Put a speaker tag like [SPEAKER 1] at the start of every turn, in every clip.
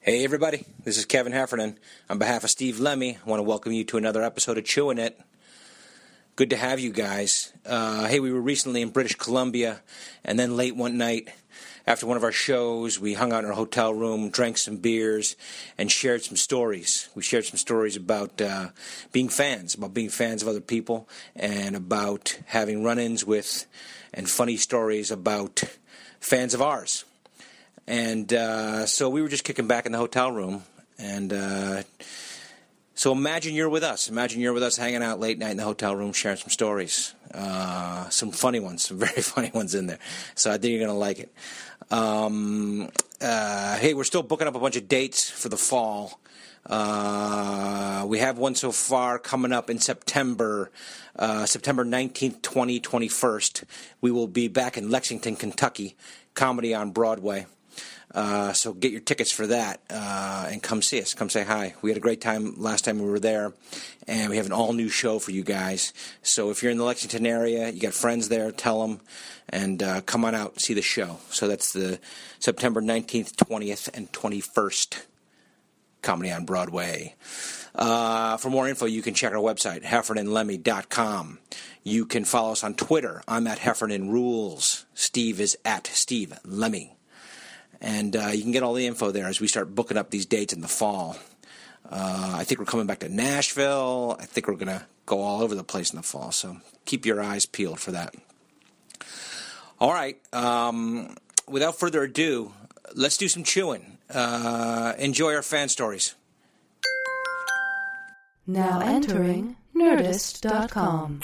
[SPEAKER 1] Hey, everybody. This is Kevin Heffernan. On behalf of Steve Lemmy, I want to welcome you to another episode of Chewing It. Good to have you guys. Uh, hey, we were recently in British Columbia, and then late one night, after one of our shows, we hung out in our hotel room, drank some beers, and shared some stories. We shared some stories about uh, being fans, about being fans of other people, and about having run ins with, and funny stories about fans of ours. And uh, so we were just kicking back in the hotel room. And uh, so imagine you're with us. Imagine you're with us hanging out late night in the hotel room, sharing some stories. Uh, some funny ones, some very funny ones in there. So I think you're going to like it. Um, uh, hey, we're still booking up a bunch of dates for the fall. Uh, we have one so far coming up in September, uh, September 19th, 20, 21st. We will be back in Lexington, Kentucky, comedy on Broadway. Uh, so get your tickets for that uh, and come see us. Come say hi. We had a great time last time we were there, and we have an all new show for you guys. So if you're in the Lexington area, you got friends there, tell them and uh, come on out and see the show. So that's the September 19th, 20th, and 21st comedy on Broadway. Uh, for more info, you can check our website, heffernanlemmy.com. You can follow us on Twitter. I'm at Heffernan Rules. Steve is at Steve Lemmy. And uh, you can get all the info there as we start booking up these dates in the fall. Uh, I think we're coming back to Nashville. I think we're going to go all over the place in the fall. So keep your eyes peeled for that. All right. Um, without further ado, let's do some chewing. Uh, enjoy our fan stories.
[SPEAKER 2] Now entering Nerdist.com.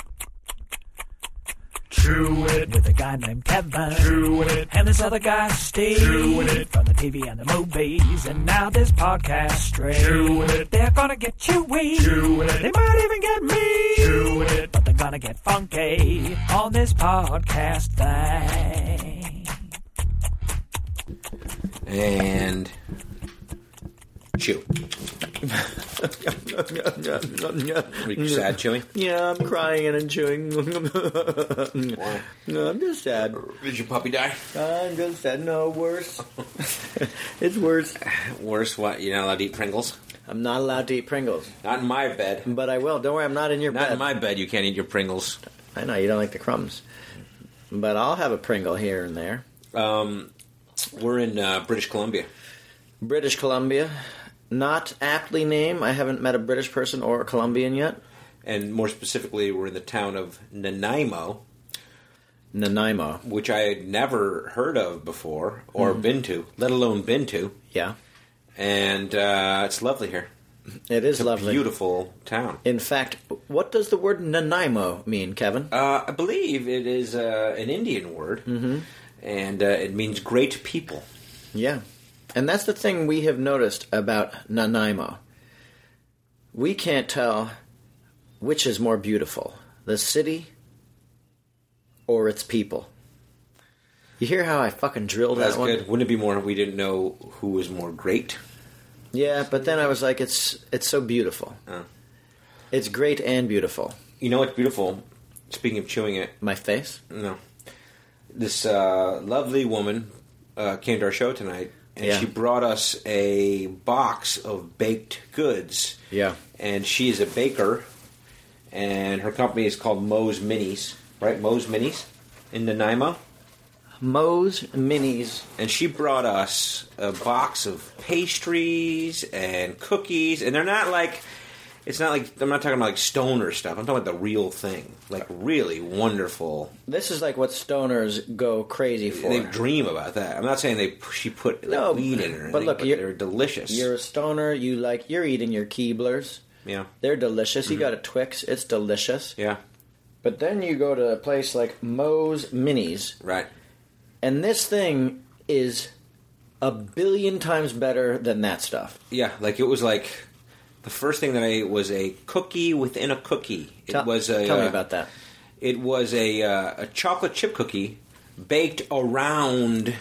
[SPEAKER 3] Chew it
[SPEAKER 4] with a guy named Kevin.
[SPEAKER 3] Chew it.
[SPEAKER 4] And this other guy, Steve.
[SPEAKER 3] Chew it.
[SPEAKER 4] From the TV and the movies. And now this podcast stream.
[SPEAKER 3] Chew it.
[SPEAKER 4] They're gonna get chewy.
[SPEAKER 3] Chew it.
[SPEAKER 4] They might even get me.
[SPEAKER 3] Chew it.
[SPEAKER 4] But they're gonna get funky on this podcast thing.
[SPEAKER 1] And chew. Are you sad chewing?
[SPEAKER 5] Yeah, I'm crying and I'm chewing. no, I'm just sad.
[SPEAKER 1] Did your puppy die?
[SPEAKER 5] I'm just sad. No, worse. it's worse.
[SPEAKER 1] Worse, what? You're not allowed to eat Pringles?
[SPEAKER 5] I'm not allowed to eat Pringles,
[SPEAKER 1] Not in my bed.
[SPEAKER 5] but I will. Don't worry, I'm not in your
[SPEAKER 1] Not
[SPEAKER 5] bed.
[SPEAKER 1] in my bed. You can't eat your Pringles.
[SPEAKER 5] I know you don't like the crumbs, but I'll have a Pringle here and there.
[SPEAKER 1] Um, we're in uh, British Columbia.
[SPEAKER 5] British Columbia, not aptly named. I haven't met a British person or a Colombian yet.
[SPEAKER 1] And more specifically, we're in the town of Nanaimo,
[SPEAKER 5] Nanaimo.
[SPEAKER 1] which I had never heard of before or been to, let alone been to.
[SPEAKER 5] Yeah,
[SPEAKER 1] And uh, it's lovely here.
[SPEAKER 5] it is
[SPEAKER 1] It's
[SPEAKER 5] lovely.
[SPEAKER 1] a beautiful town.
[SPEAKER 5] In fact, what does the word Nanaimo mean, Kevin?
[SPEAKER 1] Uh, I believe it is uh, an Indian word,
[SPEAKER 5] Mm-hmm.
[SPEAKER 1] and uh, it means great people.
[SPEAKER 5] Yeah. And that's the thing we have noticed about Nanaimo. We can't tell which is more beautiful, the city or its people. You hear how I fucking drilled
[SPEAKER 1] That's
[SPEAKER 5] that one?
[SPEAKER 1] good. Wouldn't it be more if we didn't know who was more great?
[SPEAKER 5] Yeah, but then I was like, it's it's so beautiful.
[SPEAKER 1] Oh.
[SPEAKER 5] It's great and beautiful.
[SPEAKER 1] You know what's beautiful? Speaking of chewing it,
[SPEAKER 5] My face.
[SPEAKER 1] no. This uh, lovely woman uh, came to our show tonight, and
[SPEAKER 5] Yeah.
[SPEAKER 1] she brought us a box of baked goods.
[SPEAKER 5] Yeah.
[SPEAKER 1] And she is a baker, and her company is called Moe's Minis, right? Moe's Minis in Nanaimo.
[SPEAKER 5] Moe's Minis.
[SPEAKER 1] and she brought us a box of pastries and cookies, and they're not like it's not like I'm not talking about like stoner stuff. I'm talking about the real thing, like really wonderful.
[SPEAKER 5] This is like what stoners go crazy for.
[SPEAKER 1] They dream about that. I'm not saying they she put like,
[SPEAKER 5] No,
[SPEAKER 1] weed in it, or
[SPEAKER 5] but
[SPEAKER 1] anything,
[SPEAKER 5] look,
[SPEAKER 1] but
[SPEAKER 5] you're-
[SPEAKER 1] they're delicious.
[SPEAKER 5] You're a stoner, you like you're eating your Keeblers.
[SPEAKER 1] yeah, Mm-hmm.
[SPEAKER 5] They're delicious. You got a Twix, it's delicious.
[SPEAKER 1] yeah,
[SPEAKER 5] But then you go to a place like Moe's Minis,
[SPEAKER 1] right.
[SPEAKER 5] and this thing is a billion times better than that stuff.
[SPEAKER 1] Yeah, like it was like the first thing that I ate was a cookie within a cookie. It
[SPEAKER 5] Tell-
[SPEAKER 1] was a
[SPEAKER 5] tell me
[SPEAKER 1] uh,
[SPEAKER 5] about that.
[SPEAKER 1] It was a uh, a chocolate chip cookie baked around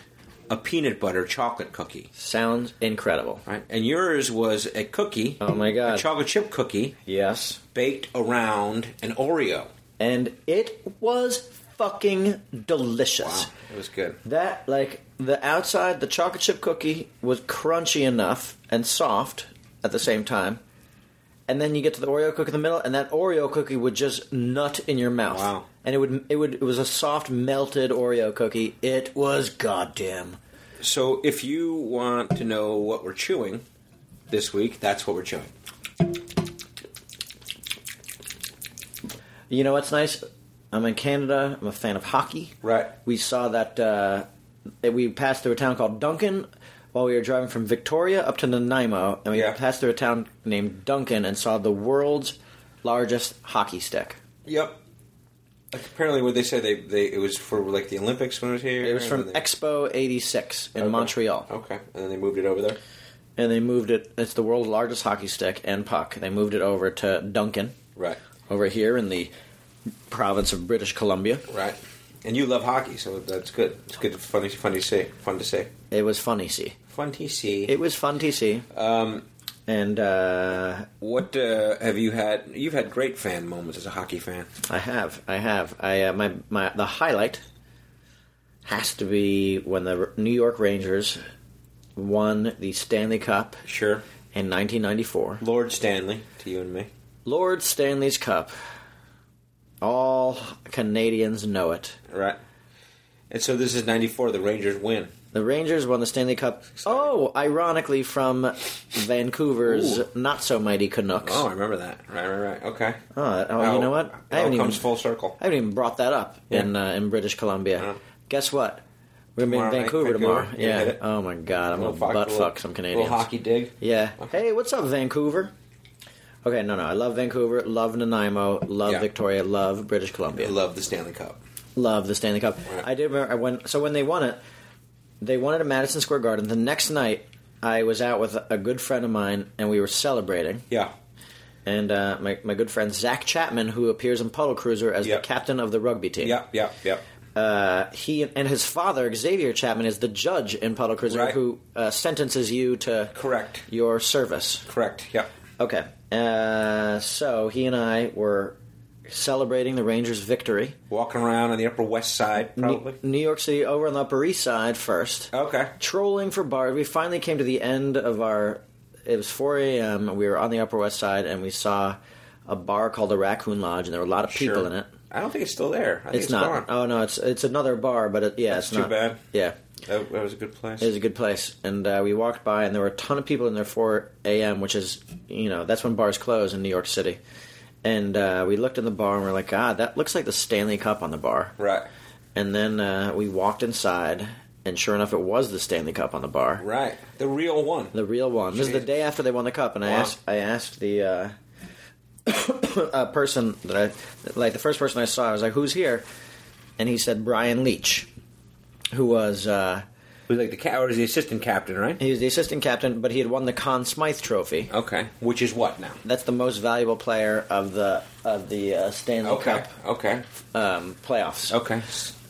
[SPEAKER 1] a peanut butter chocolate cookie.
[SPEAKER 5] Sounds incredible.
[SPEAKER 1] Right, and yours was a cookie.
[SPEAKER 5] Oh my God.
[SPEAKER 1] A chocolate chip cookie
[SPEAKER 5] Yes,
[SPEAKER 1] baked around an Oreo.
[SPEAKER 5] and it was fucking delicious.
[SPEAKER 1] It was good.
[SPEAKER 5] That like the outside, the chocolate chip cookie was crunchy enough and soft at the same time. And then you get to the Oreo cookie in the middle, and that Oreo cookie would just nut in your mouth.
[SPEAKER 6] Wow.
[SPEAKER 5] And it would, it would, it was a soft, melted Oreo cookie. It was goddamn.
[SPEAKER 6] So if you want to know what we're chewing this week, that's what we're chewing.
[SPEAKER 5] You know what's nice? I'm in Canada. I'm a fan of hockey.
[SPEAKER 6] Right.
[SPEAKER 5] We saw that uh, that we passed through a town called Duncan while we were driving from Victoria up to Nanaimo, and we
[SPEAKER 6] Yeah.
[SPEAKER 5] passed through a town named Duncan and saw the world's largest hockey stick.
[SPEAKER 6] Yep. Apparently, what they said they, they it was for like the Olympics when it was here.
[SPEAKER 5] It was from
[SPEAKER 6] and then they-
[SPEAKER 5] Expo '86 in
[SPEAKER 6] Okay.
[SPEAKER 5] Montreal,
[SPEAKER 6] Okay, and then they moved it over there.
[SPEAKER 5] and they moved it. It's the world's largest hockey stick and puck. They moved it over to Duncan,
[SPEAKER 6] Right,
[SPEAKER 5] over here in the province of British Columbia.
[SPEAKER 6] right. And you love hockey, so that's good. It's good, funny, funny to say, fun to say,
[SPEAKER 5] It was funny, see.
[SPEAKER 6] fun to see.
[SPEAKER 5] It was fun to see.
[SPEAKER 6] um,
[SPEAKER 5] And uh,
[SPEAKER 6] what uh, have you had? You've had great fan moments as a hockey fan.
[SPEAKER 5] I have, I have, I uh, my my the highlight has to be when the R- New York Rangers won the Stanley Cup
[SPEAKER 6] Sure,
[SPEAKER 5] in 1994.
[SPEAKER 6] Lord Stanley to you and me.
[SPEAKER 5] Lord Stanley's Cup. All Canadians know it.
[SPEAKER 6] Right. And so this is '94. The Rangers win.
[SPEAKER 5] The Rangers won the Stanley Cup. Oh, ironically, from Vancouver's
[SPEAKER 6] Ooh.
[SPEAKER 5] not so mighty Canucks.
[SPEAKER 6] Oh, I remember that. Right, right, right. Okay.
[SPEAKER 5] Oh, oh,
[SPEAKER 6] How-
[SPEAKER 5] you know what?
[SPEAKER 6] how it comes full circle.
[SPEAKER 5] I haven't even brought that up
[SPEAKER 6] Yeah.
[SPEAKER 5] in uh, in British Columbia.
[SPEAKER 6] Yeah.
[SPEAKER 5] Guess what? We're gonna be in
[SPEAKER 6] Tomorrow night,
[SPEAKER 5] Vancouver
[SPEAKER 6] Vancouver.
[SPEAKER 5] tomorrow.
[SPEAKER 6] You hit
[SPEAKER 5] Yeah.
[SPEAKER 6] it.
[SPEAKER 5] Oh my god, I'm
[SPEAKER 6] Little
[SPEAKER 5] gonna
[SPEAKER 6] fuck-
[SPEAKER 5] butt
[SPEAKER 6] little-
[SPEAKER 5] fuck some Canadians.
[SPEAKER 6] Little hockey dig.
[SPEAKER 5] Yeah.
[SPEAKER 6] Okay.
[SPEAKER 5] Hey, what's up, Vancouver? Okay, no, no. I love Vancouver. Love Nanaimo. Love
[SPEAKER 6] Yeah.
[SPEAKER 5] Victoria. Love British Columbia.
[SPEAKER 6] I love the Stanley Cup.
[SPEAKER 5] love the Stanley Cup.
[SPEAKER 6] Right.
[SPEAKER 5] I did remember I went. So when they won it, they won it at Madison Square Garden. The next night, I was out with a good friend of mine, and we were celebrating.
[SPEAKER 6] Yeah.
[SPEAKER 5] And uh, my my good friend Zach Chapman, who appears in Puddle Cruiser as
[SPEAKER 6] Yep.
[SPEAKER 5] the captain of the rugby team.
[SPEAKER 6] Yep, yep, yep.
[SPEAKER 5] uh, he and his father Xavier Chapman is the judge in Puddle Cruiser
[SPEAKER 6] Right.
[SPEAKER 5] who uh, sentences you to
[SPEAKER 6] Correct.
[SPEAKER 5] your service.
[SPEAKER 6] Correct. Yep.
[SPEAKER 5] Okay, uh, so he and I were celebrating the Rangers' victory.
[SPEAKER 6] Walking around on the Upper West Side, probably.
[SPEAKER 5] New York City over on the Upper East Side first.
[SPEAKER 6] Okay.
[SPEAKER 5] Trolling for bars. We finally came to the end of our. It was 4 a.m. We were on the Upper West Side and we saw a bar called the Raccoon Lodge, and there were a lot of people
[SPEAKER 6] Sure.
[SPEAKER 5] in it.
[SPEAKER 6] I don't think it's still there. I think
[SPEAKER 5] It's,
[SPEAKER 6] it's,
[SPEAKER 5] not.
[SPEAKER 6] Gone.
[SPEAKER 5] Oh no, it's it's another bar, but it, yeah,
[SPEAKER 6] That's
[SPEAKER 5] it's
[SPEAKER 6] too
[SPEAKER 5] not.
[SPEAKER 6] bad.
[SPEAKER 5] Yeah.
[SPEAKER 6] That, that was a good place.
[SPEAKER 5] Oh. It was a good place, and uh, we walked by, and there were a ton of people in there 4 a.m., which is, you know, that's when bars close in New York City. And uh, we looked in the bar, and we're like, God, that looks like the Stanley Cup on the bar.
[SPEAKER 6] right.
[SPEAKER 5] And then uh, we walked inside, and sure enough, it was the Stanley Cup on the bar,
[SPEAKER 6] Right. The real one.
[SPEAKER 5] the real one. This is the
[SPEAKER 6] Jeez.
[SPEAKER 5] day after they won the cup, and I
[SPEAKER 6] Wow.
[SPEAKER 5] asked, I asked the uh, uh, person that I, like the first person I saw, I was like, "Who's here?" And he said Brian Leach, who was. Uh,
[SPEAKER 6] Who's like the cat or is the assistant captain, right?
[SPEAKER 5] He was the assistant captain, but he had won the Conn Smythe Trophy.
[SPEAKER 6] Okay. Which is what now?
[SPEAKER 5] That's the most valuable player of the of the uh, Stanley
[SPEAKER 6] Okay.
[SPEAKER 5] Cup
[SPEAKER 6] Okay.
[SPEAKER 5] um, playoffs.
[SPEAKER 6] Okay.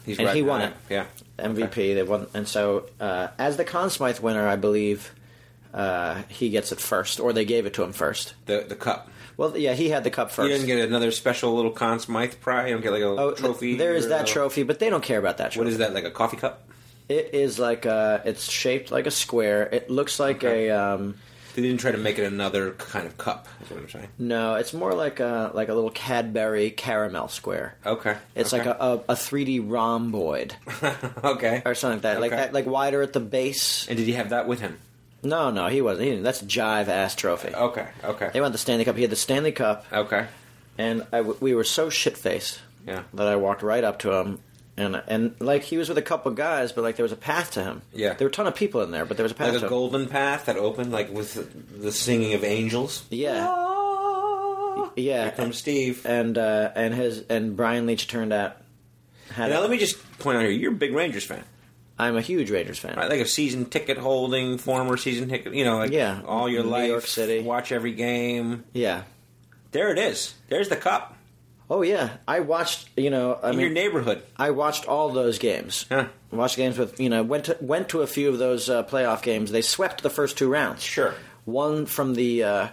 [SPEAKER 6] He's
[SPEAKER 5] And
[SPEAKER 6] right
[SPEAKER 5] he won
[SPEAKER 6] behind.
[SPEAKER 5] it.
[SPEAKER 6] Yeah.
[SPEAKER 5] MVP they won, and so uh, as the Conn Smythe winner, I believe uh, he gets it first, or they gave it to him first.
[SPEAKER 6] The the cup.
[SPEAKER 5] Well, yeah, he had the cup
[SPEAKER 6] You
[SPEAKER 5] first.
[SPEAKER 6] didn't get another special little Conn Smythe prize. You don't get like a
[SPEAKER 5] Oh, th-
[SPEAKER 6] trophy.
[SPEAKER 5] there is
[SPEAKER 6] or
[SPEAKER 5] that
[SPEAKER 6] a-
[SPEAKER 5] trophy, but they don't care about that trophy.
[SPEAKER 6] What is that? Like a coffee cup?
[SPEAKER 5] It is like a, it's shaped like a square. It looks like
[SPEAKER 6] Okay.
[SPEAKER 5] a um,
[SPEAKER 6] They didn't try to make it another kind of cup. Is what I'm saying.
[SPEAKER 5] no, it's more like a like a little Cadbury caramel square.
[SPEAKER 6] Okay.
[SPEAKER 5] It's
[SPEAKER 6] okay.
[SPEAKER 5] like a, a, a 3D rhomboid
[SPEAKER 6] okay.
[SPEAKER 5] or something like that, like
[SPEAKER 6] Okay.
[SPEAKER 5] that, like wider at the base.
[SPEAKER 6] And did he have that with him?
[SPEAKER 5] No, no, he wasn't. He didn't. That's jive ass trophy.
[SPEAKER 6] Okay. Okay.
[SPEAKER 5] They won the Stanley Cup. He had the Stanley Cup,
[SPEAKER 6] Okay.
[SPEAKER 5] and I w we were so shit faced
[SPEAKER 6] Yeah.
[SPEAKER 5] that I walked right up to him, and and like he was with a couple guys, but like there was a path to him.
[SPEAKER 6] Yeah.
[SPEAKER 5] there were a ton of people in there, but there was a path
[SPEAKER 6] Like
[SPEAKER 5] to
[SPEAKER 6] a
[SPEAKER 5] him.
[SPEAKER 6] golden path that opened, like with the singing of angels.
[SPEAKER 5] Yeah, yeah.
[SPEAKER 6] Here comes Steve.
[SPEAKER 5] and uh, and his and Brian Leach turned out. Had
[SPEAKER 6] now let me just point out here: you're a big Rangers fan,
[SPEAKER 5] I'm a huge Rangers fan.
[SPEAKER 6] right? Like a season ticket holding, former season ticket, you know, like
[SPEAKER 5] Yeah.
[SPEAKER 6] all your
[SPEAKER 5] New
[SPEAKER 6] life.
[SPEAKER 5] York City.
[SPEAKER 6] Watch every game.
[SPEAKER 5] Yeah.
[SPEAKER 6] There it is. There's the cup
[SPEAKER 5] Oh yeah, I watched. You know, I
[SPEAKER 6] in
[SPEAKER 5] mean,
[SPEAKER 6] your neighborhood.
[SPEAKER 5] I watched all those games.
[SPEAKER 6] Huh.
[SPEAKER 5] Watched games with you know went to went to a few of those uh, playoff games. They swept the first two rounds.
[SPEAKER 6] Sure.
[SPEAKER 5] One from the uh,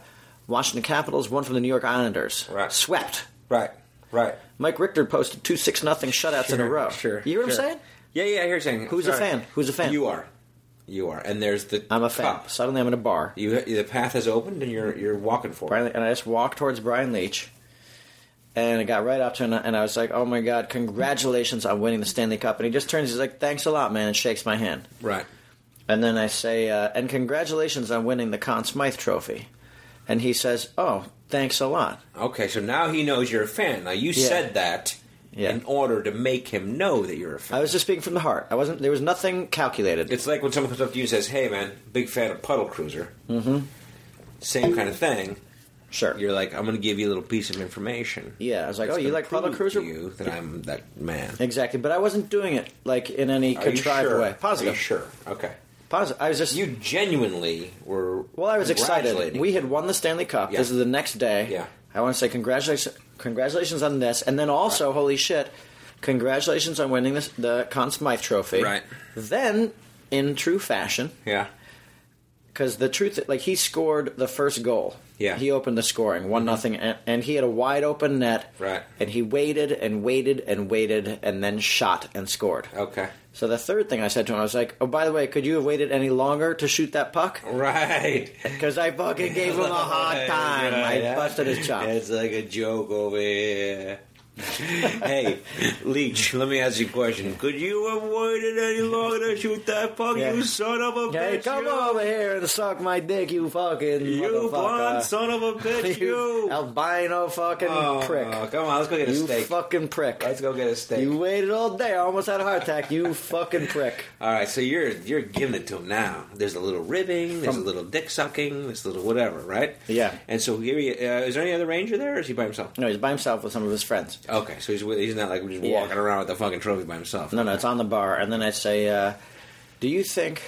[SPEAKER 5] Washington Capitals, one from the New York Islanders.
[SPEAKER 6] Right.
[SPEAKER 5] Swept.
[SPEAKER 6] Right. Right.
[SPEAKER 5] Mike Richter posted two six nothing shutouts in a
[SPEAKER 6] Sure,
[SPEAKER 5] row.
[SPEAKER 6] sure,
[SPEAKER 5] You know what
[SPEAKER 6] sure.
[SPEAKER 5] I'm saying?
[SPEAKER 6] Yeah, yeah, I hear you saying.
[SPEAKER 5] Who's a fan? Who's a fan?
[SPEAKER 6] You are. You are. And there's the.
[SPEAKER 5] I'm a fan.
[SPEAKER 6] cop.
[SPEAKER 5] Suddenly, I'm in a bar.
[SPEAKER 6] You the path has opened and you're you're walking for
[SPEAKER 5] Brian,
[SPEAKER 6] it.
[SPEAKER 5] and I just walked towards Brian Leach, and I got right up to him, and I was like, "Oh my God, congratulations on winning the Stanley Cup!" And he just turns, he's like, "Thanks a lot, man," and shakes my hand.
[SPEAKER 6] Right.
[SPEAKER 5] And then I say, uh, "And congratulations on winning the Conn Smythe Trophy," and he says, "Oh, thanks a lot."
[SPEAKER 6] Okay, so now he knows you're a fan. Now you
[SPEAKER 5] Yeah.
[SPEAKER 6] said that
[SPEAKER 5] Yeah.
[SPEAKER 6] in order to make him know that you're a fan.
[SPEAKER 5] I was just speaking from the heart. I wasn't. There was nothing calculated.
[SPEAKER 6] It's like when someone comes up to you and says, "Hey, man, big fan of Puddle Cruiser." Mm-hmm. Same kind of thing.
[SPEAKER 5] sure.
[SPEAKER 6] You're like, "I'm going to give you a little piece of information."
[SPEAKER 5] Yeah, I was like,
[SPEAKER 6] That's
[SPEAKER 5] "Oh, you
[SPEAKER 6] gonna
[SPEAKER 5] like Puddle
[SPEAKER 6] prove to
[SPEAKER 5] Cruiser?"
[SPEAKER 6] You that I'm that man.
[SPEAKER 5] Exactly, but I wasn't doing it like in any
[SPEAKER 6] Are you
[SPEAKER 5] contrived
[SPEAKER 6] sure?
[SPEAKER 5] way. Positive.
[SPEAKER 6] Are you sure. Okay.
[SPEAKER 5] Positive. I was just
[SPEAKER 6] You genuinely were.
[SPEAKER 5] Well, I was excited.
[SPEAKER 6] congratulating.
[SPEAKER 5] We had won the Stanley Cup.
[SPEAKER 6] Yeah.
[SPEAKER 5] This is the next day.
[SPEAKER 6] Yeah.
[SPEAKER 5] I want to say congratulations, congratulations on this, and then also, holy shit, congratulations on winning this, the Conn Smythe Trophy.
[SPEAKER 6] Right.
[SPEAKER 5] Then, in true fashion,
[SPEAKER 6] Yeah.
[SPEAKER 5] because the truth, like he scored the first goal.
[SPEAKER 6] Yeah.
[SPEAKER 5] He opened the scoring one nothing, and, and he had a wide open net.
[SPEAKER 6] Right.
[SPEAKER 5] And he waited and waited and waited, and then shot and scored.
[SPEAKER 6] Okay.
[SPEAKER 5] So the third thing I said to him, I was like, "Oh, by the way, could you have waited any longer to shoot that puck?"
[SPEAKER 6] Oh. Right.
[SPEAKER 5] Because I fucking gave him a hard time. I busted his chop.
[SPEAKER 6] It's like a joke over here. hey, Leach, let me ask you a question. Could you have waited any longer to shoot that puck,
[SPEAKER 5] Yeah.
[SPEAKER 6] you son of a
[SPEAKER 5] Hey,
[SPEAKER 6] bitch?
[SPEAKER 5] come
[SPEAKER 6] you?
[SPEAKER 5] over here and suck my dick, you fucking
[SPEAKER 6] You
[SPEAKER 5] motherfucker.
[SPEAKER 6] blonde son of a bitch, you!
[SPEAKER 5] albino fucking
[SPEAKER 6] Oh,
[SPEAKER 5] prick.
[SPEAKER 6] Come on, let's go get a
[SPEAKER 5] You
[SPEAKER 6] steak.
[SPEAKER 5] fucking prick.
[SPEAKER 6] Let's go get a steak.
[SPEAKER 5] You waited all day. I almost had a heart attack. You fucking prick.
[SPEAKER 6] All right, so you're you're giving it to him now. There's a little ribbing, there's a
[SPEAKER 5] From-
[SPEAKER 6] little dick sucking, there's a little whatever, right?
[SPEAKER 5] Yeah.
[SPEAKER 6] And so here, he, uh, is there any other ranger there, or is he by himself?
[SPEAKER 5] No, he's by himself with some of his friends.
[SPEAKER 6] Okay, so he's with- he's not like just
[SPEAKER 5] Yeah.
[SPEAKER 6] walking around with the fucking trophy by himself.
[SPEAKER 5] No, no, it's on the bar. And then I say, uh, "Do you think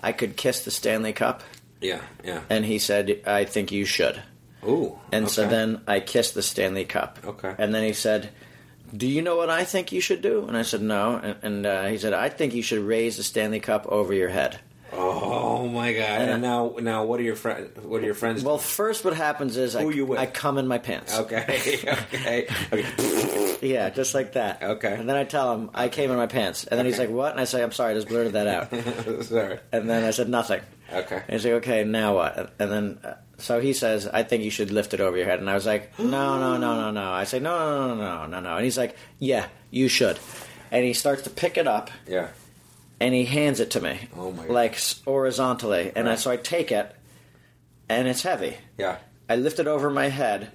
[SPEAKER 5] I could kiss the Stanley Cup?"
[SPEAKER 6] Yeah, yeah.
[SPEAKER 5] And he said, "I think you should."
[SPEAKER 6] Ooh.
[SPEAKER 5] And so
[SPEAKER 6] okay.
[SPEAKER 5] then I kissed the Stanley Cup.
[SPEAKER 6] Okay.
[SPEAKER 5] And then he said, Do you know what I think you should do? And I said, No. And, and uh, he said, I think you should raise the Stanley Cup over your head.
[SPEAKER 6] Oh my god!
[SPEAKER 5] Yeah.
[SPEAKER 6] And now, now, what are your friends? What are your friends?
[SPEAKER 5] Well, first, what happens is I,
[SPEAKER 6] Who you with?
[SPEAKER 5] I come in my pants.
[SPEAKER 6] okay, okay, okay.
[SPEAKER 5] Yeah, just like that.
[SPEAKER 6] Okay.
[SPEAKER 5] And then I tell him, I came in my pants. And then he's
[SPEAKER 6] Okay.
[SPEAKER 5] like, What? And I say, I'm sorry, I just blurted that out.
[SPEAKER 6] Sorry.
[SPEAKER 5] and then I said, Nothing.
[SPEAKER 6] Okay.
[SPEAKER 5] And he's like, Okay, now what? And then. Uh, so he says, I think you should lift it over your head. And I was like, No, no, no, no, no. I say, No, no, no, no, no, no. And he's like, Yeah, you should. And he starts to pick it up.
[SPEAKER 6] Yeah.
[SPEAKER 5] and he hands it to me.
[SPEAKER 6] Oh, my God.
[SPEAKER 5] Like s- horizontally, and I,
[SPEAKER 6] Right.
[SPEAKER 5] so I take it, and it's heavy.
[SPEAKER 6] Yeah. Mm-hmm.
[SPEAKER 5] I lift it over my head,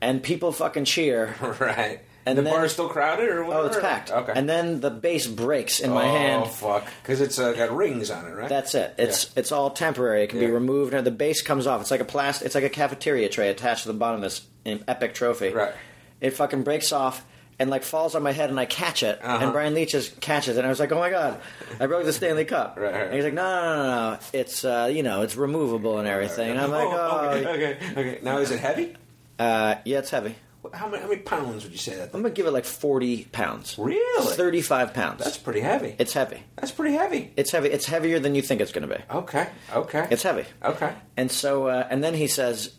[SPEAKER 5] and people fucking cheer.
[SPEAKER 6] Right. And
[SPEAKER 5] And
[SPEAKER 6] the
[SPEAKER 5] then-
[SPEAKER 6] bar's still crowded, or what?
[SPEAKER 5] Oh, it's packed.
[SPEAKER 6] Okay.
[SPEAKER 5] And then the base breaks in my
[SPEAKER 6] oh,
[SPEAKER 5] hand.
[SPEAKER 6] fuck! Because it's uh, got rings on it, right?
[SPEAKER 5] That's it. It's it's all temporary. It can be
[SPEAKER 6] Yeah.
[SPEAKER 5] removed. and The base comes off. It's like a plastic. It's like a cafeteria tray attached to the bottom of this um, epic trophy.
[SPEAKER 6] Right.
[SPEAKER 5] It fucking breaks off and like falls on my head, and I catch it.
[SPEAKER 6] Uh-huh.
[SPEAKER 5] And Brian Leach just catches it. And I was like, oh my god, I broke the Stanley Cup.
[SPEAKER 6] Right, right.
[SPEAKER 5] And he's like, no, no, no, no, no. It's uh, you know, it's removable and everything. And I'm like, oh,
[SPEAKER 6] okay, okay, okay. Now, is it heavy?
[SPEAKER 5] Uh, yeah, it's heavy.
[SPEAKER 6] How many, how many pounds would you say that?
[SPEAKER 5] I'm gonna give it like 40 pounds.
[SPEAKER 6] Really?
[SPEAKER 5] Thirty-five pounds.
[SPEAKER 6] That's pretty heavy.
[SPEAKER 5] it's heavy.
[SPEAKER 6] That's pretty heavy.
[SPEAKER 5] It's heavy. It's heavier than you think it's gonna be.
[SPEAKER 6] Okay, okay.
[SPEAKER 5] It's heavy.
[SPEAKER 6] Okay.
[SPEAKER 5] And so, uh, and then he says,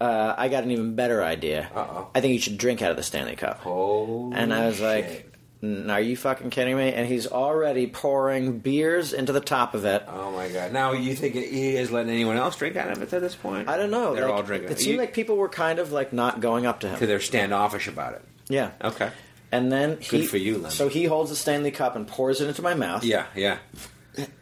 [SPEAKER 5] uh, "I got an even better idea.
[SPEAKER 6] Uh-oh.
[SPEAKER 5] I think you should drink out of the Stanley Cup."
[SPEAKER 6] Oh.
[SPEAKER 5] and I was like, "N- "Are you fucking kidding me?" And he's already pouring beers into the top of it.
[SPEAKER 6] Oh my god! Now you think he is letting anyone else drink out of it at this point?
[SPEAKER 5] I don't know.
[SPEAKER 6] They're
[SPEAKER 5] like,
[SPEAKER 6] all drinking.
[SPEAKER 5] It seemed
[SPEAKER 6] You-
[SPEAKER 5] like people were kind of like not going up to him.
[SPEAKER 6] 'cause they're standoffish about it.
[SPEAKER 5] yeah.
[SPEAKER 6] Okay.
[SPEAKER 5] And then he,
[SPEAKER 6] for you, Lemmy.
[SPEAKER 5] So he holds the Stanley Cup and pours it into my mouth.
[SPEAKER 6] Yeah, yeah.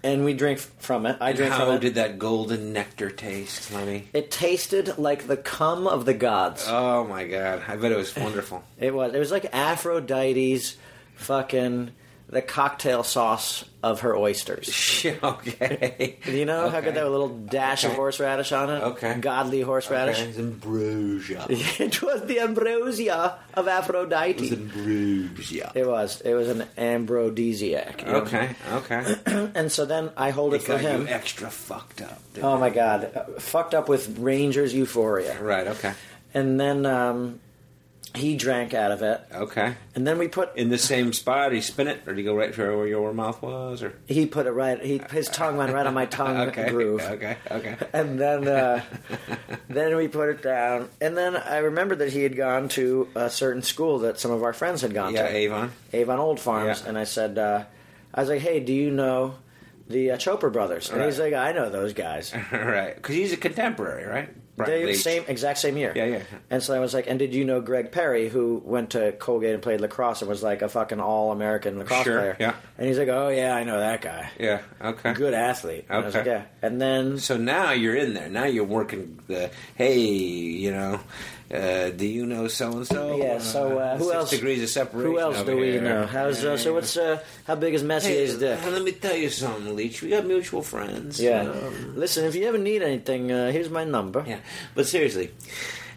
[SPEAKER 5] And we drink f- from it. I drink
[SPEAKER 6] How
[SPEAKER 5] from it.
[SPEAKER 6] did that golden nectar taste, Lemmy?
[SPEAKER 5] it tasted like the cum of the gods.
[SPEAKER 6] Oh my god! I bet it was wonderful.
[SPEAKER 5] It was. It was like Aphrodite's fucking the cocktail sauce of her oysters.
[SPEAKER 6] okay.
[SPEAKER 5] You know how
[SPEAKER 6] Okay.
[SPEAKER 5] good that little dash of
[SPEAKER 6] Okay.
[SPEAKER 5] horseradish on it?
[SPEAKER 6] Okay.
[SPEAKER 5] Godly horseradish.
[SPEAKER 6] Okay. It's ambrosia. It
[SPEAKER 5] it was the ambrosia of Aphrodite.
[SPEAKER 6] was ambrosia.
[SPEAKER 5] It was. It was an aphrodisiac. you know?
[SPEAKER 6] Okay, okay.
[SPEAKER 5] And so then I hold it,
[SPEAKER 6] It
[SPEAKER 5] for
[SPEAKER 6] got you
[SPEAKER 5] him.
[SPEAKER 6] extra fucked up. didn't
[SPEAKER 5] Oh
[SPEAKER 6] it?
[SPEAKER 5] my god. Uh, fucked up with Rangers euphoria.
[SPEAKER 6] Right. Okay.
[SPEAKER 5] And then um He drank out of it,
[SPEAKER 6] Okay.
[SPEAKER 5] and then we put
[SPEAKER 6] Oh. In the same spot, he spin it, or did he go right for where your mouth was, or
[SPEAKER 5] he put it right. He his tongue went right on my tongue
[SPEAKER 6] okay,
[SPEAKER 5] groove.
[SPEAKER 6] Okay, okay.
[SPEAKER 5] and then uh, then we put it down. And then I remembered that he had gone to a certain school that some of our friends had gone
[SPEAKER 6] Yeah,
[SPEAKER 5] to,
[SPEAKER 6] Avon.
[SPEAKER 5] Avon Old Farms.
[SPEAKER 6] Yeah.
[SPEAKER 5] And I said, uh, I was like, hey, do you know the uh, Chopra brothers? And he's
[SPEAKER 6] Right.
[SPEAKER 5] like, I know those guys.
[SPEAKER 6] right, because he's a contemporary, right? Brett
[SPEAKER 5] They
[SPEAKER 6] Leach.
[SPEAKER 5] same exact same year.
[SPEAKER 6] Yeah, yeah.
[SPEAKER 5] And so I was like, and did you know Greg Perry, who went to Colgate and played lacrosse and was like a fucking all American lacrosse
[SPEAKER 6] Sure,
[SPEAKER 5] player?
[SPEAKER 6] yeah.
[SPEAKER 5] And he's like, oh yeah, I know that guy.
[SPEAKER 6] Yeah. Okay.
[SPEAKER 5] Good athlete. And I was
[SPEAKER 6] Okay.
[SPEAKER 5] like, yeah. And then
[SPEAKER 6] So now you're in there. Now you're working the hey, you know, uh, do you know so and so?
[SPEAKER 5] Yeah. So uh, who
[SPEAKER 6] six
[SPEAKER 5] else?
[SPEAKER 6] degrees of separation.
[SPEAKER 5] Who else
[SPEAKER 6] over
[SPEAKER 5] do we
[SPEAKER 6] here.
[SPEAKER 5] know? How's uh, so? What's uh, how big is
[SPEAKER 6] Hey, uh,
[SPEAKER 5] Messier's dick?
[SPEAKER 6] let me tell you something, Leach. We got mutual friends.
[SPEAKER 5] Yeah.
[SPEAKER 6] Um,
[SPEAKER 5] Listen, if you ever need anything, uh, here's my number.
[SPEAKER 6] yeah. But seriously,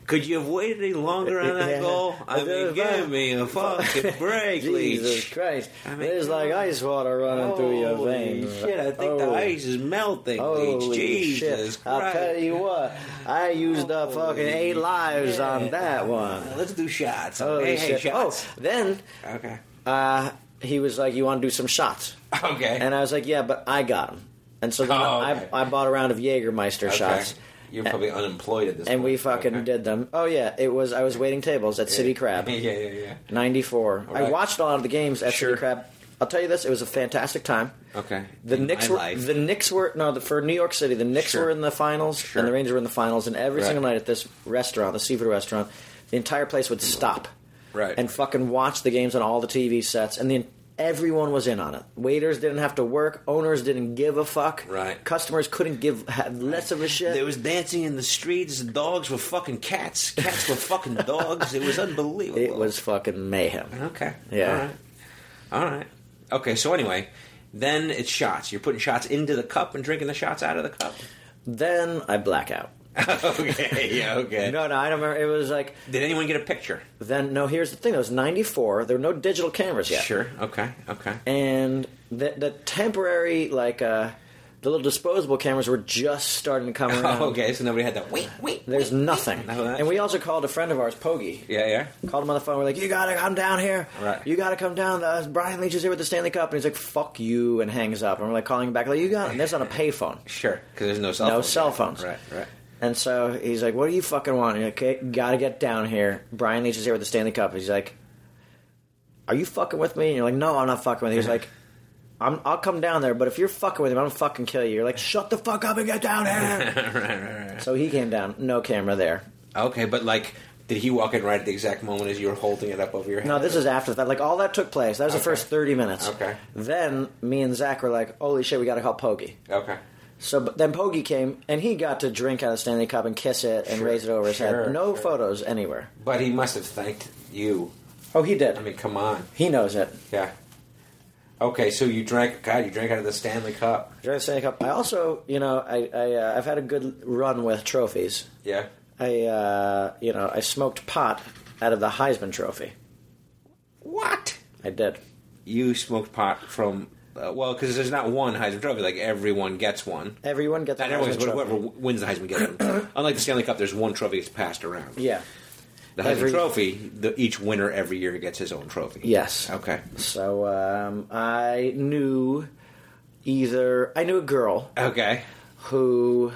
[SPEAKER 6] could you have waited any longer on that
[SPEAKER 5] Yeah.
[SPEAKER 6] goal? I mean, give me a fucking break, Leach.
[SPEAKER 5] Jesus Christ!
[SPEAKER 6] I mean,
[SPEAKER 5] There's
[SPEAKER 6] come
[SPEAKER 5] like
[SPEAKER 6] on.
[SPEAKER 5] ice water running through your
[SPEAKER 6] Holy
[SPEAKER 5] veins.
[SPEAKER 6] Shit, I think the
[SPEAKER 5] Oh.
[SPEAKER 6] ice is melting, Leach.
[SPEAKER 5] Holy
[SPEAKER 6] Jesus
[SPEAKER 5] shit! I'll
[SPEAKER 6] Christ.
[SPEAKER 5] tell you what, I used up fucking eight lives on that one.
[SPEAKER 6] Let's do shots. hey,
[SPEAKER 5] Holy
[SPEAKER 6] hey,
[SPEAKER 5] shit!
[SPEAKER 6] shots.
[SPEAKER 5] Oh, then
[SPEAKER 6] Okay.
[SPEAKER 5] uh, he was like, "You want to do some shots?"
[SPEAKER 6] Okay.
[SPEAKER 5] And I was like, "Yeah, but I got him." And so then
[SPEAKER 6] Oh, okay.
[SPEAKER 5] I, I bought a round of Jägermeister shots.
[SPEAKER 6] You're probably unemployed at this
[SPEAKER 5] and
[SPEAKER 6] point.
[SPEAKER 5] we fucking
[SPEAKER 6] Okay.
[SPEAKER 5] did them. Oh yeah, it was. I was waiting tables at City Crab,
[SPEAKER 6] Yeah, yeah, yeah.
[SPEAKER 5] '94. I
[SPEAKER 6] Alright.
[SPEAKER 5] watched a lot of the games at
[SPEAKER 6] Sure.
[SPEAKER 5] City Crab. I'll tell you this: it was a fantastic time.
[SPEAKER 6] Okay.
[SPEAKER 5] The
[SPEAKER 6] In
[SPEAKER 5] Knicks
[SPEAKER 6] my
[SPEAKER 5] were
[SPEAKER 6] life.
[SPEAKER 5] the Knicks were no the, for New York City. The Knicks
[SPEAKER 6] Sure.
[SPEAKER 5] were in the finals,
[SPEAKER 6] Sure.
[SPEAKER 5] and the Rangers were in the finals. And every
[SPEAKER 6] Right.
[SPEAKER 5] single night at this restaurant, the seafood restaurant, the entire place would stop,
[SPEAKER 6] Right.
[SPEAKER 5] and fucking watch the games on all the TV sets, and then. Everyone was in on it. Waiters didn't have to work. Owners didn't give a fuck.
[SPEAKER 6] Right.
[SPEAKER 5] Customers couldn't give had less of a shit.
[SPEAKER 6] There was dancing in the streets. Dogs were fucking cats. Cats were fucking dogs. It was unbelievable.
[SPEAKER 5] it was fucking mayhem.
[SPEAKER 6] Okay.
[SPEAKER 5] Yeah.
[SPEAKER 6] All right. All right. Okay, so anyway, then it's shots. You're putting shots into the cup and drinking the shots out of the cup.
[SPEAKER 5] Then I black out.
[SPEAKER 6] okay, yeah, okay.
[SPEAKER 5] No, no, I don't remember. It was like
[SPEAKER 6] Did anyone get a picture?
[SPEAKER 5] then. No, here's the thing. It was '94. There were no digital cameras yet.
[SPEAKER 6] Sure. Okay, okay.
[SPEAKER 5] And the the temporary like uh, the little disposable cameras were just starting to come around.
[SPEAKER 6] okay, so nobody had that. Wait, wait.
[SPEAKER 5] There's nothing.
[SPEAKER 6] No, that's-
[SPEAKER 5] and we also called a friend of ours, Pogi.
[SPEAKER 6] Yeah, yeah.
[SPEAKER 5] Called him on the phone. We're like, "You gotta come down here.
[SPEAKER 6] Right.
[SPEAKER 5] You gotta come down. Uh, Brian Leach is here with the Stanley Cup." And he's like, "Fuck you," and hangs up. And we're like calling him back, like, "You got?" And that's on a payphone.
[SPEAKER 6] Sure, because there's no cell
[SPEAKER 5] No
[SPEAKER 6] phones.
[SPEAKER 5] cell phones.
[SPEAKER 6] Right, right.
[SPEAKER 5] And so he's like, "What do you fucking want?" And he's like, okay, gotta get down here. Brian Leach is here with the Stanley Cup. He's like, "Are you fucking with me?" And you're like, "No, I'm not fucking with you." He's like, I'm, "I'll come down there, but if you're fucking with him, I'm gonna fucking kill you." You're like, "Shut the fuck up and get down here."
[SPEAKER 6] right, right, right.
[SPEAKER 5] so he came down, no camera there.
[SPEAKER 6] Okay, but like, did he walk in right at the exact moment as you were holding it up over your head?
[SPEAKER 5] No, this is after that. Like all that took place. That was the
[SPEAKER 6] Okay.
[SPEAKER 5] first thirty minutes.
[SPEAKER 6] Okay.
[SPEAKER 5] Then me and Zach were like, "Holy shit, we gotta call Pogi."
[SPEAKER 6] Okay.
[SPEAKER 5] So but then Pogi came and he got to drink out of the Stanley Cup and kiss it and raise it over his
[SPEAKER 6] sure,
[SPEAKER 5] head. No
[SPEAKER 6] sure.
[SPEAKER 5] photos anywhere.
[SPEAKER 6] But he must have thanked you.
[SPEAKER 5] Oh, he did.
[SPEAKER 6] I mean, come on.
[SPEAKER 5] he knows it.
[SPEAKER 6] Yeah. Okay, so you drank, God, you drank out of the Stanley Cup.
[SPEAKER 5] During the Stanley Cup, I also, you know, I, I uh, I've had a good run with trophies.
[SPEAKER 6] Yeah.
[SPEAKER 5] I, uh, you know, I smoked pot out of the Heisman Trophy.
[SPEAKER 6] What?
[SPEAKER 5] I did.
[SPEAKER 6] You smoked pot from, uh, well, because there's not one Heisman Trophy. Like, everyone gets one.
[SPEAKER 5] Everyone gets the
[SPEAKER 6] Not everyone,
[SPEAKER 5] Heisman
[SPEAKER 6] gets one,
[SPEAKER 5] Trophy.
[SPEAKER 6] whoever wins the Heisman gets one. Unlike the Stanley Cup, there's one trophy that's passed around.
[SPEAKER 5] Yeah.
[SPEAKER 6] The Heisman
[SPEAKER 5] Every-
[SPEAKER 6] Trophy, the, each winner every year gets his own trophy.
[SPEAKER 5] Yes.
[SPEAKER 6] Okay.
[SPEAKER 5] So um, I knew either I knew a girl
[SPEAKER 6] Okay.
[SPEAKER 5] who,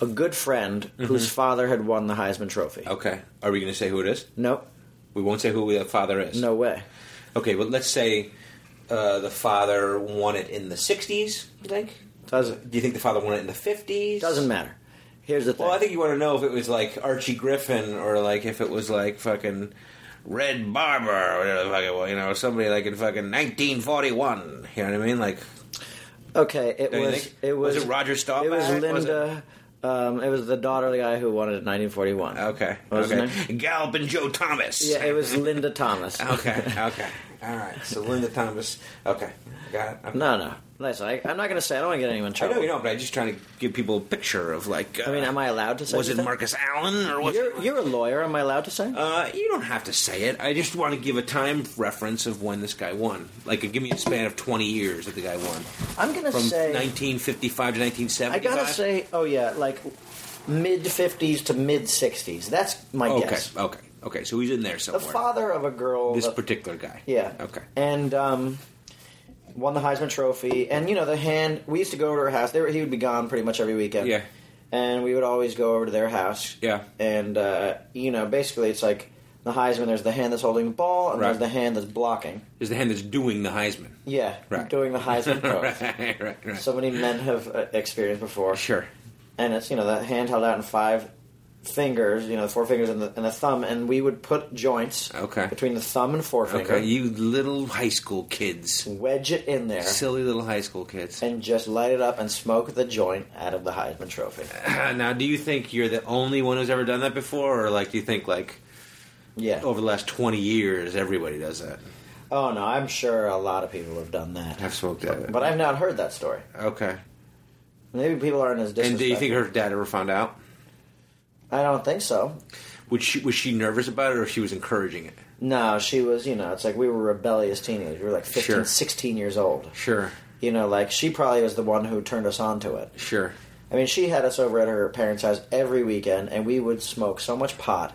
[SPEAKER 5] a good friend whose father had won the Heisman Trophy.
[SPEAKER 6] Mm-hmm. Okay. Are we going to say who it is?
[SPEAKER 5] Nope.
[SPEAKER 6] We won't say who the father is.
[SPEAKER 5] No way.
[SPEAKER 6] Okay, but let's say uh, the father won it in the 60s, you think?
[SPEAKER 5] Doesn't
[SPEAKER 6] Do you think the father won it in the 50s?
[SPEAKER 5] doesn't matter. Here's the thing.
[SPEAKER 6] Well, I think you want to know if it was like Archie Griffin or like if it was like fucking Red Barber or whatever the fuck it was, you know, somebody like in fucking 1941. You know what I mean? Like,
[SPEAKER 5] Okay, it
[SPEAKER 6] Don't you
[SPEAKER 5] was
[SPEAKER 6] think?
[SPEAKER 5] it was,
[SPEAKER 6] Was it Roger Staubach?
[SPEAKER 5] It was
[SPEAKER 6] Was it-
[SPEAKER 5] Linda. um, it was the daughter of the guy who won it in 1941.
[SPEAKER 6] okay.
[SPEAKER 5] What was his
[SPEAKER 6] okay. Gallup and Joe Thomas.
[SPEAKER 5] Yeah, it was Linda Thomas.
[SPEAKER 6] okay, okay. All right, so Linda Thomas. Okay, got it. Okay.
[SPEAKER 5] No, no. Listen, I, I'm not going to say. I don't want to get anyone in
[SPEAKER 6] I
[SPEAKER 5] trouble.
[SPEAKER 6] know you don't, but I'm just trying to give people a picture of like. Uh,
[SPEAKER 5] I mean, am I allowed to say?
[SPEAKER 6] Was it
[SPEAKER 5] anything?
[SPEAKER 6] Marcus Allen or was
[SPEAKER 5] You're,
[SPEAKER 6] it?
[SPEAKER 5] you're a lawyer. Am I allowed to say?
[SPEAKER 6] Uh, you don't have to say it. I just want to give a time reference of when this guy won. Like, give me a span of 20 years that the guy won.
[SPEAKER 5] I'm going to
[SPEAKER 6] From
[SPEAKER 5] say.
[SPEAKER 6] 1955 to 1975?
[SPEAKER 5] I gotta say, oh yeah, like mid 50s to mid 60s. That's my
[SPEAKER 6] Okay,
[SPEAKER 5] guess.
[SPEAKER 6] okay. Okay, so he's in there
[SPEAKER 5] The
[SPEAKER 6] somewhere.
[SPEAKER 5] father of a girl.
[SPEAKER 6] This
[SPEAKER 5] that-
[SPEAKER 6] particular guy.
[SPEAKER 5] Yeah.
[SPEAKER 6] Okay.
[SPEAKER 5] And um, won the Heisman Trophy. And you know, the hand. We used to go over to her house. They were, he would be gone pretty much every weekend.
[SPEAKER 6] Yeah.
[SPEAKER 5] And we would always go over to their house.
[SPEAKER 6] Yeah.
[SPEAKER 5] And uh, you know, basically, it's like the Heisman. There's the hand that's holding the ball, and
[SPEAKER 6] Right.
[SPEAKER 5] there's the hand that's blocking.
[SPEAKER 6] Is the hand that's doing the Heisman?
[SPEAKER 5] Yeah.
[SPEAKER 6] Right.
[SPEAKER 5] Doing the Heisman pose.
[SPEAKER 6] right, right, right.
[SPEAKER 5] So many men have uh, experienced before.
[SPEAKER 6] sure.
[SPEAKER 5] and it's you know the hand held out in five fingers, you know, four fingers and the, and the thumb, and we would put joints
[SPEAKER 6] Okay.
[SPEAKER 5] between the thumb and forefinger,
[SPEAKER 6] Okay, you little high school kids,
[SPEAKER 5] wedge it in there,
[SPEAKER 6] silly little high school kids.
[SPEAKER 5] and just light it up and smoke the joint out of the Heisman Trophy.
[SPEAKER 6] now, do you think you're the only one who's ever done that before, or like do you think like
[SPEAKER 5] Yeah.
[SPEAKER 6] over the last twenty years everybody does that?
[SPEAKER 5] Oh no, I'm sure a lot of people have done that,
[SPEAKER 6] I've smoked that.
[SPEAKER 5] but I've not heard that story.
[SPEAKER 6] okay.
[SPEAKER 5] Maybe people aren't as disrespectful.
[SPEAKER 6] And do you think her dad ever found out?
[SPEAKER 5] I don't think so.
[SPEAKER 6] Would she was she nervous about it, or she was encouraging it?
[SPEAKER 5] No, she was, you know, it's like we were rebellious teenagers. We were like 15,
[SPEAKER 6] Sure.
[SPEAKER 5] 16 years old.
[SPEAKER 6] Sure,
[SPEAKER 5] You know, like she probably was the one who turned us on to it.
[SPEAKER 6] sure.
[SPEAKER 5] I mean, she had us over at her parents' house every weekend, and we would smoke so much pot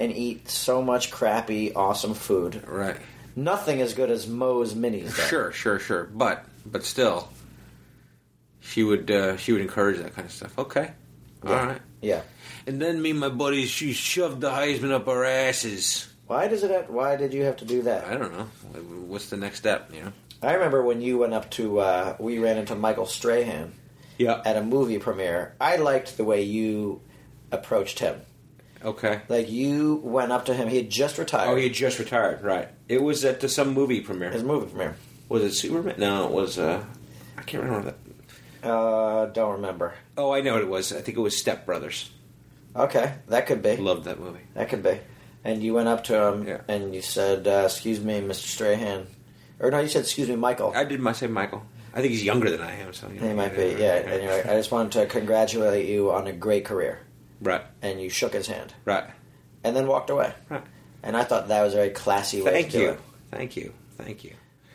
[SPEAKER 5] and eat so much crappy, awesome food.
[SPEAKER 6] Right.
[SPEAKER 5] Nothing as good as Moe's Minis. Though.
[SPEAKER 6] Sure, sure, sure. But but still, she would uh, she would encourage that kind of stuff. Okay, all right.
[SPEAKER 5] Yeah.
[SPEAKER 6] And then me and my buddies, she shoved the Heisman up our asses.
[SPEAKER 5] Why does it? Have, why did you have to do
[SPEAKER 6] I
[SPEAKER 5] that?
[SPEAKER 6] don't know. What's the next step? You know.
[SPEAKER 5] I remember when you went up to. Uh, we ran into Michael Strahan
[SPEAKER 6] Yeah.
[SPEAKER 5] at a movie premiere. I liked the way you approached him.
[SPEAKER 6] okay.
[SPEAKER 5] Like you went up to him. He had just retired.
[SPEAKER 6] Oh, he had just retired. Right. It was at the, some movie
[SPEAKER 5] his
[SPEAKER 6] premiere.
[SPEAKER 5] movie premiere.
[SPEAKER 6] Was it Superman? No, it was. Uh, I can't remember that.
[SPEAKER 5] Uh, don't remember.
[SPEAKER 6] Oh, I know what it was. I think it was Step Brothers.
[SPEAKER 5] Okay, that could be.
[SPEAKER 6] Loved that movie.
[SPEAKER 5] That could be. And you went up to him
[SPEAKER 6] Yeah.
[SPEAKER 5] and you said, uh, "Excuse me, Mr. Strahan," or no, you said, "Excuse me, Michael."
[SPEAKER 6] I did my say Michael. I think he's younger than I am. So you
[SPEAKER 5] and he
[SPEAKER 6] know,
[SPEAKER 5] might be, yeah. And you're like, I just wanted to congratulate you on a great career.
[SPEAKER 6] Right.
[SPEAKER 5] And you shook his hand
[SPEAKER 6] Right.
[SPEAKER 5] and then walked away.
[SPEAKER 6] Right.
[SPEAKER 5] And I thought that was a very classy way
[SPEAKER 6] Thank
[SPEAKER 5] to do
[SPEAKER 6] you.
[SPEAKER 5] it.
[SPEAKER 6] Thank you. Thank you.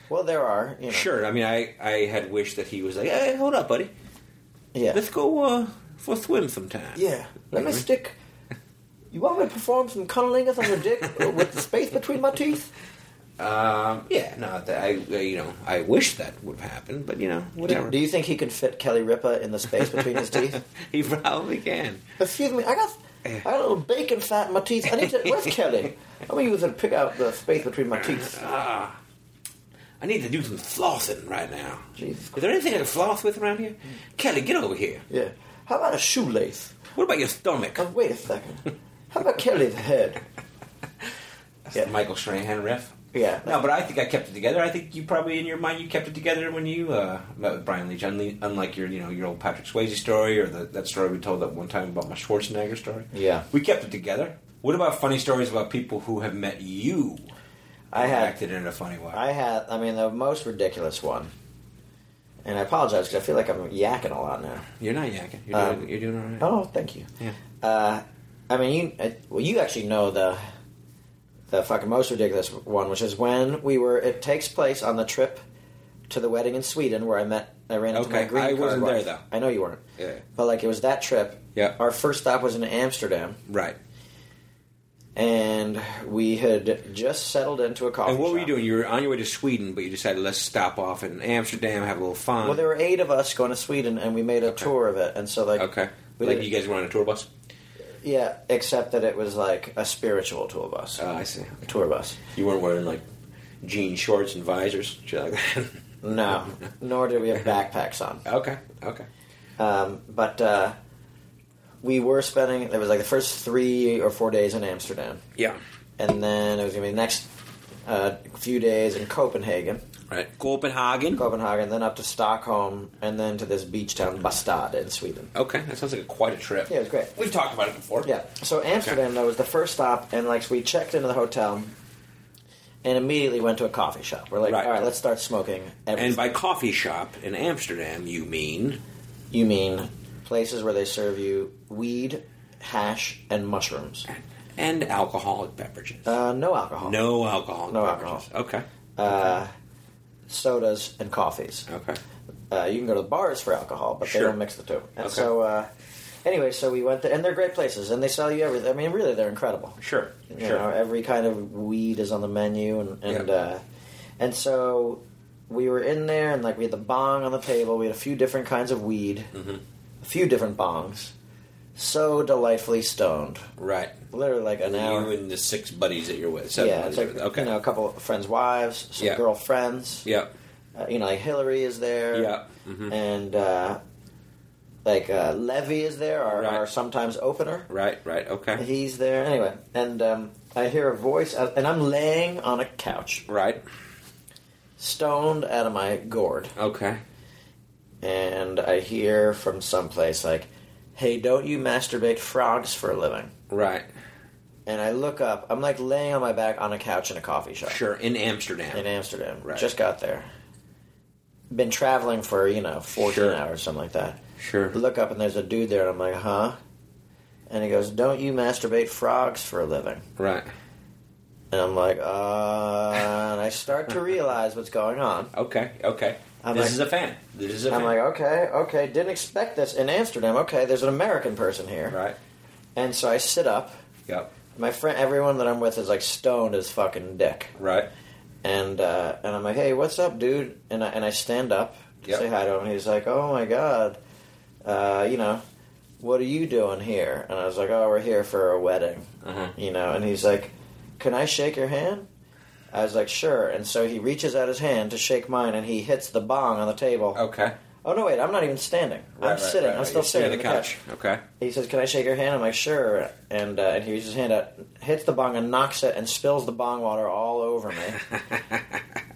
[SPEAKER 5] Well, there are, you know,
[SPEAKER 6] Sure. I mean, I, I had wished that he was like, hey, hold up, buddy.
[SPEAKER 5] yeah,
[SPEAKER 6] Let's go uh, for a swim sometime.
[SPEAKER 5] yeah. Let me
[SPEAKER 6] Mhm.
[SPEAKER 5] stick. You want me to perform some cunnilingus on your dick with the space between my teeth?
[SPEAKER 6] Um, yeah. No, that I, I you know I wish that would have happened, but you know whatever.
[SPEAKER 5] Do, do you think he could fit Kelly Ripa in the space between his teeth?
[SPEAKER 6] he probably can.
[SPEAKER 5] Excuse me, I got I got a little bacon fat in my teeth. I need to where's Kelly? I'm gonna use it to pick out the space between my teeth.
[SPEAKER 6] I need to do some flossing right now.
[SPEAKER 5] Jesus
[SPEAKER 6] Is there anything I can floss with around here? Kelly, get over here.
[SPEAKER 5] Yeah. How about a shoelace?
[SPEAKER 6] What about your stomach?
[SPEAKER 5] Oh, wait a second. How about Kelly's head? yeah.
[SPEAKER 6] Michael Strahan riff.
[SPEAKER 5] Yeah.
[SPEAKER 6] No, but I think I kept it together. I think you probably in your mind you kept it together when you uh, met with Brian Leach. Unle- Unlike your you know your old Patrick Swayze story or the, that story we told that one time about my Schwarzenegger story.
[SPEAKER 5] Yeah.
[SPEAKER 6] we kept it together. What about funny stories about people who have met you?
[SPEAKER 5] I
[SPEAKER 6] and
[SPEAKER 5] had-
[SPEAKER 6] acted in a funny way.
[SPEAKER 5] I had I mean the most ridiculous one. And I apologize because I feel like I'm yakking a lot now.
[SPEAKER 6] you're not yakking. You're,
[SPEAKER 5] Um,
[SPEAKER 6] doing, you're doing all right.
[SPEAKER 5] Oh, thank you.
[SPEAKER 6] Yeah.
[SPEAKER 5] Uh, I mean, you uh, well, you actually know the the fucking most ridiculous one, which is when we were. It takes place on the trip to the wedding in Sweden, where I met. I ran into my
[SPEAKER 6] Okay,
[SPEAKER 5] green
[SPEAKER 6] I
[SPEAKER 5] card
[SPEAKER 6] wasn't there,
[SPEAKER 5] wife.
[SPEAKER 6] though.
[SPEAKER 5] I know you weren't.
[SPEAKER 6] Yeah.
[SPEAKER 5] But like, it was that trip.
[SPEAKER 6] Yeah.
[SPEAKER 5] Our first stop was in Amsterdam,
[SPEAKER 6] Right.
[SPEAKER 5] and we had just settled into a coffee.
[SPEAKER 6] And what were you
[SPEAKER 5] shop.
[SPEAKER 6] doing? You were on your way to Sweden, but you decided let's stop off in Amsterdam, have a little fun.
[SPEAKER 5] Well, there were eight of us going to Sweden, and we made a tour of it. And so, like,
[SPEAKER 6] okay.
[SPEAKER 5] we
[SPEAKER 6] like
[SPEAKER 5] did-
[SPEAKER 6] you guys were on a tour bus.
[SPEAKER 5] yeah, except that it was like a spiritual tour bus.
[SPEAKER 6] Oh, I see. Okay.
[SPEAKER 5] A tour bus.
[SPEAKER 6] You weren't wearing like jean shorts and visors, shit like that.
[SPEAKER 5] No, nor did we have backpacks on.
[SPEAKER 6] okay, okay,
[SPEAKER 5] Um, but uh, we were spending. It was like the first three or four days in Amsterdam,
[SPEAKER 6] yeah,
[SPEAKER 5] and then it was gonna be the next uh, few days in Copenhagen,
[SPEAKER 6] right. Copenhagen.
[SPEAKER 5] Copenhagen, then up to Stockholm, and then to this beach town Bastad in Sweden.
[SPEAKER 6] okay, that sounds like quite a trip.
[SPEAKER 5] Yeah, it was great.
[SPEAKER 6] We've talked about it before.
[SPEAKER 5] Yeah. So Amsterdam though was the first stop, and like so we checked into the hotel, and immediately went to a coffee shop. We're like,
[SPEAKER 6] Right.
[SPEAKER 5] all right, let's start smoking.
[SPEAKER 6] And by coffee shop in Amsterdam, you mean
[SPEAKER 5] you mean places where they serve you weed, hash, and mushrooms.
[SPEAKER 6] and alcoholic beverages.
[SPEAKER 5] Uh, no alcohol.
[SPEAKER 6] no alcohol.
[SPEAKER 5] no
[SPEAKER 6] beverages. Okay.
[SPEAKER 5] sodas and coffees.
[SPEAKER 6] Okay.
[SPEAKER 5] Uh, you can go to the bars for alcohol, but
[SPEAKER 6] Sure.
[SPEAKER 5] they don't mix the two. And
[SPEAKER 6] Okay.
[SPEAKER 5] so uh, Anyway, so we went there, and they're great places, and they sell you everything. I mean, really, they're incredible.
[SPEAKER 6] Sure,
[SPEAKER 5] You
[SPEAKER 6] sure.
[SPEAKER 5] know, every kind of weed is on the menu, and and
[SPEAKER 6] Yeah.
[SPEAKER 5] uh, and so we were in there, and like we had the bong on the table. We had a few different kinds of weed,
[SPEAKER 6] Mm-hmm.
[SPEAKER 5] a few different bongs. So delightfully stoned,
[SPEAKER 6] Right.
[SPEAKER 5] literally like an hour.
[SPEAKER 6] You and the six buddies that you're with. Seven
[SPEAKER 5] yeah,
[SPEAKER 6] buddies
[SPEAKER 5] it's like
[SPEAKER 6] you're with. Okay.
[SPEAKER 5] you know a couple of friends' wives, some
[SPEAKER 6] Yeah.
[SPEAKER 5] girlfriends.
[SPEAKER 6] yeah.
[SPEAKER 5] Uh, you know, like Hillary is there.
[SPEAKER 6] Yeah. Mhm.
[SPEAKER 5] and uh, like uh, Levy is there, our,
[SPEAKER 6] Right.
[SPEAKER 5] our sometimes opener.
[SPEAKER 6] Right. Right. Okay.
[SPEAKER 5] He's there anyway, and um, I hear a voice, uh, and I'm laying on a couch,
[SPEAKER 6] Right.
[SPEAKER 5] stoned out of my gourd,
[SPEAKER 6] Okay.
[SPEAKER 5] and I hear from someplace like, "Hey, don't you masturbate frogs for a living?"
[SPEAKER 6] Right.
[SPEAKER 5] And I look up. I'm like laying on my back on a couch in a coffee shop.
[SPEAKER 6] Sure. In Amsterdam.
[SPEAKER 5] in Amsterdam.
[SPEAKER 6] Right.
[SPEAKER 5] Just got there. Been traveling for, you know, 14
[SPEAKER 6] Sure.
[SPEAKER 5] hours, something like that.
[SPEAKER 6] Sure.
[SPEAKER 5] Look up and there's a dude there, and I'm like, huh? And he goes, don't you masturbate frogs for a living?
[SPEAKER 6] Right.
[SPEAKER 5] And I'm like, uh, and I start to realize what's going on.
[SPEAKER 6] Okay. Okay.
[SPEAKER 5] I'm
[SPEAKER 6] this
[SPEAKER 5] like-
[SPEAKER 6] is a fan. This is a
[SPEAKER 5] I'm
[SPEAKER 6] fan.
[SPEAKER 5] like, okay, okay, didn't expect this in Amsterdam. Okay, there's an American person here.
[SPEAKER 6] right.
[SPEAKER 5] And so I sit up.
[SPEAKER 6] Yep.
[SPEAKER 5] My friend, everyone that I'm with is like stoned as fucking dick.
[SPEAKER 6] Right.
[SPEAKER 5] and uh, and I'm like, hey, what's up, dude? And I, and I stand up to
[SPEAKER 6] Yep.
[SPEAKER 5] say hi to him. He's like, oh my god, uh, you know, what are you doing here? And I was like, oh, we're here for a wedding,
[SPEAKER 6] Uh-huh.
[SPEAKER 5] you know. And he's like, can I shake your hand? I was like, sure. And so he reaches out his hand to shake mine, and he hits the bong on the table.
[SPEAKER 6] Okay.
[SPEAKER 5] Oh no, wait, I'm not even standing.
[SPEAKER 6] Right,
[SPEAKER 5] I'm
[SPEAKER 6] right,
[SPEAKER 5] sitting.
[SPEAKER 6] right,
[SPEAKER 5] I'm
[SPEAKER 6] right.
[SPEAKER 5] still
[SPEAKER 6] You're
[SPEAKER 5] sitting
[SPEAKER 6] on the couch. Okay.
[SPEAKER 5] He says, "Can I shake your hand?" I'm like, "Sure." And uh, and he reaches his hand out, hits the bong, and knocks it, and spills the bong water all over me.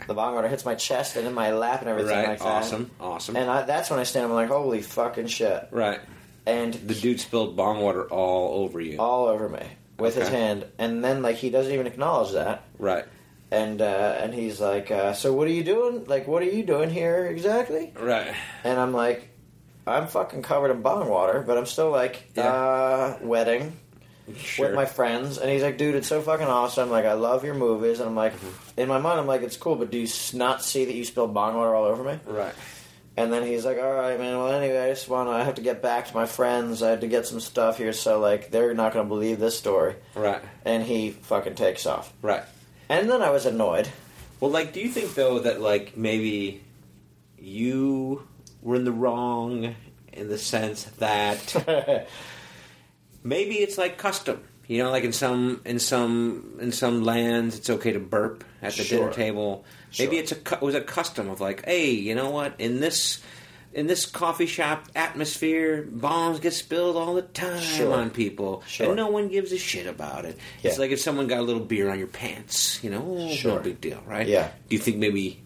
[SPEAKER 5] the bong water hits my chest and in my lap and everything
[SPEAKER 6] Right.
[SPEAKER 5] like that.
[SPEAKER 6] awesome. Awesome.
[SPEAKER 5] And I, that's when I stand. up, I'm like, "Holy fucking shit!"
[SPEAKER 6] right.
[SPEAKER 5] And
[SPEAKER 6] The dude spilled bong water all over you.
[SPEAKER 5] all over me with his
[SPEAKER 6] Okay.
[SPEAKER 5] hand, and then like he doesn't even acknowledge that.
[SPEAKER 6] Right.
[SPEAKER 5] And uh, and he's like, uh, "So what are you doing? Like, what are you doing here exactly?"
[SPEAKER 6] Right.
[SPEAKER 5] And I'm like, "I'm fucking covered in bong water, but I'm still like,
[SPEAKER 6] Yeah.
[SPEAKER 5] uh, wedding."
[SPEAKER 6] Sure.
[SPEAKER 5] with my friends, and he's like, "Dude, it's so fucking awesome! Like, I love your movies." And I'm like,
[SPEAKER 6] Mm-hmm.
[SPEAKER 5] in my mind, I'm like, "It's cool, but do you s- not see that you spilled bong water all over me?"
[SPEAKER 6] right.
[SPEAKER 5] And then he's like, "All right, man. Well, anyway, I just want to. I have to get back to my friends. I have to get some stuff here, so like, they're not gonna believe this story."
[SPEAKER 6] Right.
[SPEAKER 5] And he fucking takes off.
[SPEAKER 6] Right.
[SPEAKER 5] And then I was annoyed.
[SPEAKER 6] Well, like, do you think though that like maybe you were in the wrong in the sense that maybe it's like custom. You know, like in some in some in some lands, it's okay to burp at the
[SPEAKER 5] Sure.
[SPEAKER 6] dinner table. Maybe
[SPEAKER 5] Sure.
[SPEAKER 6] it's a cu- it was a custom of like, hey, you know what? In this in this coffee shop atmosphere, bombs get spilled all the time
[SPEAKER 5] Sure.
[SPEAKER 6] on people,
[SPEAKER 5] Sure.
[SPEAKER 6] and no one gives a shit about it. It's
[SPEAKER 5] Yeah.
[SPEAKER 6] like if someone got a little beer on your pants, you know, oh,
[SPEAKER 5] Sure.
[SPEAKER 6] no big deal, right?
[SPEAKER 5] Yeah.
[SPEAKER 6] Do you think maybe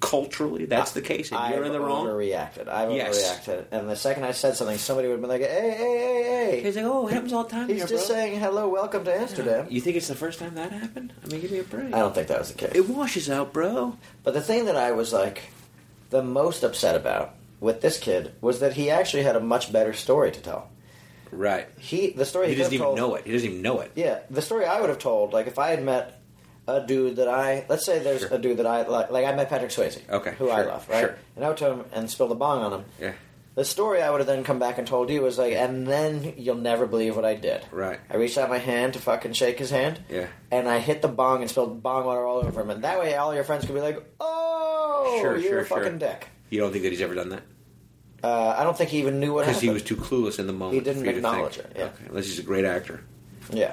[SPEAKER 6] culturally that's the case and
[SPEAKER 5] I've
[SPEAKER 6] you're in the wrong?
[SPEAKER 5] overreacted. I've
[SPEAKER 6] Yes.
[SPEAKER 5] overreacted. And the second I said something, somebody would have been like, "Hey, hey, hey, hey!"
[SPEAKER 6] He's like, oh, it happens all the time
[SPEAKER 5] He's
[SPEAKER 6] here,
[SPEAKER 5] just
[SPEAKER 6] bro.
[SPEAKER 5] saying, "Hello, welcome to Amsterdam."
[SPEAKER 6] You think it's the first time that happened? I mean, give me a break.
[SPEAKER 5] I don't think that was the case.
[SPEAKER 6] It washes out, bro.
[SPEAKER 5] But the thing that I was like the most upset about with this kid was that he actually had a much better story to tell.
[SPEAKER 6] Right.
[SPEAKER 5] He the story
[SPEAKER 6] He doesn't
[SPEAKER 5] could have
[SPEAKER 6] even
[SPEAKER 5] told,
[SPEAKER 6] know it. He doesn't even know it.
[SPEAKER 5] Yeah, the story I would have told, like if I had met a dude that I let's say there's
[SPEAKER 6] Sure.
[SPEAKER 5] a dude that I like, like I met Patrick Swayze,
[SPEAKER 6] Okay,
[SPEAKER 5] who I
[SPEAKER 6] sure,
[SPEAKER 5] love, right?
[SPEAKER 6] sure.
[SPEAKER 5] And I would tell him and spill the bong on him.
[SPEAKER 6] Yeah.
[SPEAKER 5] The story I would have then come back and told you was like, and then you'll never believe what I did.
[SPEAKER 6] Right.
[SPEAKER 5] I reached out my hand to fucking shake his hand.
[SPEAKER 6] Yeah.
[SPEAKER 5] And I hit the bong and spilled bong water all over him. And that way all your friends could be like, oh,
[SPEAKER 6] Sure,
[SPEAKER 5] you're a
[SPEAKER 6] sure,
[SPEAKER 5] fucking
[SPEAKER 6] sure.
[SPEAKER 5] dick.
[SPEAKER 6] You don't think that he's ever done that
[SPEAKER 5] Uh, I don't think he even knew what
[SPEAKER 6] because
[SPEAKER 5] happened.
[SPEAKER 6] he was too clueless in the moment.
[SPEAKER 5] He didn't
[SPEAKER 6] for you to
[SPEAKER 5] acknowledge
[SPEAKER 6] think.
[SPEAKER 5] it, yeah.
[SPEAKER 6] Okay. Unless he's a great actor,
[SPEAKER 5] yeah.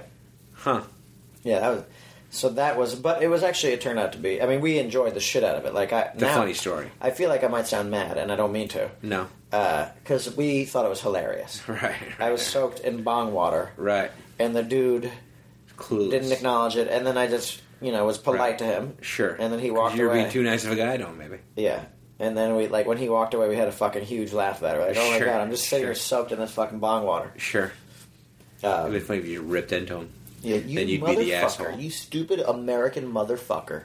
[SPEAKER 6] huh?
[SPEAKER 5] Yeah, that was... So that was, but it was actually it turned out to be. I mean, we enjoyed the shit out of it. Like I,
[SPEAKER 6] The
[SPEAKER 5] now-
[SPEAKER 6] funny story.
[SPEAKER 5] I feel like I might sound mad, and I don't mean to,
[SPEAKER 6] No.
[SPEAKER 5] because we thought it was hilarious.
[SPEAKER 6] Right. right
[SPEAKER 5] I was soaked in bong water,
[SPEAKER 6] right.
[SPEAKER 5] and the dude
[SPEAKER 6] Clueless.
[SPEAKER 5] didn't acknowledge it, and then I just you know was polite
[SPEAKER 6] Right.
[SPEAKER 5] to him.
[SPEAKER 6] Sure.
[SPEAKER 5] And then he
[SPEAKER 6] 'Cause
[SPEAKER 5] walked
[SPEAKER 6] You're
[SPEAKER 5] away.
[SPEAKER 6] being too nice of a guy, don't maybe?
[SPEAKER 5] yeah. And then we like when he walked away, we had a fucking huge laugh about it. We're like, oh my
[SPEAKER 6] Sure,
[SPEAKER 5] god, I'm just sitting
[SPEAKER 6] sure.
[SPEAKER 5] here soaked in this fucking bong water.
[SPEAKER 6] Sure. It'd
[SPEAKER 5] Um,
[SPEAKER 6] be funny if you ripped into him.
[SPEAKER 5] yeah, you
[SPEAKER 6] then you'd
[SPEAKER 5] motherfucker,
[SPEAKER 6] be the asshole.
[SPEAKER 5] you stupid American motherfucker.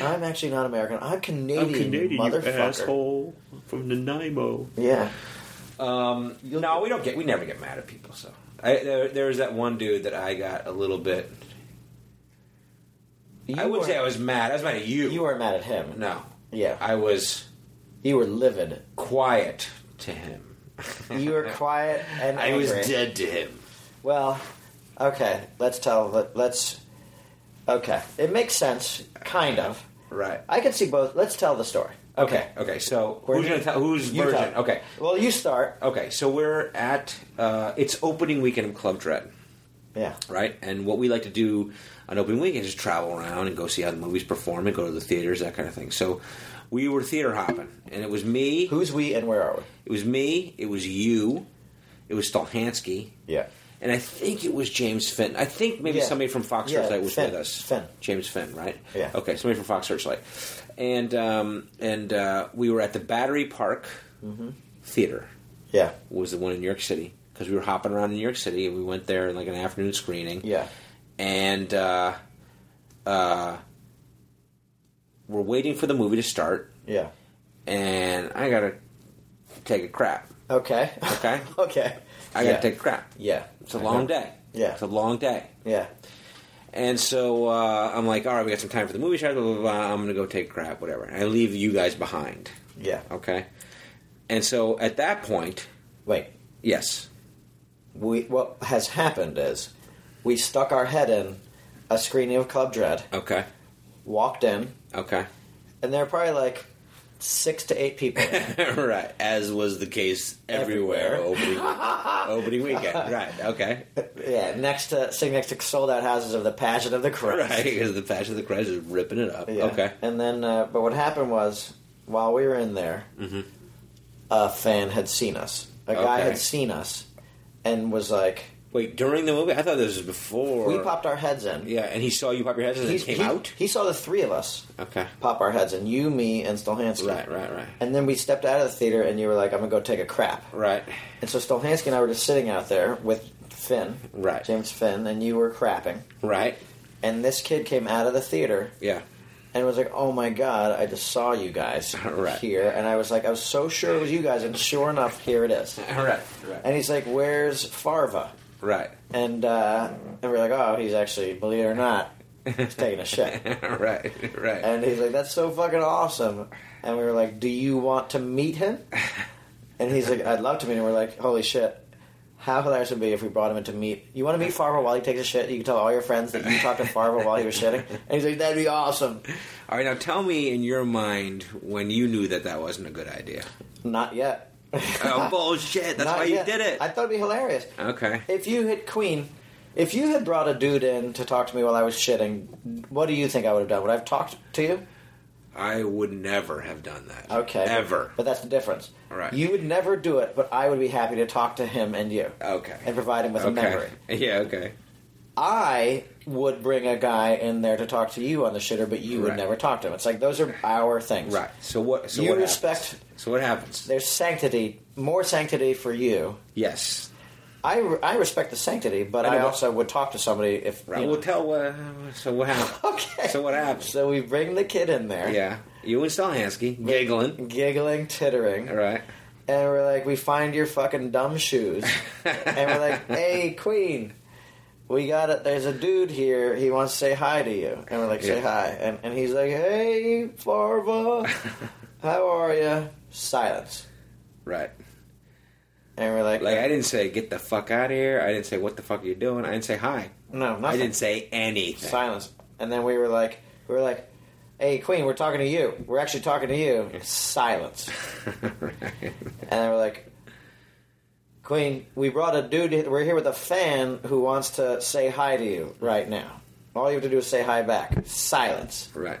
[SPEAKER 5] I'm actually not American. I'm Canadian, you motherfucker.
[SPEAKER 6] from Nanaimo.
[SPEAKER 5] Yeah,
[SPEAKER 6] Um, no, we don't get. We never get mad at people. So I, there, there was that one dude that I got a little bit.
[SPEAKER 5] you
[SPEAKER 6] I wouldn't
[SPEAKER 5] were,
[SPEAKER 6] say I was mad. I was mad at you.
[SPEAKER 5] you were mad at him.
[SPEAKER 6] no.
[SPEAKER 5] Yeah,
[SPEAKER 6] I was
[SPEAKER 5] you were livid.
[SPEAKER 6] quiet to him
[SPEAKER 5] You were quiet and
[SPEAKER 6] I was
[SPEAKER 5] angry.
[SPEAKER 6] dead to him.
[SPEAKER 5] Well, okay. Let's tell. Let, let's. Okay, it makes sense, kind of.
[SPEAKER 6] Right.
[SPEAKER 5] I can see both. Let's tell the story. Okay.
[SPEAKER 6] Okay. So
[SPEAKER 5] Where-
[SPEAKER 6] who's gonna tell? Who's
[SPEAKER 5] You
[SPEAKER 6] virgin?
[SPEAKER 5] tell.
[SPEAKER 6] Okay.
[SPEAKER 5] Well, you start.
[SPEAKER 6] Okay. So we're at uh, it's opening weekend of Club Dread.
[SPEAKER 5] Yeah.
[SPEAKER 6] right? And what we like to do on open weekends is travel around and go see how the movies perform and go to the theaters, that kind of thing. So we were theater hopping, and it was me.
[SPEAKER 5] Who's we and where are
[SPEAKER 6] It was me. It was you. It was Stolhansky.
[SPEAKER 5] we? Yeah.
[SPEAKER 6] And I think it was James Finn. I think maybe
[SPEAKER 5] Yeah.
[SPEAKER 6] somebody from Fox
[SPEAKER 5] Yeah,
[SPEAKER 6] Searchlight was
[SPEAKER 5] Finn.
[SPEAKER 6] with us.
[SPEAKER 5] Finn.
[SPEAKER 6] James Finn, right?
[SPEAKER 5] Yeah.
[SPEAKER 6] Okay, somebody from Fox Searchlight. And um, and uh, we were at the Battery Park
[SPEAKER 5] Mm-hmm.
[SPEAKER 6] Theater
[SPEAKER 5] Yeah.
[SPEAKER 6] was the one in New York City because we were hopping around in New York City and we went there in like an afternoon screening.
[SPEAKER 5] Yeah.
[SPEAKER 6] and uh, uh, we're waiting for the movie to start,
[SPEAKER 5] Yeah.
[SPEAKER 6] and I gotta take a crap.
[SPEAKER 5] Okay.
[SPEAKER 6] Okay,
[SPEAKER 5] okay.
[SPEAKER 6] I
[SPEAKER 5] yeah.
[SPEAKER 6] gotta take a crap.
[SPEAKER 5] Yeah.
[SPEAKER 6] It's a long day.
[SPEAKER 5] Yeah.
[SPEAKER 6] it's a long day.
[SPEAKER 5] Yeah.
[SPEAKER 6] And so uh, I'm like, all right, we got some time for the movie. Start, blah, blah, blah, blah. I'm gonna go take a crap, whatever. And I leave you guys behind.
[SPEAKER 5] Yeah.
[SPEAKER 6] Okay, and so at that point,
[SPEAKER 5] Wait.
[SPEAKER 6] yes,
[SPEAKER 5] We what has happened is we stuck our head in a screening of Club Dread,
[SPEAKER 6] okay,
[SPEAKER 5] walked in,
[SPEAKER 6] okay.
[SPEAKER 5] and there are probably like six to eight people.
[SPEAKER 6] right, as was the case everywhere, opening, opening weekend. Right, okay.
[SPEAKER 5] yeah, next to sitting next to sold out houses of the Passion of the Christ.
[SPEAKER 6] Right, because the Passion of the Christ is ripping it up.
[SPEAKER 5] Yeah.
[SPEAKER 6] Okay.
[SPEAKER 5] And then, uh, but what happened was, while we were in there, a fan had seen us. A guy
[SPEAKER 6] Mm-hmm. Okay.
[SPEAKER 5] had seen us and was like,
[SPEAKER 6] Wait, during the movie? I thought this was before.
[SPEAKER 5] we popped our heads in.
[SPEAKER 6] Yeah, and he saw you pop your heads and it
[SPEAKER 5] He's-
[SPEAKER 6] came
[SPEAKER 5] he,
[SPEAKER 6] out?
[SPEAKER 5] He saw the three of us
[SPEAKER 6] Okay.
[SPEAKER 5] pop our heads in. You, me, and Stolhansky.
[SPEAKER 6] Right, right, right.
[SPEAKER 5] And then we stepped out of the theater and you were like, I'm going to go take a crap.
[SPEAKER 6] Right.
[SPEAKER 5] And so Stolhansky and I were just sitting out there with Finn.
[SPEAKER 6] Right.
[SPEAKER 5] James Finn. And you were crapping.
[SPEAKER 6] Right.
[SPEAKER 5] And this kid came out of the theater
[SPEAKER 6] Yeah.
[SPEAKER 5] and was like, "Oh my god, I just saw you guys
[SPEAKER 6] Right.
[SPEAKER 5] here," and I was like, "I was so sure it was you guys," and sure enough, here it is.
[SPEAKER 6] Right. Right.
[SPEAKER 5] And he's like, "Where's Farva?"
[SPEAKER 6] Right.
[SPEAKER 5] And uh, and we're like, "Oh, he's actually, believe it or not, he's taking a shit."
[SPEAKER 6] right. Right.
[SPEAKER 5] And he's like, "That's so fucking awesome," and we were like, "Do you want to meet him?" And he's like, "I'd love to meet him." We're like, "Holy shit." How hilarious it would be if we brought him in to meet. You want to meet Farva while he takes a shit? You can tell all your friends that you talked to Farva while he was shitting. And he's like, that'd be awesome.
[SPEAKER 6] All right, now tell me in your mind when you knew that that wasn't a good idea.
[SPEAKER 5] Not yet.
[SPEAKER 6] oh, bullshit. That's
[SPEAKER 5] Not
[SPEAKER 6] why you
[SPEAKER 5] yet.
[SPEAKER 6] did it.
[SPEAKER 5] I thought it'd be hilarious.
[SPEAKER 6] okay.
[SPEAKER 5] If you had Queen, if you had brought a dude in to talk to me while I was shitting, what do you think I would have done? Would I have talked to you?
[SPEAKER 6] I would never have done that.
[SPEAKER 5] Okay.
[SPEAKER 6] Ever.
[SPEAKER 5] But that's the difference.
[SPEAKER 6] Right.
[SPEAKER 5] You would never do it, but I would be happy to talk to him and you.
[SPEAKER 6] Okay.
[SPEAKER 5] And provide him with a memory.
[SPEAKER 6] Yeah, okay.
[SPEAKER 5] I would bring a guy in there to talk to you on the shitter, but you would
[SPEAKER 6] Right.
[SPEAKER 5] never talk to him. It's like those are our things.
[SPEAKER 6] Right. So what so
[SPEAKER 5] You
[SPEAKER 6] what
[SPEAKER 5] respect-
[SPEAKER 6] happens? So what happens?
[SPEAKER 5] There's sanctity, more sanctity for you.
[SPEAKER 6] Yes.
[SPEAKER 5] I, I respect the sanctity, but
[SPEAKER 6] I know,
[SPEAKER 5] I,
[SPEAKER 6] but-
[SPEAKER 5] also would talk to somebody if.
[SPEAKER 6] Right.
[SPEAKER 5] you know.
[SPEAKER 6] We'll tell what so what happens.
[SPEAKER 5] Okay.
[SPEAKER 6] So what happens?
[SPEAKER 5] So we bring the kid in there.
[SPEAKER 6] yeah. You and Stolhansky giggling.
[SPEAKER 5] Giggling, tittering.
[SPEAKER 6] All right.
[SPEAKER 5] And we're like, we find your fucking dumb shoes. and we're like, hey, queen, we got it. There's a dude here. He wants to say hi to you. And we're like, say
[SPEAKER 6] Yeah.
[SPEAKER 5] hi. And, and he's like, hey, Farva, how are you? Silence.
[SPEAKER 6] Right.
[SPEAKER 5] And we're like,
[SPEAKER 6] Like I didn't say get the fuck out of here. I didn't say what the fuck are you doing. I didn't say hi.
[SPEAKER 5] no, nothing.
[SPEAKER 6] I didn't say anything.
[SPEAKER 5] Silence. And then we were like, we were like, hey, queen, we're talking to you. We're actually talking to you. Silence.
[SPEAKER 6] Right.
[SPEAKER 5] And they were like, Queen, we brought a dude. We're here with a fan who wants to say hi to you right now. All you have to do is say hi back. Silence.
[SPEAKER 6] Right.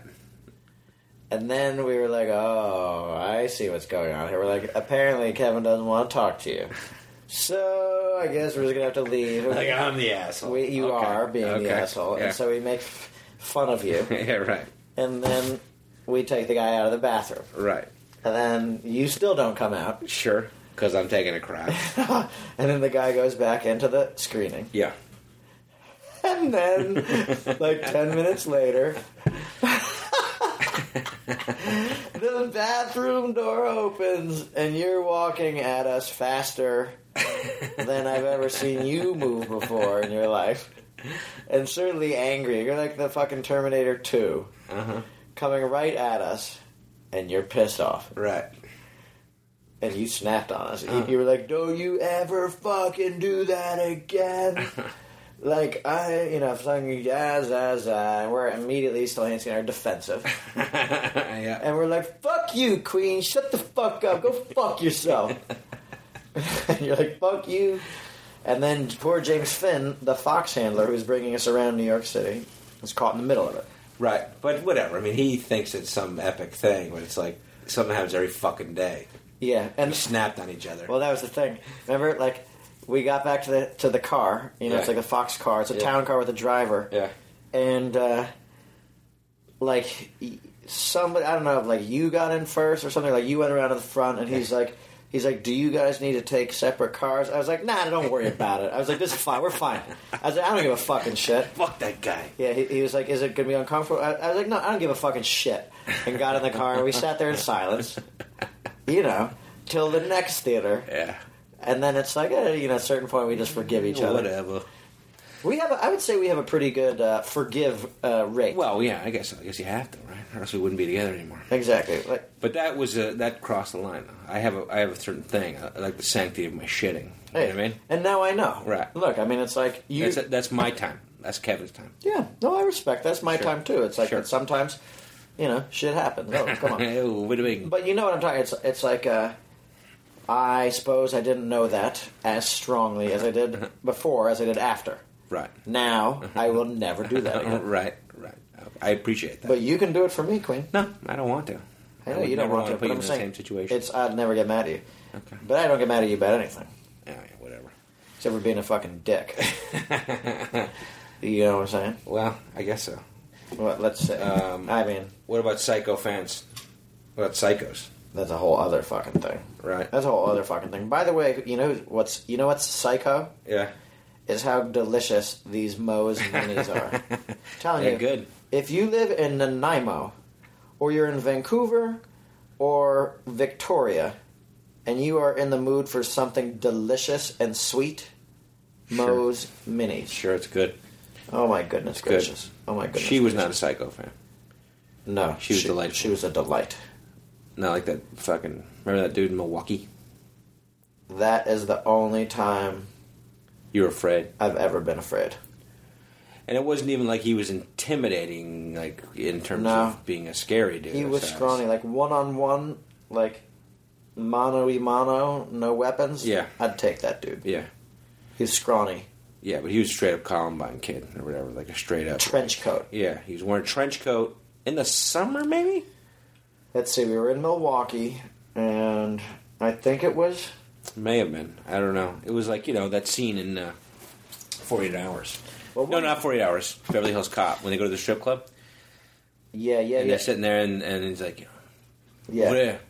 [SPEAKER 5] And then we were like, oh, I see what's going on here. We're like, apparently Kevin doesn't want to talk to you. So I guess we're just going to have to leave.
[SPEAKER 6] Like I'm the asshole.
[SPEAKER 5] we, you
[SPEAKER 6] Okay.
[SPEAKER 5] are being
[SPEAKER 6] Okay.
[SPEAKER 5] the asshole.
[SPEAKER 6] Yeah.
[SPEAKER 5] And so we make f- fun of you.
[SPEAKER 6] yeah, right.
[SPEAKER 5] and then we take the guy out of the bathroom.
[SPEAKER 6] Right.
[SPEAKER 5] And then you still don't come out.
[SPEAKER 6] Sure. Because I'm taking a crap.
[SPEAKER 5] and then the guy goes back into the screening.
[SPEAKER 6] yeah.
[SPEAKER 5] And then, like 10 minutes later, the bathroom door opens and you're walking at us faster than I've ever seen you move before in your life. And certainly angry. You're like the fucking Terminator 2
[SPEAKER 6] Uh huh.
[SPEAKER 5] coming right at us and you're pissed off.
[SPEAKER 6] Right.
[SPEAKER 5] and you snapped on us. You- you were like, "Don't you ever fucking do that again." like I, you know, fucking yeah, za, za, and we're immediately Stilansky and I are defensive,
[SPEAKER 6] yeah.
[SPEAKER 5] and we're like, "Fuck you, Queen! Shut the fuck up! Go fuck yourself!" and you're like, "Fuck you!" And then poor James Finn, the fox handler who's bringing us around New York City, was caught in the middle of it.
[SPEAKER 6] Right. But whatever. I mean, he thinks it's some epic thing, but it's like something happens every fucking day.
[SPEAKER 5] Yeah, and
[SPEAKER 6] We snapped on each other.
[SPEAKER 5] Well, that was the thing. Remember, like we got back to the to the car. You know, it's
[SPEAKER 6] Yeah.
[SPEAKER 5] like the Fox car. It's a
[SPEAKER 6] Yeah.
[SPEAKER 5] town car with a driver.
[SPEAKER 6] yeah.
[SPEAKER 5] And uh, like y- somebody, I don't know, like you got in first or something. Like you went around to the front, and he's like. He's like, "Do you guys need to take separate cars?" I was like, "Nah, don't worry about it." I was like, "This is fine. We're fine." I was like, "I don't give a fucking shit."
[SPEAKER 6] Fuck that guy.
[SPEAKER 5] Yeah, he, he was like, "Is it gonna be uncomfortable?" I, I was like, "No, I don't give a fucking shit." And got in the car, and we sat there in silence. You know, till the next theater.
[SPEAKER 6] Yeah.
[SPEAKER 5] And then it's like, eh, you know, at a certain point, we just forgive each other.
[SPEAKER 6] Whatever.
[SPEAKER 5] We have, a, I would say, we have a pretty good uh, forgive uh, rate.
[SPEAKER 6] Well, yeah, I guess I guess you have to, right? Or else we wouldn't be together anymore.
[SPEAKER 5] exactly. Like,
[SPEAKER 6] But that was a, that crossed the line. Though. I have a I have a certain thing. I, I like the sanctity of my shitting. You know
[SPEAKER 5] hey,
[SPEAKER 6] what I mean?
[SPEAKER 5] and now I know.
[SPEAKER 6] Right.
[SPEAKER 5] Look, I mean, it's like you.
[SPEAKER 6] That's that's my time. That's Kevin's time.
[SPEAKER 5] yeah. No, I respect. That's my
[SPEAKER 6] Sure.
[SPEAKER 5] time too. It's like
[SPEAKER 6] Sure.
[SPEAKER 5] that sometimes, you know, shit happens. Oh, come on.
[SPEAKER 6] Oh, wait a minute.
[SPEAKER 5] But you know what I'm talking. It's it's like. Uh, I suppose I didn't know that as strongly as I did before, as I did after.
[SPEAKER 6] Right.
[SPEAKER 5] Now I will never do that
[SPEAKER 6] Uh,
[SPEAKER 5] again.
[SPEAKER 6] right. Right. I appreciate that.
[SPEAKER 5] But you can do it for me, Queen.
[SPEAKER 6] no, I don't want to.
[SPEAKER 5] I know
[SPEAKER 6] would
[SPEAKER 5] you don't
[SPEAKER 6] never
[SPEAKER 5] want to,
[SPEAKER 6] put
[SPEAKER 5] but
[SPEAKER 6] you
[SPEAKER 5] I'm
[SPEAKER 6] in the
[SPEAKER 5] saying
[SPEAKER 6] same situation.
[SPEAKER 5] It's I'd never get mad at you,
[SPEAKER 6] Okay.
[SPEAKER 5] but I don't get mad at you about anything
[SPEAKER 6] Yeah, yeah, whatever.
[SPEAKER 5] except for being a fucking dick. you know what I'm
[SPEAKER 6] Well, I guess so.
[SPEAKER 5] saying? Well, let's say.
[SPEAKER 6] Um,
[SPEAKER 5] I mean,
[SPEAKER 6] What about psycho fans? What about psychos?
[SPEAKER 5] that's a whole other fucking thing.
[SPEAKER 6] Right.
[SPEAKER 5] That's a whole other fucking thing. By the way, you know what's you know what's psycho
[SPEAKER 6] Yeah.
[SPEAKER 5] is how delicious these Moe's minis are. I'm telling
[SPEAKER 6] They're
[SPEAKER 5] you,
[SPEAKER 6] good.
[SPEAKER 5] If you live in Nanaimo, or you're in Vancouver, or Victoria, and you are in the mood for something delicious and sweet, Moe's minis.
[SPEAKER 6] Sure, it's good.
[SPEAKER 5] Oh my goodness
[SPEAKER 6] Good.
[SPEAKER 5] gracious! Oh my goodness.
[SPEAKER 6] She was
[SPEAKER 5] gracious.
[SPEAKER 6] not a psycho fan.
[SPEAKER 5] No,
[SPEAKER 6] She was delightful.
[SPEAKER 5] She was a delight.
[SPEAKER 6] Not like that fucking. Remember that dude in Milwaukee?
[SPEAKER 5] That is the only time
[SPEAKER 6] You were afraid.
[SPEAKER 5] I've ever been afraid.
[SPEAKER 6] And it wasn't even like he was intimidating, like in terms
[SPEAKER 5] No.
[SPEAKER 6] of being a scary dude.
[SPEAKER 5] He was
[SPEAKER 6] So I
[SPEAKER 5] scrawny, like one on one, like mano y mano, no weapons.
[SPEAKER 6] Yeah.
[SPEAKER 5] I'd take that dude.
[SPEAKER 6] Yeah,
[SPEAKER 5] He's scrawny,
[SPEAKER 6] yeah, but he was a straight up Columbine kid or whatever, like a straight up
[SPEAKER 5] trench coat.
[SPEAKER 6] Yeah, he was wearing a trench coat in the summer, maybe.
[SPEAKER 5] Let's see, we were in Milwaukee, and I think it was
[SPEAKER 6] May have been. I don't know. It was like you know that scene in uh, Forty Eight Hours.
[SPEAKER 5] Well,
[SPEAKER 6] no,
[SPEAKER 5] what-
[SPEAKER 6] not Forty Eight Hours. Beverly Hills Cop when they go to the strip club
[SPEAKER 5] yeah, yeah,
[SPEAKER 6] and
[SPEAKER 5] yeah,
[SPEAKER 6] they're sitting there and, and he's like,
[SPEAKER 5] yeah,
[SPEAKER 6] over there,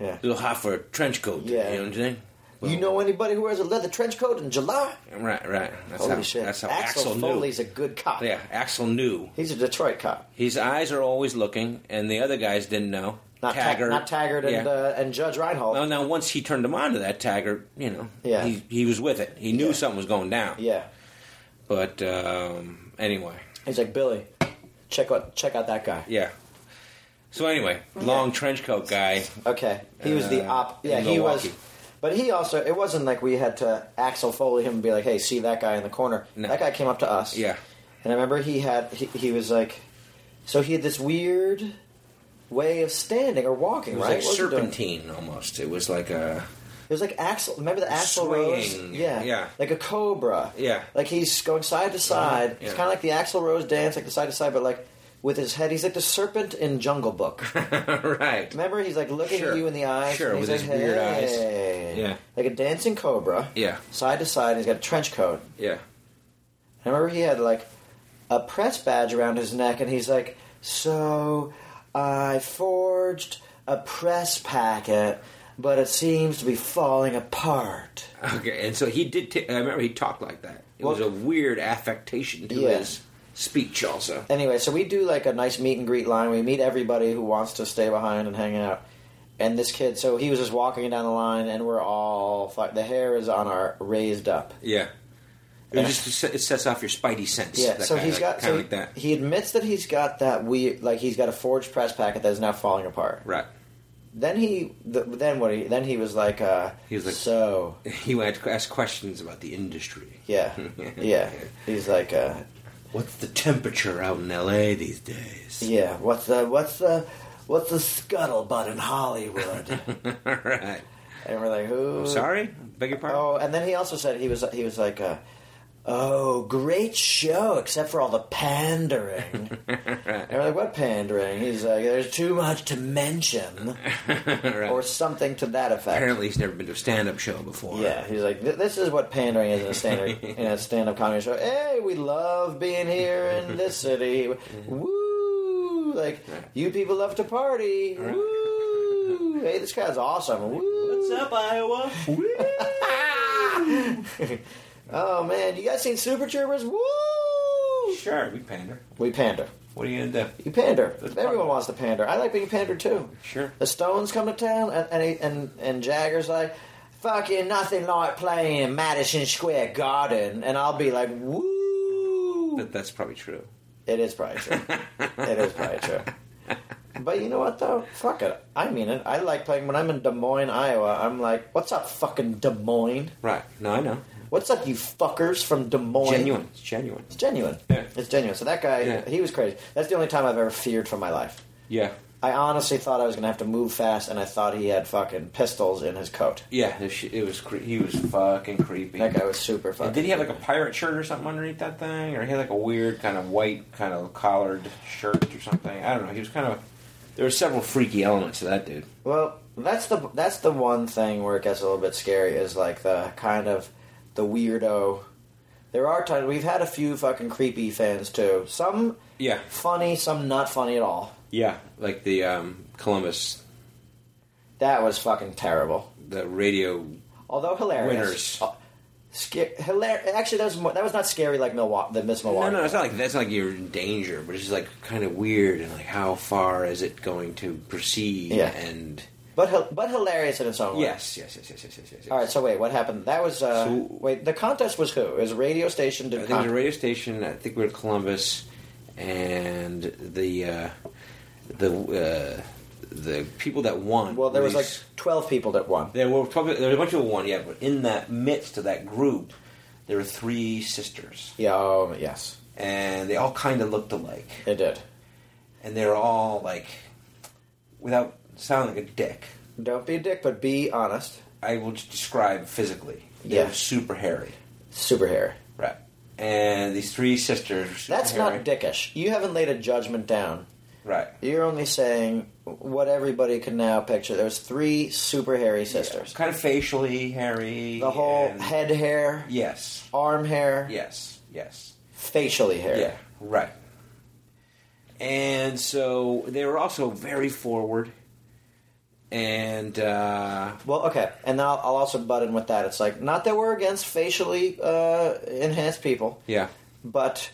[SPEAKER 5] yeah.
[SPEAKER 6] a little hot for a trench coat.
[SPEAKER 5] Yeah.
[SPEAKER 6] you know what I'm saying?
[SPEAKER 5] you know anybody who wears a leather trench coat in July?
[SPEAKER 6] Right, right. That's
[SPEAKER 5] Holy
[SPEAKER 6] how.
[SPEAKER 5] shit!
[SPEAKER 6] That's how
[SPEAKER 5] Axel,
[SPEAKER 6] Axel knew.
[SPEAKER 5] Foley's a good cop.
[SPEAKER 6] Yeah, Axel knew
[SPEAKER 5] he's a Detroit cop.
[SPEAKER 6] His eyes are always looking, and the other guys didn't know.
[SPEAKER 5] Not Taggart, not Taggart, and
[SPEAKER 6] Yeah.
[SPEAKER 5] uh, and Judge Reinhold.
[SPEAKER 6] well, now once he turned him on to that Taggart, you know,
[SPEAKER 5] Yeah.
[SPEAKER 6] he, he was with it. He knew
[SPEAKER 5] Yeah.
[SPEAKER 6] something was going down.
[SPEAKER 5] Yeah,
[SPEAKER 6] But um, anyway,
[SPEAKER 5] he's like Billy. Check out check out that guy.
[SPEAKER 6] yeah. So anyway, long trench coat guy.
[SPEAKER 5] Okay, he was the
[SPEAKER 6] Uh,
[SPEAKER 5] op.
[SPEAKER 6] in
[SPEAKER 5] Yeah, he was.
[SPEAKER 6] Milwaukee.
[SPEAKER 5] But he also, it wasn't like we had to Axel Foley him and be like, "Hey, see that guy in the corner."
[SPEAKER 6] No.
[SPEAKER 5] That guy came up to us.
[SPEAKER 6] Yeah,
[SPEAKER 5] and I remember he had he, he was like, so he had this weird way of standing or walking,
[SPEAKER 6] it was
[SPEAKER 5] right?
[SPEAKER 6] like
[SPEAKER 5] What was he doing?
[SPEAKER 6] serpentine almost. It was like a
[SPEAKER 5] It was like Axel. Remember the Axel Rose?
[SPEAKER 6] Swaying.
[SPEAKER 5] Yeah,
[SPEAKER 6] Yeah.
[SPEAKER 5] like a cobra.
[SPEAKER 6] Yeah. Uh-huh.
[SPEAKER 5] like he's going side to side.
[SPEAKER 6] Yeah.
[SPEAKER 5] It's kind of like the Axel Rose dance, like the side to side, but like with his head. He's like the serpent in Jungle Book.
[SPEAKER 6] right.
[SPEAKER 5] Remember, he's like looking
[SPEAKER 6] Sure.
[SPEAKER 5] at you in the eyes.
[SPEAKER 6] Sure,
[SPEAKER 5] and he's
[SPEAKER 6] with
[SPEAKER 5] like,
[SPEAKER 6] his weird eyes.
[SPEAKER 5] "Hey."
[SPEAKER 6] Yeah.
[SPEAKER 5] like a dancing cobra.
[SPEAKER 6] Yeah.
[SPEAKER 5] side to side. and He's got a trench coat.
[SPEAKER 6] Yeah,
[SPEAKER 5] I remember he had like a press badge around his neck, and he's like, "So I forged a press packet, but it seems to be falling apart."
[SPEAKER 6] okay. And so he did. T- I remember he talked like that. It was
[SPEAKER 5] Well-
[SPEAKER 6] a weird affectation to
[SPEAKER 5] Yeah.
[SPEAKER 6] his speech, also.
[SPEAKER 5] Anyway, so we do like a nice meet and greet line. We meet everybody who wants to stay behind and hang out. And this kid, so he was just walking down the line, and we're all fu- the hair is on our raised up.
[SPEAKER 6] Yeah. It was just it sets off your spidey sense.
[SPEAKER 5] Yeah,
[SPEAKER 6] that
[SPEAKER 5] so
[SPEAKER 6] kind
[SPEAKER 5] he's
[SPEAKER 6] of,
[SPEAKER 5] got
[SPEAKER 6] kind
[SPEAKER 5] so
[SPEAKER 6] of like that,
[SPEAKER 5] he admits that he's got that weird, like he's got a forged press packet that is now falling apart.
[SPEAKER 6] right?
[SPEAKER 5] Then he, th- then what? He, then he was like, uh,
[SPEAKER 6] He was like-
[SPEAKER 5] so
[SPEAKER 6] He went to ask questions about the industry.
[SPEAKER 5] yeah, yeah. He's like, uh,
[SPEAKER 6] What's the temperature out in LA these days?
[SPEAKER 5] yeah. What's the what's the what's the scuttlebutt in Hollywood?
[SPEAKER 6] All right.
[SPEAKER 5] and we're like, who?
[SPEAKER 6] I'm sorry. Beg your pardon.
[SPEAKER 5] Oh, and then he also said he was he was like, uh, "Oh, great show, except for all the pandering." and we're like, "What pandering?" He's like, "There's too much to mention,"
[SPEAKER 6] Right.
[SPEAKER 5] or something to that effect.
[SPEAKER 6] Apparently, he's never been to a stand-up show before.
[SPEAKER 5] Yeah, he's like, "Th- "This is what pandering is in a standard in a stand-up comedy show." Hey, we love being here in this city. Woo! Like you people love to party. Woo! Hey, this guy's awesome. Woo!
[SPEAKER 6] up, Iowa?
[SPEAKER 5] Oh man, you guys seen Super Troopers? Woo!
[SPEAKER 6] sure, we pander.
[SPEAKER 5] We pander.
[SPEAKER 6] What are you gonna do?
[SPEAKER 5] You pander.
[SPEAKER 6] That's
[SPEAKER 5] Everyone
[SPEAKER 6] probably-
[SPEAKER 5] wants to pander. I like being pandered too.
[SPEAKER 6] Sure.
[SPEAKER 5] The Stones come to town, and and, he- and, and Jagger's like, "Fucking nothing like playing in Madison Square Garden," and I'll be like, "Woo!"
[SPEAKER 6] That, that's probably true.
[SPEAKER 5] It is probably true. it is probably true. But you know what though? Fuck it. I mean it. I like playing when I'm in Des Moines, Iowa. I'm like, "What's up, fucking Des Moines?
[SPEAKER 6] Right? No, I know.
[SPEAKER 5] What's up, you fuckers from Des Moines?"
[SPEAKER 6] Genuine. It's genuine.
[SPEAKER 5] It's genuine.
[SPEAKER 6] Yeah.
[SPEAKER 5] It's genuine. So that guy,
[SPEAKER 6] Yeah.
[SPEAKER 5] he was crazy. That's the only time I've ever feared for my life.
[SPEAKER 6] Yeah.
[SPEAKER 5] I honestly thought I was going to have to move fast, and I thought he had fucking pistols in his coat.
[SPEAKER 6] Yeah. It sh- it was. Cre- he was fucking creepy.
[SPEAKER 5] That guy was super fucking.
[SPEAKER 6] Did he have like a pirate shirt or something underneath that thing, or he had like a weird kind of white kind of collared shirt or something? I don't know. He was kind of. There were several freaky elements to that dude.
[SPEAKER 5] Well, that's the that's the one thing where it gets a little bit scary is like the kind of the weirdo. There are times we've had a few fucking creepy fans too. Some
[SPEAKER 6] Yeah.
[SPEAKER 5] funny, some not funny at all.
[SPEAKER 6] Yeah. Like the um, Columbus,
[SPEAKER 5] That was fucking terrible.
[SPEAKER 6] the radio.
[SPEAKER 5] Although
[SPEAKER 6] Winners.
[SPEAKER 5] hilarious. Uh, sca- hilar- Actually, that was more, that was not scary like Milwaukee, the Miss
[SPEAKER 6] No,
[SPEAKER 5] Milwaukee.
[SPEAKER 6] no, it's not like that's not like you're in danger, but it's just like kind of weird and like how far is it going to proceed?
[SPEAKER 5] Yeah.
[SPEAKER 6] And
[SPEAKER 5] But hil- but hilarious in its own way.
[SPEAKER 6] yes, yes, yes, yes, yes, yes, yes. yes.
[SPEAKER 5] All right. So wait, what happened? That was uh,
[SPEAKER 6] So-
[SPEAKER 5] wait. The contest was who? It was a radio station.
[SPEAKER 6] I
[SPEAKER 5] Did
[SPEAKER 6] think it was a
[SPEAKER 5] con-
[SPEAKER 6] radio station. I think we were in Columbus, and the uh, the uh, the people that won.
[SPEAKER 5] well, there was
[SPEAKER 6] were
[SPEAKER 5] like
[SPEAKER 6] these-
[SPEAKER 5] twelve people that won.
[SPEAKER 6] there were probably there was a bunch of people won. Yeah, but in that midst of that group, there were three sisters,
[SPEAKER 5] Yeah. Oh, yes,
[SPEAKER 6] and they all kind of looked alike,
[SPEAKER 5] it did.
[SPEAKER 6] and they're all like, without sounding like a dick.
[SPEAKER 5] Don't be a dick, but be honest.
[SPEAKER 6] I will just describe physically. They
[SPEAKER 5] Yeah.
[SPEAKER 6] were super hairy,
[SPEAKER 5] Super hair.
[SPEAKER 6] right? And these three sisters. were super
[SPEAKER 5] That's
[SPEAKER 6] hairy.
[SPEAKER 5] not dickish. You haven't laid a judgment down.
[SPEAKER 6] right?
[SPEAKER 5] You're only saying what everybody can now picture. There's three super hairy sisters.
[SPEAKER 6] Kind of facially hairy.
[SPEAKER 5] The whole
[SPEAKER 6] and-
[SPEAKER 5] head hair,
[SPEAKER 6] Yes.
[SPEAKER 5] arm hair,
[SPEAKER 6] Yes. Yes.
[SPEAKER 5] facially hair.
[SPEAKER 6] Yeah. Right. And so they were also very forward. And uh,
[SPEAKER 5] Well, okay, and then I'll, I'll also butt in with that. It's like not that we're against facially uh, enhanced people,
[SPEAKER 6] yeah,
[SPEAKER 5] but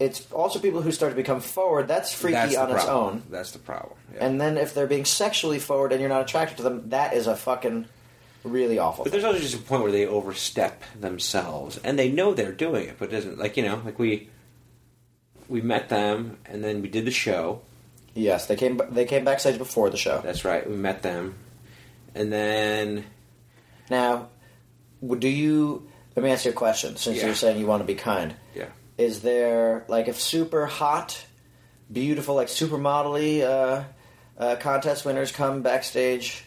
[SPEAKER 5] it's also people who start to become forward. That's freaky
[SPEAKER 6] that's the
[SPEAKER 5] on its
[SPEAKER 6] problem.
[SPEAKER 5] own.
[SPEAKER 6] That's the problem. Yeah.
[SPEAKER 5] And then if they're being sexually forward and you're not attracted to them, that is a fucking really awful.
[SPEAKER 6] But
[SPEAKER 5] thing.
[SPEAKER 6] there's also just a point where they overstep themselves, and they know they're doing it, but it doesn't like you know like we we met them, and then we did the show.
[SPEAKER 5] Yes, they came. They came backstage before the show.
[SPEAKER 6] That's right, we met them, and then
[SPEAKER 5] Now, would- do you? Let me ask you a question. Since
[SPEAKER 6] Yeah.
[SPEAKER 5] you're saying you want to be kind,
[SPEAKER 6] yeah,
[SPEAKER 5] is there like if super hot, beautiful, like supermodel uh, uh, contest winners come backstage?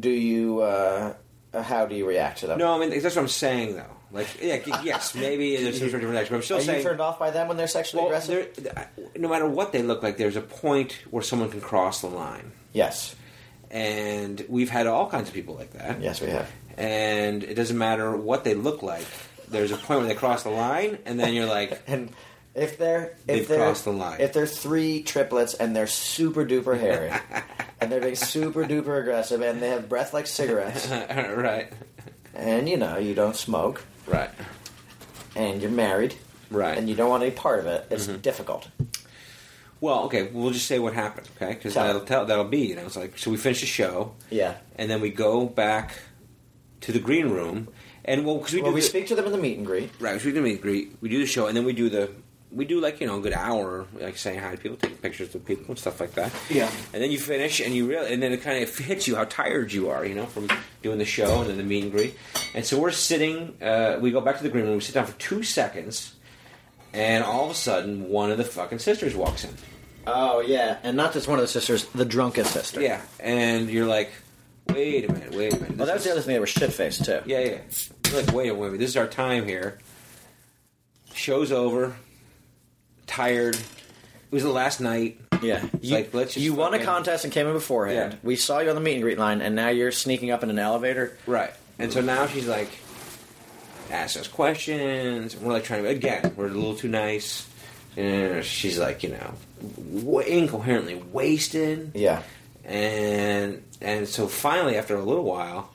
[SPEAKER 5] Do you? Uh, uh, how do you react to them?
[SPEAKER 6] no, I mean that's what I'm saying though. Like yeah, yes, maybe there's some sort of reaction, but I'm still
[SPEAKER 5] Are
[SPEAKER 6] saying
[SPEAKER 5] you turned off by them when they're sexually
[SPEAKER 6] well,
[SPEAKER 5] aggressive?
[SPEAKER 6] there, no matter what they look like, there's a point where someone can cross the line,
[SPEAKER 5] Yes.
[SPEAKER 6] and we've had all kinds of people like that.
[SPEAKER 5] Yes, we have.
[SPEAKER 6] and it doesn't matter what they look like. There's a point where they cross the line, and then you're like,
[SPEAKER 5] And if they're if
[SPEAKER 6] They've
[SPEAKER 5] they're
[SPEAKER 6] crossed the line.
[SPEAKER 5] if they're three triplets and they're super duper hairy and they're being super duper aggressive and they have breath like cigarettes
[SPEAKER 6] right,
[SPEAKER 5] and you know you don't smoke
[SPEAKER 6] right,
[SPEAKER 5] and you're married
[SPEAKER 6] right. Mm-hmm.
[SPEAKER 5] and you don't want any part of it, it's difficult.
[SPEAKER 6] well, okay, we'll just say what happened, okay? Because
[SPEAKER 5] Tell.
[SPEAKER 6] that'll tell, that'll be. You know, it's like so we finish the show,
[SPEAKER 5] Yeah.
[SPEAKER 6] and then we go back to the green room, and well, because we
[SPEAKER 5] Well,
[SPEAKER 6] do
[SPEAKER 5] we
[SPEAKER 6] the,
[SPEAKER 5] speak to them in the meet and greet.
[SPEAKER 6] right, 'cause we do meet and greet, we do the show, and then we do the we do like you know a good hour, like saying hi to people, taking pictures with people and stuff like that.
[SPEAKER 5] Yeah.
[SPEAKER 6] And then you finish, and you real, and then it kind of hits you how tired you are, you know, from doing the show and then the meet and greet. And so we're sitting. Uh, we go back to the green room. We sit down for two seconds, and all of a sudden, one of the fucking sisters walks in.
[SPEAKER 5] Oh yeah, and not just one of the sisters, the drunkest sister.
[SPEAKER 6] Yeah, and you're like, wait a minute, wait a minute.
[SPEAKER 5] Well, that
[SPEAKER 6] This
[SPEAKER 5] was the
[SPEAKER 6] is-
[SPEAKER 5] other thing. They were shit faced too.
[SPEAKER 6] Yeah, yeah. You're like, wait a minute, this is our time here. Show's over. Tired. It was the last night.
[SPEAKER 5] Yeah. You,
[SPEAKER 6] like, let's just
[SPEAKER 5] you won a
[SPEAKER 6] fucking-
[SPEAKER 5] contest and came in beforehand.
[SPEAKER 6] Yeah.
[SPEAKER 5] We saw you on the meet and greet line, and now you're sneaking up in an elevator.
[SPEAKER 6] Right. And so now she's like, asks us questions. And we're like trying to, again, we're a little too nice. And she's like, you know, w- incoherently wasted.
[SPEAKER 5] Yeah.
[SPEAKER 6] And and so finally, after a little while,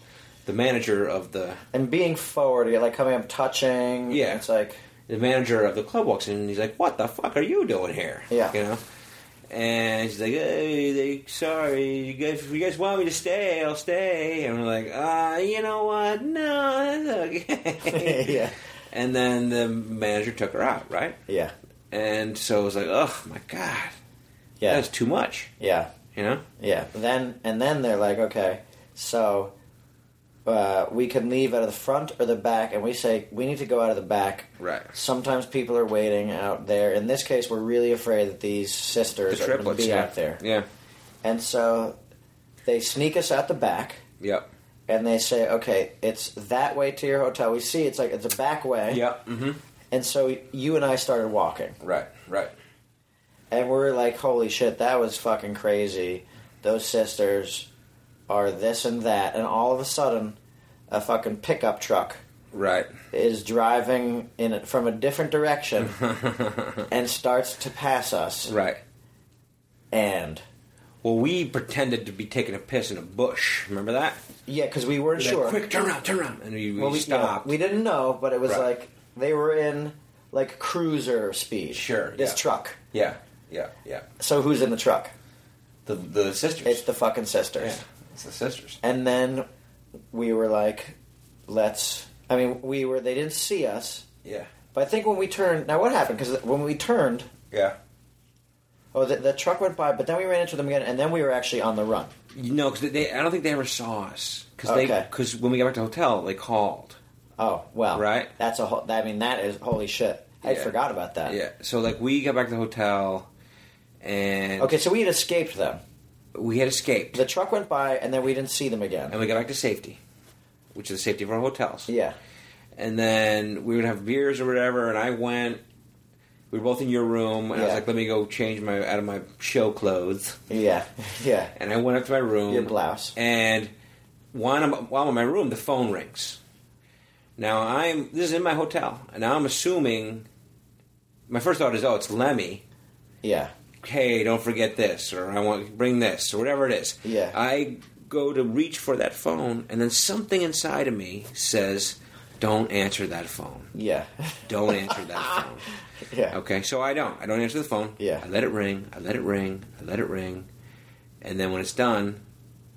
[SPEAKER 6] the manager of the
[SPEAKER 5] And being forward, you're like coming up, touching.
[SPEAKER 6] Yeah.
[SPEAKER 5] It's like
[SPEAKER 6] the manager of the club walks in and he's like, "What the fuck are you doing here?"
[SPEAKER 5] Yeah.
[SPEAKER 6] you know. And she's like, "Hey, they, sorry, you guys, if you guys want me to stay, I'll stay." And we're like, "Uh, you know what? No, that's okay."
[SPEAKER 5] Yeah.
[SPEAKER 6] And then the manager took her out, right?
[SPEAKER 5] yeah,
[SPEAKER 6] And so it was like, "Oh my god,
[SPEAKER 5] yeah,
[SPEAKER 6] that's too much,"
[SPEAKER 5] yeah,
[SPEAKER 6] you know?
[SPEAKER 5] yeah. Then and then they're like, okay, so uh, we can leave out of the front or the back, and we say we need to go out of the back.
[SPEAKER 6] Right.
[SPEAKER 5] Sometimes people are waiting out there. In this case, we're really afraid that these sisters are going to be
[SPEAKER 6] yeah.
[SPEAKER 5] out there,
[SPEAKER 6] Yeah.
[SPEAKER 5] and so they sneak us out the back.
[SPEAKER 6] Yep.
[SPEAKER 5] and they say, okay, it's that way to your hotel. We see it's like it's a back way.
[SPEAKER 6] Yep. Mm-hmm.
[SPEAKER 5] And so you and I started walking,
[SPEAKER 6] Right. Right.
[SPEAKER 5] and we're like, holy shit, that was fucking crazy. Those sisters are this and that, and all of a sudden, a fucking pickup truck
[SPEAKER 6] Right.
[SPEAKER 5] is driving in it from a different direction and starts to pass us.
[SPEAKER 6] Right.
[SPEAKER 5] And
[SPEAKER 6] Well, we pretended to be taking a piss in a bush. Remember that?
[SPEAKER 5] yeah, because we weren't
[SPEAKER 6] Like,
[SPEAKER 5] sure.
[SPEAKER 6] Quick, turn around, turn around, and we, we
[SPEAKER 5] Well, we
[SPEAKER 6] stopped.
[SPEAKER 5] yeah, we didn't know, but it was
[SPEAKER 6] Right.
[SPEAKER 5] like they were in like cruiser speed.
[SPEAKER 6] Sure,
[SPEAKER 5] this
[SPEAKER 6] yeah.
[SPEAKER 5] truck.
[SPEAKER 6] yeah, yeah, yeah.
[SPEAKER 5] So who's in the truck?
[SPEAKER 6] The the sisters.
[SPEAKER 5] It's the fucking sisters.
[SPEAKER 6] yeah, it's the sisters.
[SPEAKER 5] And then we were like, let's. I mean, we were. They didn't see us,
[SPEAKER 6] Yeah,
[SPEAKER 5] but I think when we turned. Now what happened? Because when we turned,
[SPEAKER 6] yeah.
[SPEAKER 5] oh, the, the truck went by, but then we ran into them again, and then we were actually on the run.
[SPEAKER 6] You know, because they, I don't think they ever saw us. Because
[SPEAKER 5] Okay.
[SPEAKER 6] because when we got back to the hotel, they called.
[SPEAKER 5] Oh well,
[SPEAKER 6] Right.
[SPEAKER 5] That's a. whole. I mean, that is holy shit. I
[SPEAKER 6] Yeah.
[SPEAKER 5] forgot about that.
[SPEAKER 6] Yeah. So like we got back to the hotel, and
[SPEAKER 5] Okay, so we had escaped them.
[SPEAKER 6] we had escaped,
[SPEAKER 5] The truck went by, and then we didn't see them again.
[SPEAKER 6] and we got back to safety, which is the safety of our hotels.
[SPEAKER 5] Yeah.
[SPEAKER 6] and then we would have beers or whatever. And I went. We were both in your room, and I was
[SPEAKER 5] Yeah.
[SPEAKER 6] like, "Let me go change my out of my show clothes."
[SPEAKER 5] Yeah, yeah.
[SPEAKER 6] And I went up to my room.
[SPEAKER 5] Your blouse.
[SPEAKER 6] And while I'm, while I'm in my room, the phone rings. Now I'm this is in my hotel, and now I'm assuming. My first thought is, oh, it's Lemmy.
[SPEAKER 5] Yeah,
[SPEAKER 6] Hey, don't forget this, or I want bring this, or whatever it is.
[SPEAKER 5] Yeah.
[SPEAKER 6] I go to reach for that phone, and then something inside of me says, "Don't answer that phone.
[SPEAKER 5] yeah,
[SPEAKER 6] Don't answer that phone."
[SPEAKER 5] yeah.
[SPEAKER 6] Okay, so I don't. I don't answer the phone.
[SPEAKER 5] Yeah.
[SPEAKER 6] I let it ring. I let it ring. I let it ring. And then when it's done,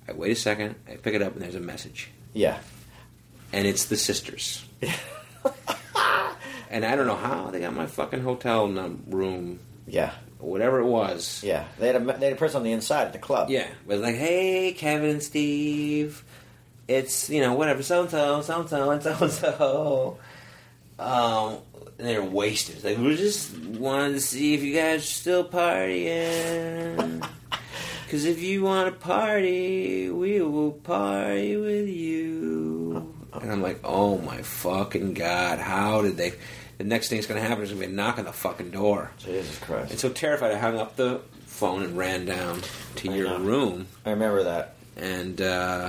[SPEAKER 6] I wait a second. I pick it up, and there's a message.
[SPEAKER 5] Yeah.
[SPEAKER 6] And it's the sisters. and I don't know how they got my fucking hotel num- room,
[SPEAKER 5] Yeah.
[SPEAKER 6] or whatever it was.
[SPEAKER 5] Yeah. They had a they had a person on the inside of the club.
[SPEAKER 6] Yeah. But like, hey, Kevin and Steve. It's, you know, whatever, so and so, so and so, and so and so. Um, and they're wasted. Like, we just wanted to see if you guys are still partying. Because if you want to party, we will party with you. And I'm like, oh my fucking god, how did they. The next thing that's going to happen is going to be a knock on the fucking door.
[SPEAKER 5] Jesus
[SPEAKER 6] And
[SPEAKER 5] Christ.
[SPEAKER 6] so terrified, I hung up the phone and ran down to
[SPEAKER 5] I
[SPEAKER 6] your
[SPEAKER 5] know.
[SPEAKER 6] room,
[SPEAKER 5] I remember that.
[SPEAKER 6] and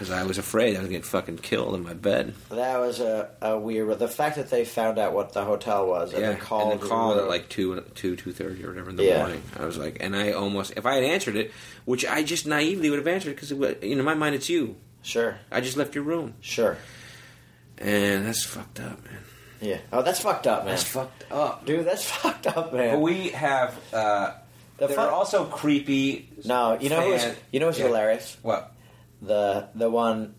[SPEAKER 6] because I was afraid I was getting fucking killed in my bed.
[SPEAKER 5] That was a, a weird. The fact that they found out what the hotel was and
[SPEAKER 6] yeah,
[SPEAKER 5] they called
[SPEAKER 6] and they called
[SPEAKER 5] the-
[SPEAKER 6] at like two, two, two thirty or whatever in the
[SPEAKER 5] Yeah.
[SPEAKER 6] morning. I was like, and I almost, if I had answered it, which I just naively would have answered because in my mind it's you.
[SPEAKER 5] Sure.
[SPEAKER 6] I just left your room,
[SPEAKER 5] Sure.
[SPEAKER 6] and that's fucked up, man.
[SPEAKER 5] Yeah. Oh, that's fucked up, man.
[SPEAKER 6] That's fucked up.
[SPEAKER 5] Dude, that's fucked up, man.
[SPEAKER 6] But we have. Uh,
[SPEAKER 5] The
[SPEAKER 6] there
[SPEAKER 5] fu-
[SPEAKER 6] are also creepy.
[SPEAKER 5] no, you know who's
[SPEAKER 6] fan-
[SPEAKER 5] you know who's
[SPEAKER 6] Yeah.
[SPEAKER 5] hilarious?
[SPEAKER 6] What?
[SPEAKER 5] The the one.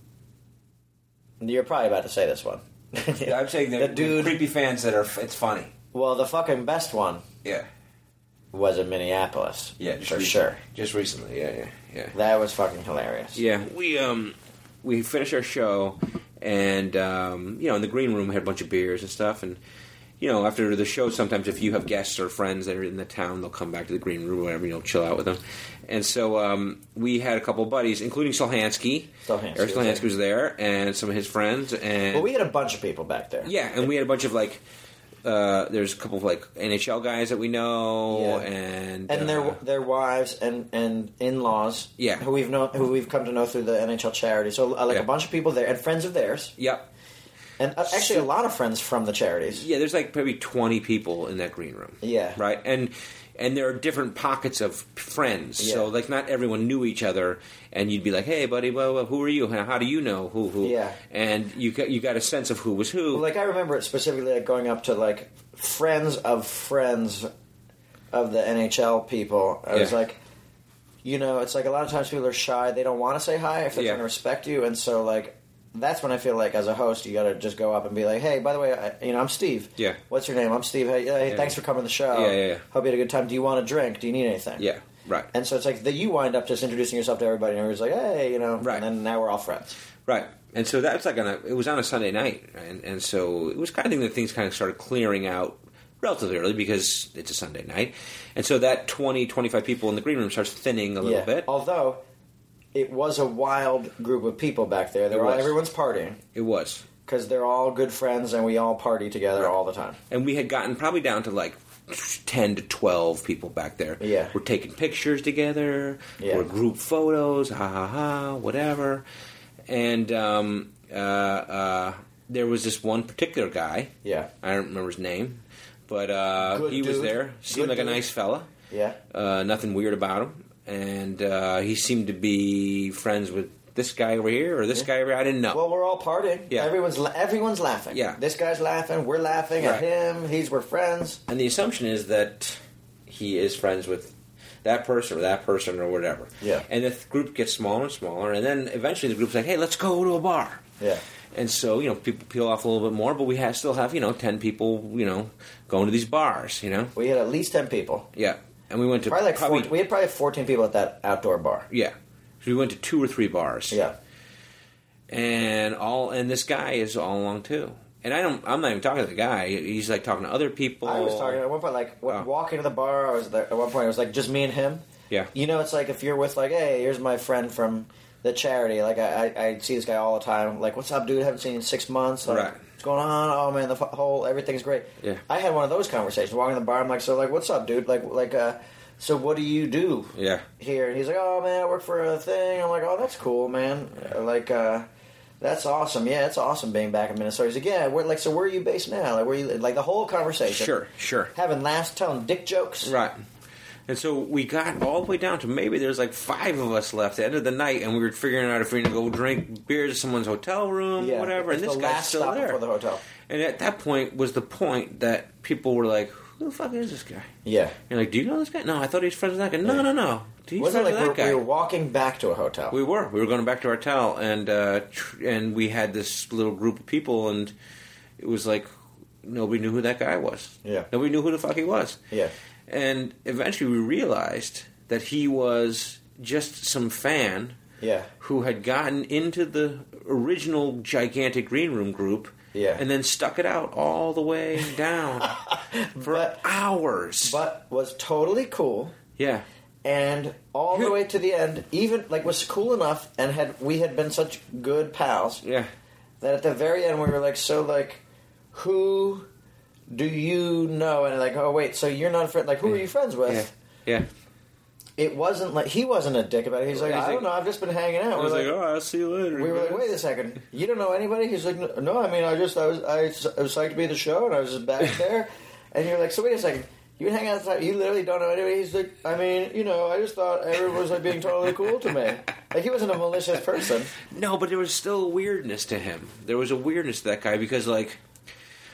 [SPEAKER 5] You're probably about to say this one.
[SPEAKER 6] I'm saying
[SPEAKER 5] the
[SPEAKER 6] that
[SPEAKER 5] dude.
[SPEAKER 6] creepy fans that are. It's funny.
[SPEAKER 5] Well, the fucking best one
[SPEAKER 6] Yeah.
[SPEAKER 5] was in Minneapolis.
[SPEAKER 6] Yeah, just
[SPEAKER 5] for
[SPEAKER 6] re-
[SPEAKER 5] sure.
[SPEAKER 6] Just recently, yeah, yeah, yeah.
[SPEAKER 5] That was fucking hilarious.
[SPEAKER 6] Yeah, we um we finished our show, and um, you know, in the green room, we had a bunch of beers and stuff, and you know, after the show, sometimes if you have guests or friends that are in the town, they'll come back to the green room or whatever, you know, chill out with them. And so um, we had a couple of buddies, including Solhansky.
[SPEAKER 5] Solhansky
[SPEAKER 6] Eric
[SPEAKER 5] was there.
[SPEAKER 6] Solhansky was there, and some of his friends, and
[SPEAKER 5] Well, we had a bunch of people back there.
[SPEAKER 6] yeah, and we had a bunch of like. Uh, there's a couple of like NHL guys that we know,
[SPEAKER 5] Yeah.
[SPEAKER 6] and
[SPEAKER 5] and their
[SPEAKER 6] uh,
[SPEAKER 5] their wives and and in laws.
[SPEAKER 6] Yeah.
[SPEAKER 5] who we've known, who we've come to know through the NHL charity. So uh, like
[SPEAKER 6] Yeah.
[SPEAKER 5] a bunch of people there and friends of theirs,
[SPEAKER 6] yep,
[SPEAKER 5] and uh, actually a lot of friends from the charities.
[SPEAKER 6] Yeah, there's like probably 20 people in that green room.
[SPEAKER 5] Yeah.
[SPEAKER 6] Right? And and there are different pockets of friends. So
[SPEAKER 5] Yeah.
[SPEAKER 6] like not everyone knew each other and you'd be like, "Hey buddy, blah, blah, who are you? How how do you know who who?"
[SPEAKER 5] Yeah.
[SPEAKER 6] And you got you got a sense of who was who.
[SPEAKER 5] Like I remember it specifically like going up to like friends of friends of the NHL people. I was
[SPEAKER 6] Yeah.
[SPEAKER 5] like, you know, it's like a lot of times people are shy. They don't want to say hi if they're
[SPEAKER 6] Yeah.
[SPEAKER 5] trying to respect you, and so like. That's when I feel like, as a host, you got to just go up and be like, "Hey, by the way, I, you know, I'm Steve.
[SPEAKER 6] Yeah.
[SPEAKER 5] what's your name? I'm Steve. Hey, hey
[SPEAKER 6] Yeah.
[SPEAKER 5] thanks for coming to the show.
[SPEAKER 6] Yeah, yeah, yeah.
[SPEAKER 5] Hope you had a good time. Do you want a drink? Do you need anything?
[SPEAKER 6] yeah. Right.
[SPEAKER 5] And so it's like that you wind up just introducing yourself to everybody, and everybody's like, "Hey, you know,"
[SPEAKER 6] Right.
[SPEAKER 5] and then now we're all friends.
[SPEAKER 6] Right. And so that's like on a it was on a Sunday night and and so it was kind of thing that things kind of started clearing out relatively early because it's a Sunday night. And so that 20 25 people in the green room starts thinning a little
[SPEAKER 5] yeah.
[SPEAKER 6] bit.
[SPEAKER 5] Although it was a wild group of people back there. They're
[SPEAKER 6] It
[SPEAKER 5] all,
[SPEAKER 6] was.
[SPEAKER 5] everyone's partying
[SPEAKER 6] It was.
[SPEAKER 5] because they're all good friends, and we all party together all the time.
[SPEAKER 6] and we had gotten probably down to like 10 to 12 people back there
[SPEAKER 5] Yeah.
[SPEAKER 6] we're taking pictures together
[SPEAKER 5] Yeah.
[SPEAKER 6] we're group photos ha ha ha whatever and um, uh, uh, there was this one particular guy
[SPEAKER 5] Yeah.
[SPEAKER 6] i don't remember his name but uh,
[SPEAKER 5] Good
[SPEAKER 6] he was
[SPEAKER 5] dude.
[SPEAKER 6] there seemed
[SPEAKER 5] Good
[SPEAKER 6] like a
[SPEAKER 5] dude.
[SPEAKER 6] nice fella
[SPEAKER 5] Yeah.
[SPEAKER 6] uh, nothing weird about him and uh, he seemed to be friends with this guy over here or this guy over here i didn't know
[SPEAKER 5] Well, we're all partying.
[SPEAKER 6] Yeah.
[SPEAKER 5] Everyone's la- everyone's laughing.
[SPEAKER 6] Yeah.
[SPEAKER 5] This guy's laughing. We're laughing
[SPEAKER 6] Right.
[SPEAKER 5] at him. He's we're friends.
[SPEAKER 6] And the assumption is that he is friends with that person or that person or whatever.
[SPEAKER 5] Yeah.
[SPEAKER 6] And the th- group gets smaller and smaller, and then eventually the group's like, "Hey, let's go to a bar."
[SPEAKER 5] Yeah.
[SPEAKER 6] And so you know, people peel off a little bit more, but we ha still have you know ten people you know going to these bars. You know.
[SPEAKER 5] We had at least ten people.
[SPEAKER 6] Yeah. And we went to
[SPEAKER 5] Probably like four we had probably fourteen people at that outdoor bar.
[SPEAKER 6] yeah. So we went to two or three bars.
[SPEAKER 5] Yeah.
[SPEAKER 6] and all and this guy is all along too. And I don't. I'm not even talking to the guy. He's like talking to other people.
[SPEAKER 5] I was talking at one point, like w-
[SPEAKER 6] Oh.
[SPEAKER 5] walking to the bar. I was there, at one point. It was like just me and him.
[SPEAKER 6] Yeah.
[SPEAKER 5] You know, it's like if you're with like, hey, here's my friend from the charity. Like I, I, I see this guy all the time. Like, what's up, dude? Haven't seen you in six months. Like,
[SPEAKER 6] Right.
[SPEAKER 5] What's going on? Oh man, the f- whole everything's great.
[SPEAKER 6] Yeah.
[SPEAKER 5] I had one of those conversations walking to the bar. I'm like, so like, what's up, dude? Like, like, uh, so what do you do?
[SPEAKER 6] Yeah.
[SPEAKER 5] Here, and he's like, oh man, I work for a thing. I'm like, oh, that's cool, man. Like, uh. That's awesome. Yeah, it's awesome being back in Minnesota. He's like, yeah, where, like, so where are you based now? Like, where you, like, the whole conversation
[SPEAKER 6] Sure. Sure.
[SPEAKER 5] having laughs, telling dick jokes.
[SPEAKER 6] Right. And so we got all the way down to maybe there's like five of us left at the end of the night, and we were figuring out if we are going to go drink beers at someone's hotel room, or whatever.
[SPEAKER 5] It's
[SPEAKER 6] And this
[SPEAKER 5] the
[SPEAKER 6] guy's
[SPEAKER 5] last
[SPEAKER 6] still
[SPEAKER 5] stop
[SPEAKER 6] there.
[SPEAKER 5] before the hotel.
[SPEAKER 6] and at that point was the point that people were like, "Who the fuck is this guy?"
[SPEAKER 5] Yeah.
[SPEAKER 6] And like, "Do you know this guy?" No, I thought he was friends with that guy. No,
[SPEAKER 5] Yeah.
[SPEAKER 6] no, no. He's
[SPEAKER 5] Wasn't
[SPEAKER 6] friends
[SPEAKER 5] it like
[SPEAKER 6] with that
[SPEAKER 5] we
[SPEAKER 6] guy.
[SPEAKER 5] we were walking back to a hotel?
[SPEAKER 6] We were. We were going back to our hotel, and uh, tr- and we had this little group of people, and it was like nobody knew who that guy was.
[SPEAKER 5] Yeah.
[SPEAKER 6] Nobody knew who the fuck he was.
[SPEAKER 5] Yeah.
[SPEAKER 6] And eventually, we realized that he was just some fan.
[SPEAKER 5] Yeah.
[SPEAKER 6] Who had gotten into the original gigantic green room group.
[SPEAKER 5] Yeah.
[SPEAKER 6] And then stuck it out all the way down for
[SPEAKER 5] But-
[SPEAKER 6] hours.
[SPEAKER 5] but was totally cool,
[SPEAKER 6] yeah.
[SPEAKER 5] and all the
[SPEAKER 6] Who-
[SPEAKER 5] way to the end, even like was cool enough, and had we had been such good pals
[SPEAKER 6] Yeah.
[SPEAKER 5] that at the very end we were like, so like, who do you know? And like, oh wait, so you're not a friend? Like, who are you friends with?
[SPEAKER 6] Yeah. Yeah.
[SPEAKER 5] It wasn't like he wasn't a dick about it. He's like,
[SPEAKER 6] He's
[SPEAKER 5] I
[SPEAKER 6] like-
[SPEAKER 5] don't know, I've just been hanging out.
[SPEAKER 6] I
[SPEAKER 5] We're
[SPEAKER 6] was like, oh, I'll see you later.
[SPEAKER 5] We were like,
[SPEAKER 6] guys."
[SPEAKER 5] wait a second, you don't know anybody? He's like, "No- no, I mean, I just, I was, I was I was psyched to be at the show, and I was just back there, and you're like, so wait a second, you hang outside, you literally don't know anybody? He's like, I mean, you know, I just thought everyone was like being totally cool to me, like he wasn't a malicious person.
[SPEAKER 6] No, but there was still a weirdness to him. There was a weirdness to that guy because, like,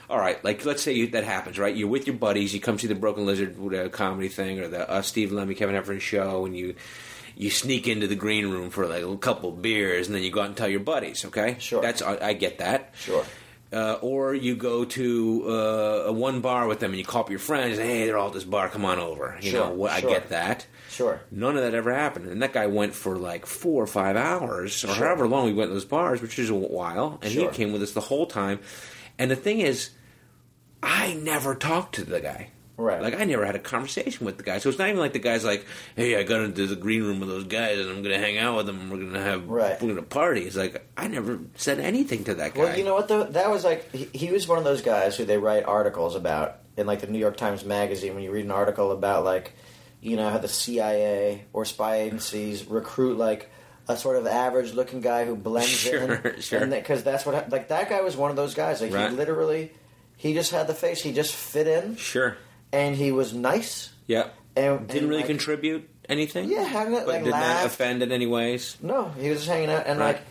[SPEAKER 6] all right, like let's say you, that happens, right? You're with your buddies, you come see the Broken Lizard uh, comedy thing or the uh, Steve Lemmy Kevin Heffernan show, and you you sneak into the green room for like a couple beers, and then you go out and tell your buddies. Okay,
[SPEAKER 5] Sure.
[SPEAKER 6] That's I, I get that.
[SPEAKER 5] Sure.
[SPEAKER 6] Uh, Uh, or you go to uh, a one bar with them and you call up your friends. Hey, they're all at this bar. Come on over. You
[SPEAKER 5] Sure,
[SPEAKER 6] know, what,
[SPEAKER 5] sure.
[SPEAKER 6] I get that.
[SPEAKER 5] Sure.
[SPEAKER 6] None of that ever happened. And that guy went for like four or five hours, or however long we went to those bars, which is a while. And
[SPEAKER 5] Sure.
[SPEAKER 6] he came with us the whole time. And the thing is, I never talked to the guy.
[SPEAKER 5] Right.
[SPEAKER 6] Like I never had a conversation with the guy. So it's not even like the guy's like, "Hey, I got into the green room with those guys, and I'm going to hang out with them. And we're going to have
[SPEAKER 5] Right.
[SPEAKER 6] we're going to party." It's like I never said anything to that guy.
[SPEAKER 5] Well, you know what though? That was like he, he was one of those guys who they write articles about in like the New York Times magazine. When you read an article about like you know how the CIA or spy agencies recruit like a sort of average looking guy who blends
[SPEAKER 6] Sure,
[SPEAKER 5] in,
[SPEAKER 6] sure.
[SPEAKER 5] because that's what hap- like that guy was one of those guys. Like
[SPEAKER 6] Right.
[SPEAKER 5] he literally, he just had the face. He just fit in,
[SPEAKER 6] Sure.
[SPEAKER 5] and he was nice.
[SPEAKER 6] Yeah.
[SPEAKER 5] And
[SPEAKER 6] Didn't
[SPEAKER 5] and,
[SPEAKER 6] really
[SPEAKER 5] like,
[SPEAKER 6] contribute anything.
[SPEAKER 5] Yeah, how did it,
[SPEAKER 6] but
[SPEAKER 5] like,
[SPEAKER 6] did not
[SPEAKER 5] laugh?
[SPEAKER 6] offend in any ways.
[SPEAKER 5] No, he was just hanging out, and
[SPEAKER 6] Right.
[SPEAKER 5] like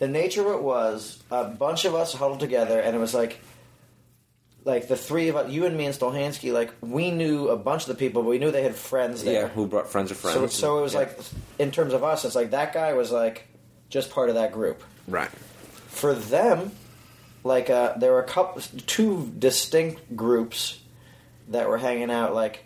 [SPEAKER 5] the nature of it was a bunch of us huddled together, and it was like, like the three of us, you and me and Stolhansky, like we knew a bunch of the people, but we knew they had friends
[SPEAKER 6] Yeah.
[SPEAKER 5] there.
[SPEAKER 6] Who brought friends of friends?
[SPEAKER 5] so, so it was
[SPEAKER 6] Yeah.
[SPEAKER 5] like, in terms of us, it's like that guy was like just part of that group.
[SPEAKER 6] right.
[SPEAKER 5] For them, like uh, there were a couple, two distinct groups that were hanging out, like.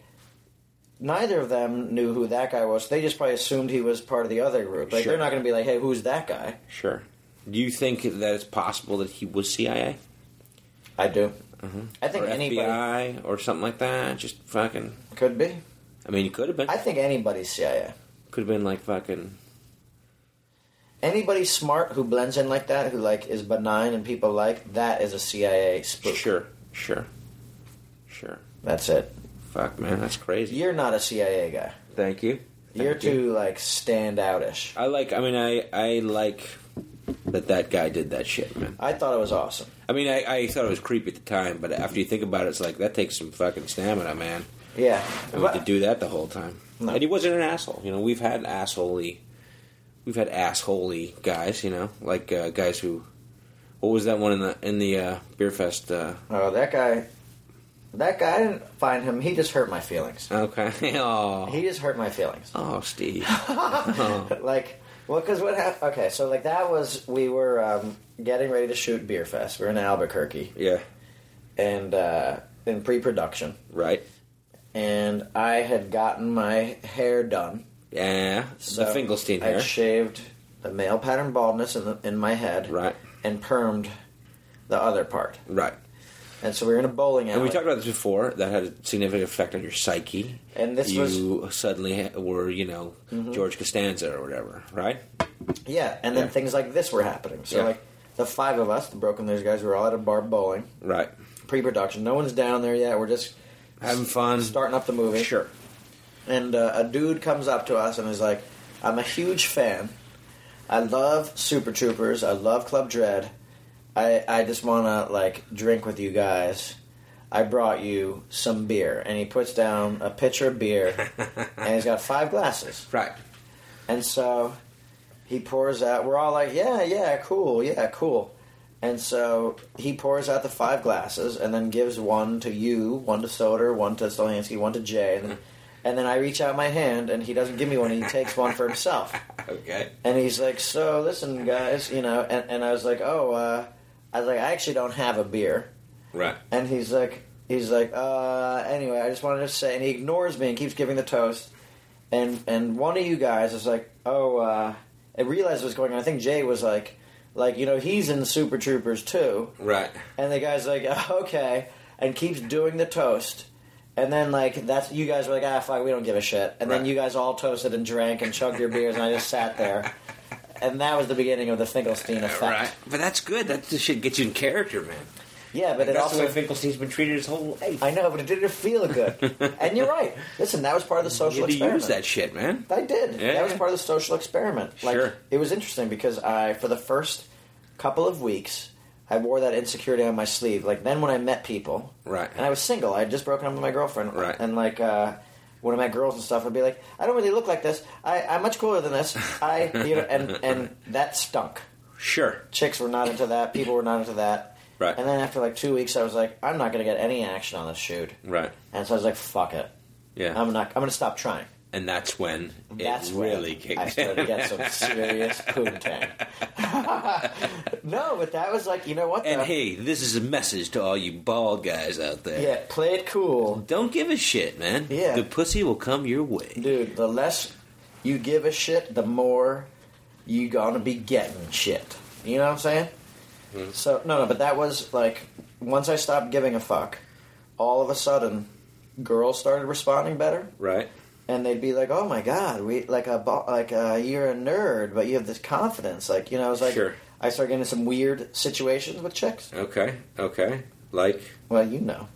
[SPEAKER 5] Neither of them knew who that guy was. They just probably assumed he was part of the other group. Like
[SPEAKER 6] Sure.
[SPEAKER 5] they're not going to be like, "Hey, who's that guy?"
[SPEAKER 6] Sure. Do you think that it's possible that he was CIA
[SPEAKER 5] I do. I think
[SPEAKER 6] or
[SPEAKER 5] anybody
[SPEAKER 6] FBI or something like that? Just fucking.
[SPEAKER 5] could be.
[SPEAKER 6] I mean, he could have been.
[SPEAKER 5] I think anybody's CIA.
[SPEAKER 6] could have been like fucking.
[SPEAKER 5] Anybody smart who blends in like that, who like is benign and people like that, is a CIA spook.
[SPEAKER 6] Sure, sure, sure.
[SPEAKER 5] That's it.
[SPEAKER 6] Fuck, man, that's crazy.
[SPEAKER 5] You're not a CIA guy.
[SPEAKER 6] Thank you. Thank
[SPEAKER 5] You're
[SPEAKER 6] you.
[SPEAKER 5] too like stand outish.
[SPEAKER 6] I like. I mean, I I like that that guy did that shit, man.
[SPEAKER 5] I thought it was awesome.
[SPEAKER 6] I mean, I, I thought it was creepy at the time, but after you think about it, it's like that takes some fucking stamina, man.
[SPEAKER 5] Yeah.
[SPEAKER 6] I mean, to do that the whole time.
[SPEAKER 5] No.
[SPEAKER 6] And he wasn't an asshole. You know, we've had assholey, we've had assholey guys. You know, like uh, guys who. What was that one in the in the uh, beer fest? Uh,
[SPEAKER 5] oh, that guy. That guy. I didn't find him. He just hurt my feelings.
[SPEAKER 6] okay. oh.
[SPEAKER 5] He just hurt my feelings.
[SPEAKER 6] oh, Steve. Oh.
[SPEAKER 5] like well because what happened okay so like that was we were um, getting ready to shoot beer fest we are in albuquerque
[SPEAKER 6] yeah.
[SPEAKER 5] and uh, in pre-production
[SPEAKER 6] Right.
[SPEAKER 5] and i had gotten my hair done
[SPEAKER 6] Yeah,
[SPEAKER 5] so
[SPEAKER 6] the Finkelstein
[SPEAKER 5] i
[SPEAKER 6] hair.
[SPEAKER 5] shaved the male pattern baldness in, the, in my head
[SPEAKER 6] Right.
[SPEAKER 5] and permed the other part
[SPEAKER 6] right.
[SPEAKER 5] and so we were in a bowling alley
[SPEAKER 6] And we talked about this before. That had a significant effect on your psyche.
[SPEAKER 5] And this Mm-hmm.
[SPEAKER 6] you suddenly ha- were, you know, George Costanza or whatever, right?
[SPEAKER 5] yeah and then
[SPEAKER 6] Yeah.
[SPEAKER 5] things like this were happening so
[SPEAKER 6] Yeah.
[SPEAKER 5] like the five of us the broken news guys we were all at a bar bowling
[SPEAKER 6] Right.
[SPEAKER 5] pre-production no one's down there yet we're just
[SPEAKER 6] Having fun.
[SPEAKER 5] starting up the movie
[SPEAKER 6] Sure.
[SPEAKER 5] and uh, a dude comes up to us and is like, "I'm a huge fan. I love Super Troopers. I love Club Dread. I I just want to like drink with you guys. I brought you some beer." And he puts down a pitcher of beer, and he's got five glasses.
[SPEAKER 6] Right.
[SPEAKER 5] And so he pours out. We're all like, "Yeah, yeah, cool, yeah, cool." And so he pours out the five glasses and then gives one to you, one to Soder, one to Stolhansky, one to Jay, and then, and then I reach out my hand and he doesn't give me one. He takes one for himself.
[SPEAKER 6] Okay.
[SPEAKER 5] And he's like, "So listen, guys, you know." And, and I was like, "Oh, uh, I was like, I actually don't have a beer."
[SPEAKER 6] Right.
[SPEAKER 5] And he's like, he's like, uh, anyway, I just wanted to say, and he ignores me and keeps giving the toast. And and one of you guys is like, oh, uh, I realized what was going on. I think Jay was like, like you know, he's in Super Troopers too.
[SPEAKER 6] Right.
[SPEAKER 5] And the guy's like, okay, and keeps doing the toast. And then like that's you guys were like, ah, fuck, we don't give a shit. And then
[SPEAKER 6] Right.
[SPEAKER 5] you guys all toasted and drank and chugged your beers, and I just sat there. And that was the beginning of the Finkelstein effect.
[SPEAKER 6] Right. But that's good. That just should get you in character, man.
[SPEAKER 5] Yeah, but it
[SPEAKER 6] that's
[SPEAKER 5] also
[SPEAKER 6] the way Finkelstein's been treated his whole life.
[SPEAKER 5] I know, but it didn't feel good. and you're right. Listen, that was part of the
[SPEAKER 6] You
[SPEAKER 5] social
[SPEAKER 6] had to
[SPEAKER 5] experiment.
[SPEAKER 6] use that shit, man.
[SPEAKER 5] I did.
[SPEAKER 6] Yeah,
[SPEAKER 5] that was
[SPEAKER 6] yeah.
[SPEAKER 5] part of the social experiment. Like
[SPEAKER 6] Sure.
[SPEAKER 5] it was interesting because I, for the first couple of weeks, I wore that insecurity on my sleeve. Like then, when I met people,
[SPEAKER 6] Right.
[SPEAKER 5] and I was single, I had just broken up with my girlfriend,
[SPEAKER 6] Right.
[SPEAKER 5] and like. Uh, one of my girls and stuff would be like, "I don't really look like this. I, I'm much cooler than this. I, you know," and and that stunk
[SPEAKER 6] Sure.
[SPEAKER 5] chicks were not into that. People were not into that.
[SPEAKER 6] Right.
[SPEAKER 5] And then after like two weeks, I was like, I'm not going to get any action on this shoot.
[SPEAKER 6] Right.
[SPEAKER 5] And so I was like, fuck it.
[SPEAKER 6] Yeah.
[SPEAKER 5] I'm not. I'm going to stop trying.
[SPEAKER 6] and that's when it
[SPEAKER 5] That's when
[SPEAKER 6] really kicked
[SPEAKER 5] I started to get some serious poontang. no, but that was like, you know what?
[SPEAKER 6] And
[SPEAKER 5] though?
[SPEAKER 6] hey, this is a message to all you bald guys out there.
[SPEAKER 5] yeah, play it cool,
[SPEAKER 6] Don't give a shit, man.
[SPEAKER 5] Yeah.
[SPEAKER 6] The pussy will come your way.
[SPEAKER 5] dude. The less you give a shit, the more you gonna be getting shit. You know what I'm saying?
[SPEAKER 6] Mm-hmm.
[SPEAKER 5] So no, no, but that was like once I stopped giving a fuck, all of a sudden, girls started responding better.
[SPEAKER 6] Right?
[SPEAKER 5] and they'd be like, "Oh my god, we like a bo- like uh, you're a nerd, but you have this confidence." Like you know, I was like,
[SPEAKER 6] Sure.
[SPEAKER 5] I started getting in some weird situations with chicks.
[SPEAKER 6] Okay, okay. Like,
[SPEAKER 5] Well, you know,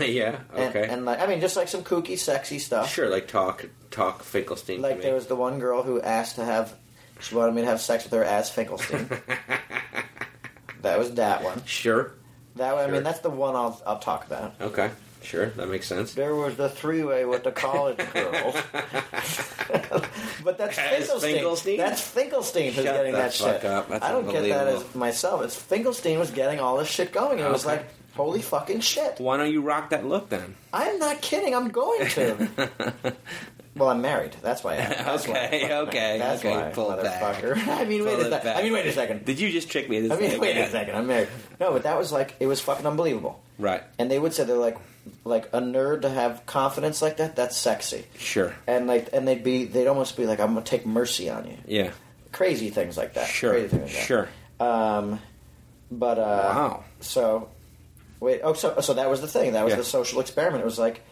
[SPEAKER 6] yeah,
[SPEAKER 5] and,
[SPEAKER 6] okay.
[SPEAKER 5] and like I mean, just like some kooky, sexy stuff.
[SPEAKER 6] sure, like talk, talk Finkelstein. to
[SPEAKER 5] Like
[SPEAKER 6] me.
[SPEAKER 5] there was the one girl who asked to have, she wanted me to have sex with her as Finkelstein. that was that one.
[SPEAKER 6] Sure.
[SPEAKER 5] That one, I
[SPEAKER 6] Sure.
[SPEAKER 5] mean, that's the one I'll I'll talk about.
[SPEAKER 6] Okay. Sure, that makes sense.
[SPEAKER 5] There was the three way with the college girls. but that's
[SPEAKER 6] As
[SPEAKER 5] Finkelstein.
[SPEAKER 6] Finkelstein?
[SPEAKER 5] That's Finkelstein who's
[SPEAKER 6] Shut
[SPEAKER 5] getting
[SPEAKER 6] the
[SPEAKER 5] that
[SPEAKER 6] fuck
[SPEAKER 5] shit.
[SPEAKER 6] up. That's
[SPEAKER 5] I don't get that as
[SPEAKER 6] unbelievable.
[SPEAKER 5] myself. It's Finkelstein was getting all this shit going. And It was
[SPEAKER 6] Okay.
[SPEAKER 5] like, holy fucking shit.
[SPEAKER 6] Why don't you rock that look then?
[SPEAKER 5] I'm not kidding. I'm going to. well, I'm married. That's why. I am. That's
[SPEAKER 6] Okay,
[SPEAKER 5] why. I'm fucking
[SPEAKER 6] okay,
[SPEAKER 5] married. That's
[SPEAKER 6] okay,
[SPEAKER 5] why,
[SPEAKER 6] pull it back.
[SPEAKER 5] motherfucker. I mean, wait
[SPEAKER 6] Pull
[SPEAKER 5] a
[SPEAKER 6] it
[SPEAKER 5] second.
[SPEAKER 6] back.
[SPEAKER 5] I mean, wait a second.
[SPEAKER 6] Did you just trick me? This
[SPEAKER 5] I mean,
[SPEAKER 6] thing?
[SPEAKER 5] wait
[SPEAKER 6] Yeah.
[SPEAKER 5] a second. I'm married. No, but that was like it was fucking unbelievable.
[SPEAKER 6] Right.
[SPEAKER 5] And they would say they're like, like a nerd to have confidence like that. That's sexy.
[SPEAKER 6] Sure.
[SPEAKER 5] and like and they'd be they'd almost be like i'm gonna take mercy on you
[SPEAKER 6] Yeah.
[SPEAKER 5] crazy things like that
[SPEAKER 6] Sure.
[SPEAKER 5] crazy things like that.
[SPEAKER 6] Sure.
[SPEAKER 5] um but uh
[SPEAKER 6] Wow.
[SPEAKER 5] so wait oh so so that was the thing that was
[SPEAKER 6] Yeah.
[SPEAKER 5] the social experiment it was like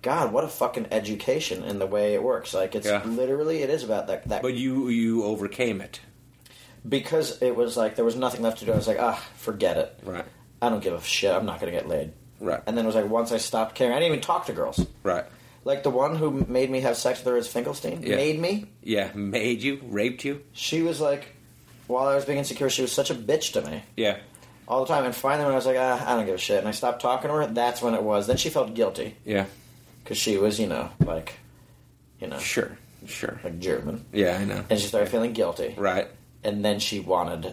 [SPEAKER 5] god what a fucking education in the way it works like it's
[SPEAKER 6] Yeah.
[SPEAKER 5] literally it is about that that
[SPEAKER 6] But you you overcame it.
[SPEAKER 5] because it was like there was nothing left to do i was like ah forget it
[SPEAKER 6] Right.
[SPEAKER 5] i don't give a shit i'm not gonna get laid
[SPEAKER 6] Right.
[SPEAKER 5] and then it was like once i stopped caring i didn't even talk to girls
[SPEAKER 6] Right.
[SPEAKER 5] like the one who made me have sex with her as finkelstein
[SPEAKER 6] Yeah.
[SPEAKER 5] made me
[SPEAKER 6] Yeah. Made you, raped you.
[SPEAKER 5] she was like, while I was being insecure, she was such a bitch to me
[SPEAKER 6] Yeah.
[SPEAKER 5] all the time. And finally, when I was like, ah, I don't give a shit, and I stopped talking to her, that's when it was. Then she felt guilty
[SPEAKER 6] Yeah.
[SPEAKER 5] because she was, you know, like, you know,
[SPEAKER 6] Sure. Sure.
[SPEAKER 5] like German,
[SPEAKER 6] Yeah, I know.
[SPEAKER 5] and she started feeling guilty.
[SPEAKER 6] Right.
[SPEAKER 5] And then she wanted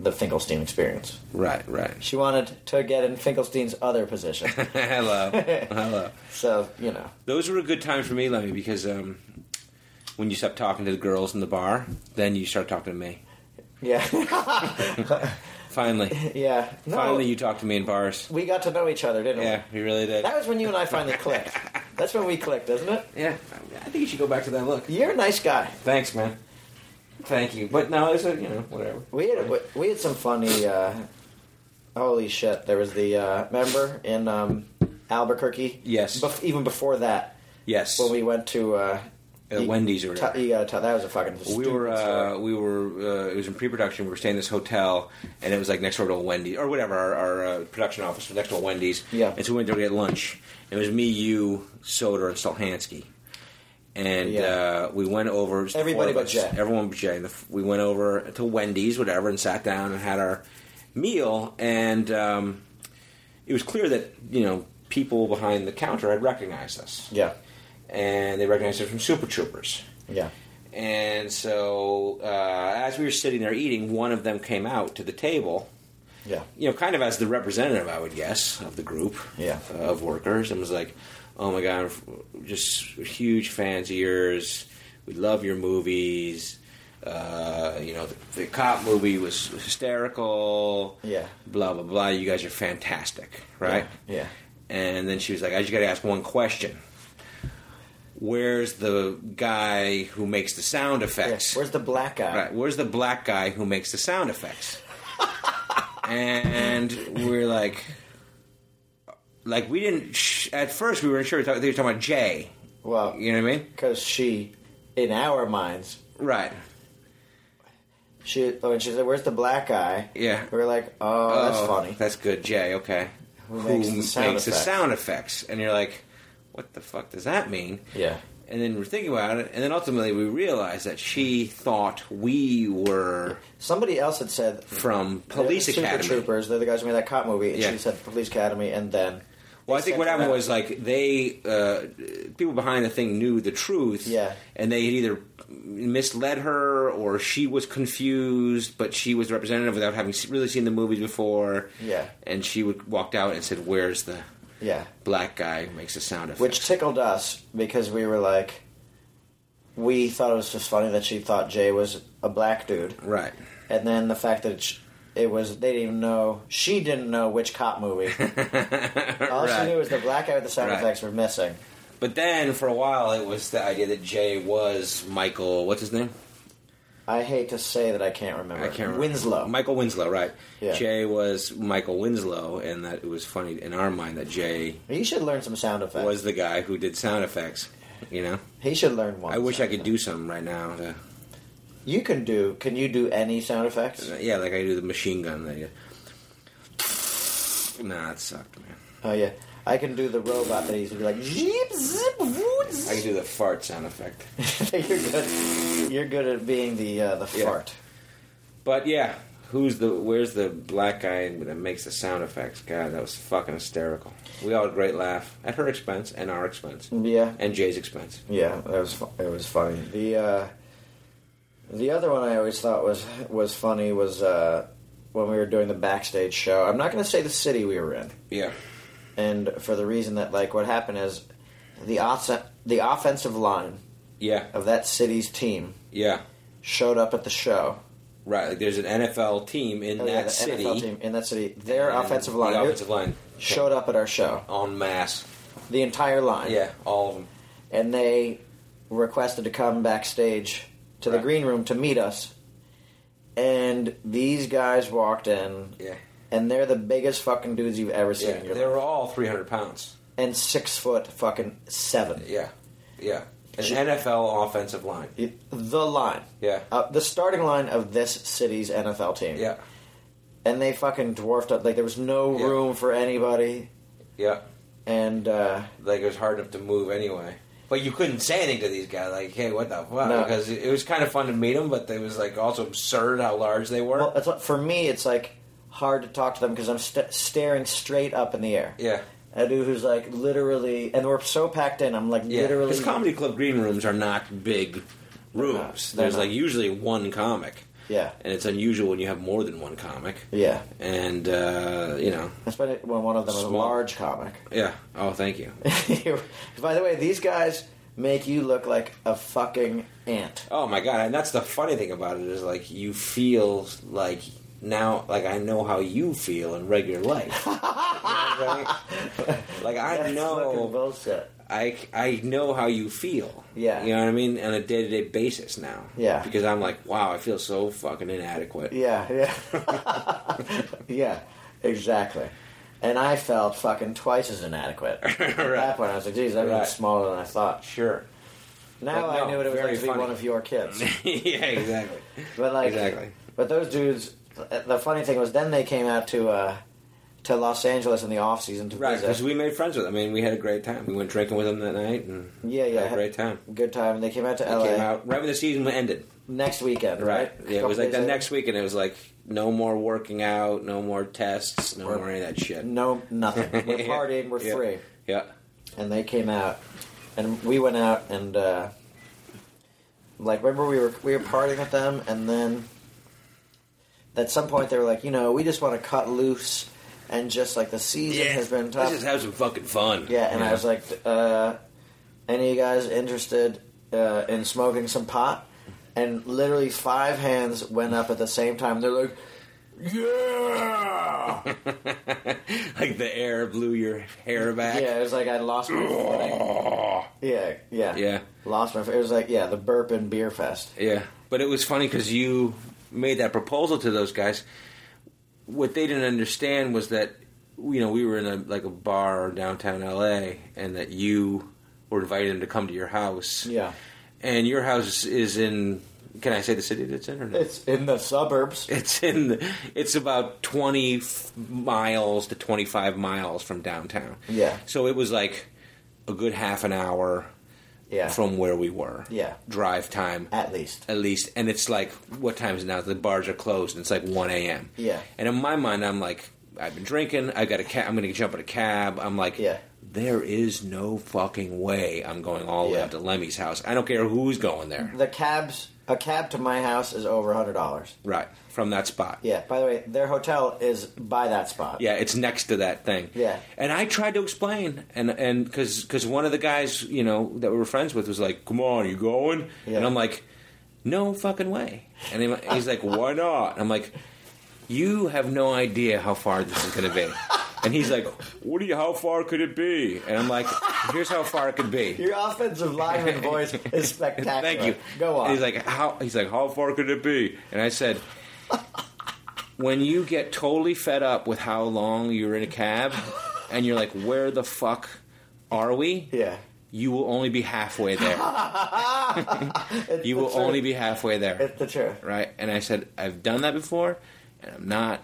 [SPEAKER 5] the Finkelstein experience.
[SPEAKER 6] Right. Right.
[SPEAKER 5] She wanted to get in Finkelstein's other position.
[SPEAKER 6] Hello. Hello.
[SPEAKER 5] so you know,
[SPEAKER 6] Those were a good time for me, Lemmy, because um, when you stop talking to the girls in the bar, then you start talking to me.
[SPEAKER 5] yeah,
[SPEAKER 6] Finally.
[SPEAKER 5] yeah. No,
[SPEAKER 6] Finally, you talk to me in bars.
[SPEAKER 5] we got to know each other, didn't
[SPEAKER 6] Yeah,
[SPEAKER 5] we?
[SPEAKER 6] you really did.
[SPEAKER 5] That was when you and I finally clicked. That's when we clicked, isn't it?
[SPEAKER 6] Yeah, I think you should go back to that look.
[SPEAKER 5] You're a nice guy.
[SPEAKER 6] Thanks, man. Thank you. But no, it's a, you know, whatever.
[SPEAKER 5] We had we had some funny. Uh, holy shit! There was the uh, member in um, Albuquerque.
[SPEAKER 6] Yes.
[SPEAKER 5] Bef- even before that,
[SPEAKER 6] Yes.
[SPEAKER 5] when we went to uh,
[SPEAKER 6] At Wendy's or
[SPEAKER 5] t-
[SPEAKER 6] whatever.
[SPEAKER 5] you gotta tell- that was a fucking.
[SPEAKER 6] we
[SPEAKER 5] stupid
[SPEAKER 6] were uh,
[SPEAKER 5] story.
[SPEAKER 6] we were uh, it was in pre-production. We were staying in this hotel, and it was like next door to a Wendy's or whatever. Our, our uh, production office was next to a Wendy's.
[SPEAKER 5] Yeah.
[SPEAKER 6] And so we went there to get lunch. It was me, you, Soder, and Stolhansky. And
[SPEAKER 5] Yeah.
[SPEAKER 6] uh, we went over. it was the
[SPEAKER 5] Everybody
[SPEAKER 6] four of
[SPEAKER 5] but
[SPEAKER 6] us.
[SPEAKER 5] Jay.
[SPEAKER 6] Everyone but Jay. The f- We went over to Wendy's, whatever, and sat down and had our meal. And um, it was clear that you know people behind the counter had recognized us.
[SPEAKER 5] Yeah.
[SPEAKER 6] And they recognized us from Super Troopers.
[SPEAKER 5] Yeah.
[SPEAKER 6] And so, uh, as we were sitting there eating, one of them came out to the table,
[SPEAKER 5] Yeah.
[SPEAKER 6] you know, kind of as the representative, I would guess, of the group
[SPEAKER 5] Yeah.
[SPEAKER 6] uh, of workers, and was like, "Oh my god, I'm just huge fans of yours. We love your movies. Uh, you know, the, the cop movie was hysterical.
[SPEAKER 5] Yeah.
[SPEAKER 6] blah blah blah. You guys are fantastic, right?
[SPEAKER 5] Yeah.
[SPEAKER 6] And then she was like, I just got to ask one question. Where's the guy who makes the sound
[SPEAKER 5] Yeah.
[SPEAKER 6] effects?
[SPEAKER 5] Where's the black guy?
[SPEAKER 6] right, where's the black guy who makes the sound effects? and we're like, like we didn't. Sh- at first, we weren't sure. We thought they were talking about Jay.
[SPEAKER 5] Well,
[SPEAKER 6] You know what I mean?
[SPEAKER 5] because she, in our minds,
[SPEAKER 6] Right.
[SPEAKER 5] she when she said, "Where's the black guy?"
[SPEAKER 6] Yeah.
[SPEAKER 5] We were like, "Oh, that's funny."
[SPEAKER 6] That's good, Jay. Okay.
[SPEAKER 5] Who makes the sound
[SPEAKER 6] makes the
[SPEAKER 5] effects?
[SPEAKER 6] sound effects? And you're like, what the fuck does that mean?
[SPEAKER 5] yeah.
[SPEAKER 6] And then we're thinking about it, and then ultimately we realized that she thought we were
[SPEAKER 5] Somebody else had said
[SPEAKER 6] from Police
[SPEAKER 5] Super
[SPEAKER 6] Academy.
[SPEAKER 5] Troopers. They're the guys who made that cop movie. And
[SPEAKER 6] Yeah.
[SPEAKER 5] she said Police Academy, and then
[SPEAKER 6] Well, I
[SPEAKER 5] they
[SPEAKER 6] think
[SPEAKER 5] sent
[SPEAKER 6] what
[SPEAKER 5] her
[SPEAKER 6] happened
[SPEAKER 5] out.
[SPEAKER 6] was like they uh, people behind the thing knew the truth,
[SPEAKER 5] Yeah.
[SPEAKER 6] and they had either misled her or she was confused, but she was representative without having se- really seen the movies before,
[SPEAKER 5] Yeah.
[SPEAKER 6] And she would walked out and said, "Where's the
[SPEAKER 5] yeah,
[SPEAKER 6] black guy who makes the sound effects?"
[SPEAKER 5] which tickled us because we were like, we thought it was just funny that she thought Jay was a black dude,
[SPEAKER 6] Right.
[SPEAKER 5] and then the fact that sh it was they didn't even know she didn't know which cop movie. All
[SPEAKER 6] Right.
[SPEAKER 5] she knew was the black guy with the sound
[SPEAKER 6] Right.
[SPEAKER 5] effects were missing.
[SPEAKER 6] But then for a while, it was the idea that Jay was Michael. What's his name?
[SPEAKER 5] I hate to say that I can't remember.
[SPEAKER 6] I can't remember.
[SPEAKER 5] Winslow.
[SPEAKER 6] Michael Winslow, right?
[SPEAKER 5] Yeah.
[SPEAKER 6] Jay was Michael Winslow, and that it was funny in our mind that Jay
[SPEAKER 5] he should learn some sound effects.
[SPEAKER 6] was the guy who did sound effects. You know,
[SPEAKER 5] he should learn one.
[SPEAKER 6] I wish I could do some right now. To,
[SPEAKER 5] You can do. Can you do any sound effects?
[SPEAKER 6] yeah, like I do the machine gun. That nah, that sucked, man.
[SPEAKER 5] Oh yeah, I can do the robot that he used to be like. Jeep, zip, woo, zip.
[SPEAKER 6] I can do the fart sound effect.
[SPEAKER 5] you're good. You're good at being the uh, the
[SPEAKER 6] Yeah.
[SPEAKER 5] fart.
[SPEAKER 6] But yeah, who's the where's the black guy that makes the sound effects? God, that was fucking hysterical. We all had a great laugh at her expense and our expense
[SPEAKER 5] Yeah,
[SPEAKER 6] and Jay's expense.
[SPEAKER 5] yeah. That was fu- it was funny. The uh, the other one I always thought was was funny was uh, when we were doing the backstage show. I'm not going to say the city we were in,
[SPEAKER 6] Yeah,
[SPEAKER 5] and for the reason that like what happened is the off- the offensive line
[SPEAKER 6] yeah,
[SPEAKER 5] of that city's team
[SPEAKER 6] yeah.
[SPEAKER 5] showed up at the show.
[SPEAKER 6] Right. Like there's an NFL team in
[SPEAKER 5] Oh,
[SPEAKER 6] that
[SPEAKER 5] yeah, the
[SPEAKER 6] city.
[SPEAKER 5] NFL team in that city, their
[SPEAKER 6] and
[SPEAKER 5] offensive
[SPEAKER 6] the
[SPEAKER 5] line
[SPEAKER 6] offensive line
[SPEAKER 5] showed up at our show.
[SPEAKER 6] en masse.
[SPEAKER 5] The entire line.
[SPEAKER 6] Yeah, all of them.
[SPEAKER 5] and they requested to come backstage to the
[SPEAKER 6] Right.
[SPEAKER 5] green room to meet us. And these guys walked in,
[SPEAKER 6] Yeah,
[SPEAKER 5] and they're the biggest fucking dudes you've ever seen.
[SPEAKER 6] yeah.
[SPEAKER 5] in your
[SPEAKER 6] They
[SPEAKER 5] life.
[SPEAKER 6] were all 300 pounds.
[SPEAKER 5] and six foot fucking seven.
[SPEAKER 6] Yeah, yeah. An
[SPEAKER 5] Gee.
[SPEAKER 6] NFL offensive line.
[SPEAKER 5] The line,
[SPEAKER 6] Yeah,
[SPEAKER 5] uh, the starting line of this city's NFL team.
[SPEAKER 6] yeah,
[SPEAKER 5] and they fucking dwarfed up. Like there was no
[SPEAKER 6] Yeah.
[SPEAKER 5] room for anybody,
[SPEAKER 6] yeah.
[SPEAKER 5] and uh,
[SPEAKER 6] like it was hard enough to move anyway. But you couldn't say anything to these guys, like, "Hey, what the fuck?"
[SPEAKER 5] No.
[SPEAKER 6] Because it it was kind of fun to meet them, but it was like also absurd how large they were.
[SPEAKER 5] well, that's what, for me. It's like hard to talk to them because I'm st- staring straight up in the air.
[SPEAKER 6] yeah,
[SPEAKER 5] a dude who's like literally, and we're so packed in. I'm like
[SPEAKER 6] yeah.
[SPEAKER 5] literally.
[SPEAKER 6] Because comedy club green rooms are not big rooms.
[SPEAKER 5] not. They're
[SPEAKER 6] There's
[SPEAKER 5] not.
[SPEAKER 6] like usually one comic,
[SPEAKER 5] Yeah,
[SPEAKER 6] and it's unusual when you have more than one comic.
[SPEAKER 5] yeah.
[SPEAKER 6] And uh, you know,
[SPEAKER 5] Especially when one of them is a
[SPEAKER 6] Small.
[SPEAKER 5] large comic.
[SPEAKER 6] yeah. Oh, thank you.
[SPEAKER 5] By the way, these guys make you look like a fucking ant.
[SPEAKER 6] Oh my god, and that's the funny thing about it is like you feel like now, like I know how you feel in regular life. You know what I'm saying? Like I
[SPEAKER 5] That's fucking
[SPEAKER 6] know,
[SPEAKER 5] bullshit.
[SPEAKER 6] I I know how you feel.
[SPEAKER 5] Yeah.
[SPEAKER 6] you know what I mean on a day to day basis now.
[SPEAKER 5] Yeah.
[SPEAKER 6] because I'm like, wow, I feel so fucking inadequate.
[SPEAKER 5] Yeah, yeah, yeah. Exactly. And I felt fucking twice as inadequate. At that point, I was like, "Geez, I'm
[SPEAKER 6] Right.
[SPEAKER 5] smaller than I thought."
[SPEAKER 6] Sure.
[SPEAKER 5] Now
[SPEAKER 6] But no,
[SPEAKER 5] I knew what it was
[SPEAKER 6] very
[SPEAKER 5] like to be
[SPEAKER 6] funny.
[SPEAKER 5] one of your kids.
[SPEAKER 6] yeah, exactly.
[SPEAKER 5] But like,
[SPEAKER 6] Exactly.
[SPEAKER 5] But those dudes. The funny thing was, then they came out to uh, to Los Angeles in the off season to
[SPEAKER 6] Right, because
[SPEAKER 5] visit.
[SPEAKER 6] we made friends with them. I mean, we had a great time. We went drinking with them that night, and
[SPEAKER 5] yeah, yeah,
[SPEAKER 6] had a great time.
[SPEAKER 5] good time. They came out to LA
[SPEAKER 6] Came out right when the season ended.
[SPEAKER 5] next weekend, right?
[SPEAKER 6] Right. Yeah, it was like
[SPEAKER 5] Couple
[SPEAKER 6] the
[SPEAKER 5] days
[SPEAKER 6] next week, and it was like no more working out, no more tests, no
[SPEAKER 5] Or-
[SPEAKER 6] more any of that shit.
[SPEAKER 5] later. No, nothing. We're
[SPEAKER 6] Yeah.
[SPEAKER 5] partying. We're
[SPEAKER 6] Yeah.
[SPEAKER 5] free.
[SPEAKER 6] Yeah.
[SPEAKER 5] And they came out, and we went out and uh, like remember we were we were partying with them, and then at some point they were like, you know, we just want to cut loose, and just like the season has been tough.
[SPEAKER 6] Let's just have some fucking fun.
[SPEAKER 5] Yeah, and I was like, uh, any of you guys interested uh, in smoking some pot? And literally five hands went up at the same time. They're like, yeah!
[SPEAKER 6] like the air blew your hair back.
[SPEAKER 5] yeah, it was like I lost my footing. Yeah, yeah.
[SPEAKER 6] Yeah.
[SPEAKER 5] Lost my It was like, yeah, the burp and beer fest.
[SPEAKER 6] Yeah. But it was funny because you made that proposal to those guys. What they didn't understand was that you know we were in a like a bar downtown L.A. and that you were inviting them to come to your house.
[SPEAKER 5] Yeah.
[SPEAKER 6] And your house is in. Can I say the city that's in or no?
[SPEAKER 5] It's in the suburbs.
[SPEAKER 6] It's in. The, it's about twenty f- miles to twenty five miles from downtown.
[SPEAKER 5] Yeah.
[SPEAKER 6] So it was like a good half an hour
[SPEAKER 5] Yeah.
[SPEAKER 6] from where we were.
[SPEAKER 5] Yeah.
[SPEAKER 6] Drive time
[SPEAKER 5] At least.
[SPEAKER 6] at least, and it's like what time is it now? The bars are closed, and it's like one a.m.
[SPEAKER 5] Yeah.
[SPEAKER 6] And in my mind, I'm like, I've been drinking. I got a cab. I'm going to jump in a cab. I'm like,
[SPEAKER 5] Yeah.
[SPEAKER 6] There is no fucking way I'm going all the way
[SPEAKER 5] Yeah.
[SPEAKER 6] up to Lemmy's house. I don't care who's going there.
[SPEAKER 5] The cabs a cab to my house is over a hundred dollars.
[SPEAKER 6] Right. From that spot.
[SPEAKER 5] Yeah. By the way, their hotel is by that spot.
[SPEAKER 6] Yeah, it's next to that thing.
[SPEAKER 5] Yeah.
[SPEAKER 6] And I tried to explain, and and because one of the guys you know that we were friends with was like, "Come on, you going?"
[SPEAKER 5] Yeah.
[SPEAKER 6] And I'm like, "No fucking way." And he- he's like, "Why not?" And I'm like, "You have no idea how far this is going to be." And he's like, "What do you? How far could it be?" And I'm like, "Here's how far it could be."
[SPEAKER 5] Your offensive lineman voice is spectacular.
[SPEAKER 6] Thank you.
[SPEAKER 5] Go on.
[SPEAKER 6] And he's like, how? He's like, how far could it be? And I said, when you get totally fed up with how long you're in a cab, and you're like, where the fuck are we?
[SPEAKER 5] yeah.
[SPEAKER 6] You will only be halfway there.
[SPEAKER 5] It's
[SPEAKER 6] You
[SPEAKER 5] the
[SPEAKER 6] will
[SPEAKER 5] truth.
[SPEAKER 6] only be halfway there,
[SPEAKER 5] It's the truth.
[SPEAKER 6] right? And I said, I've done that before, and I'm not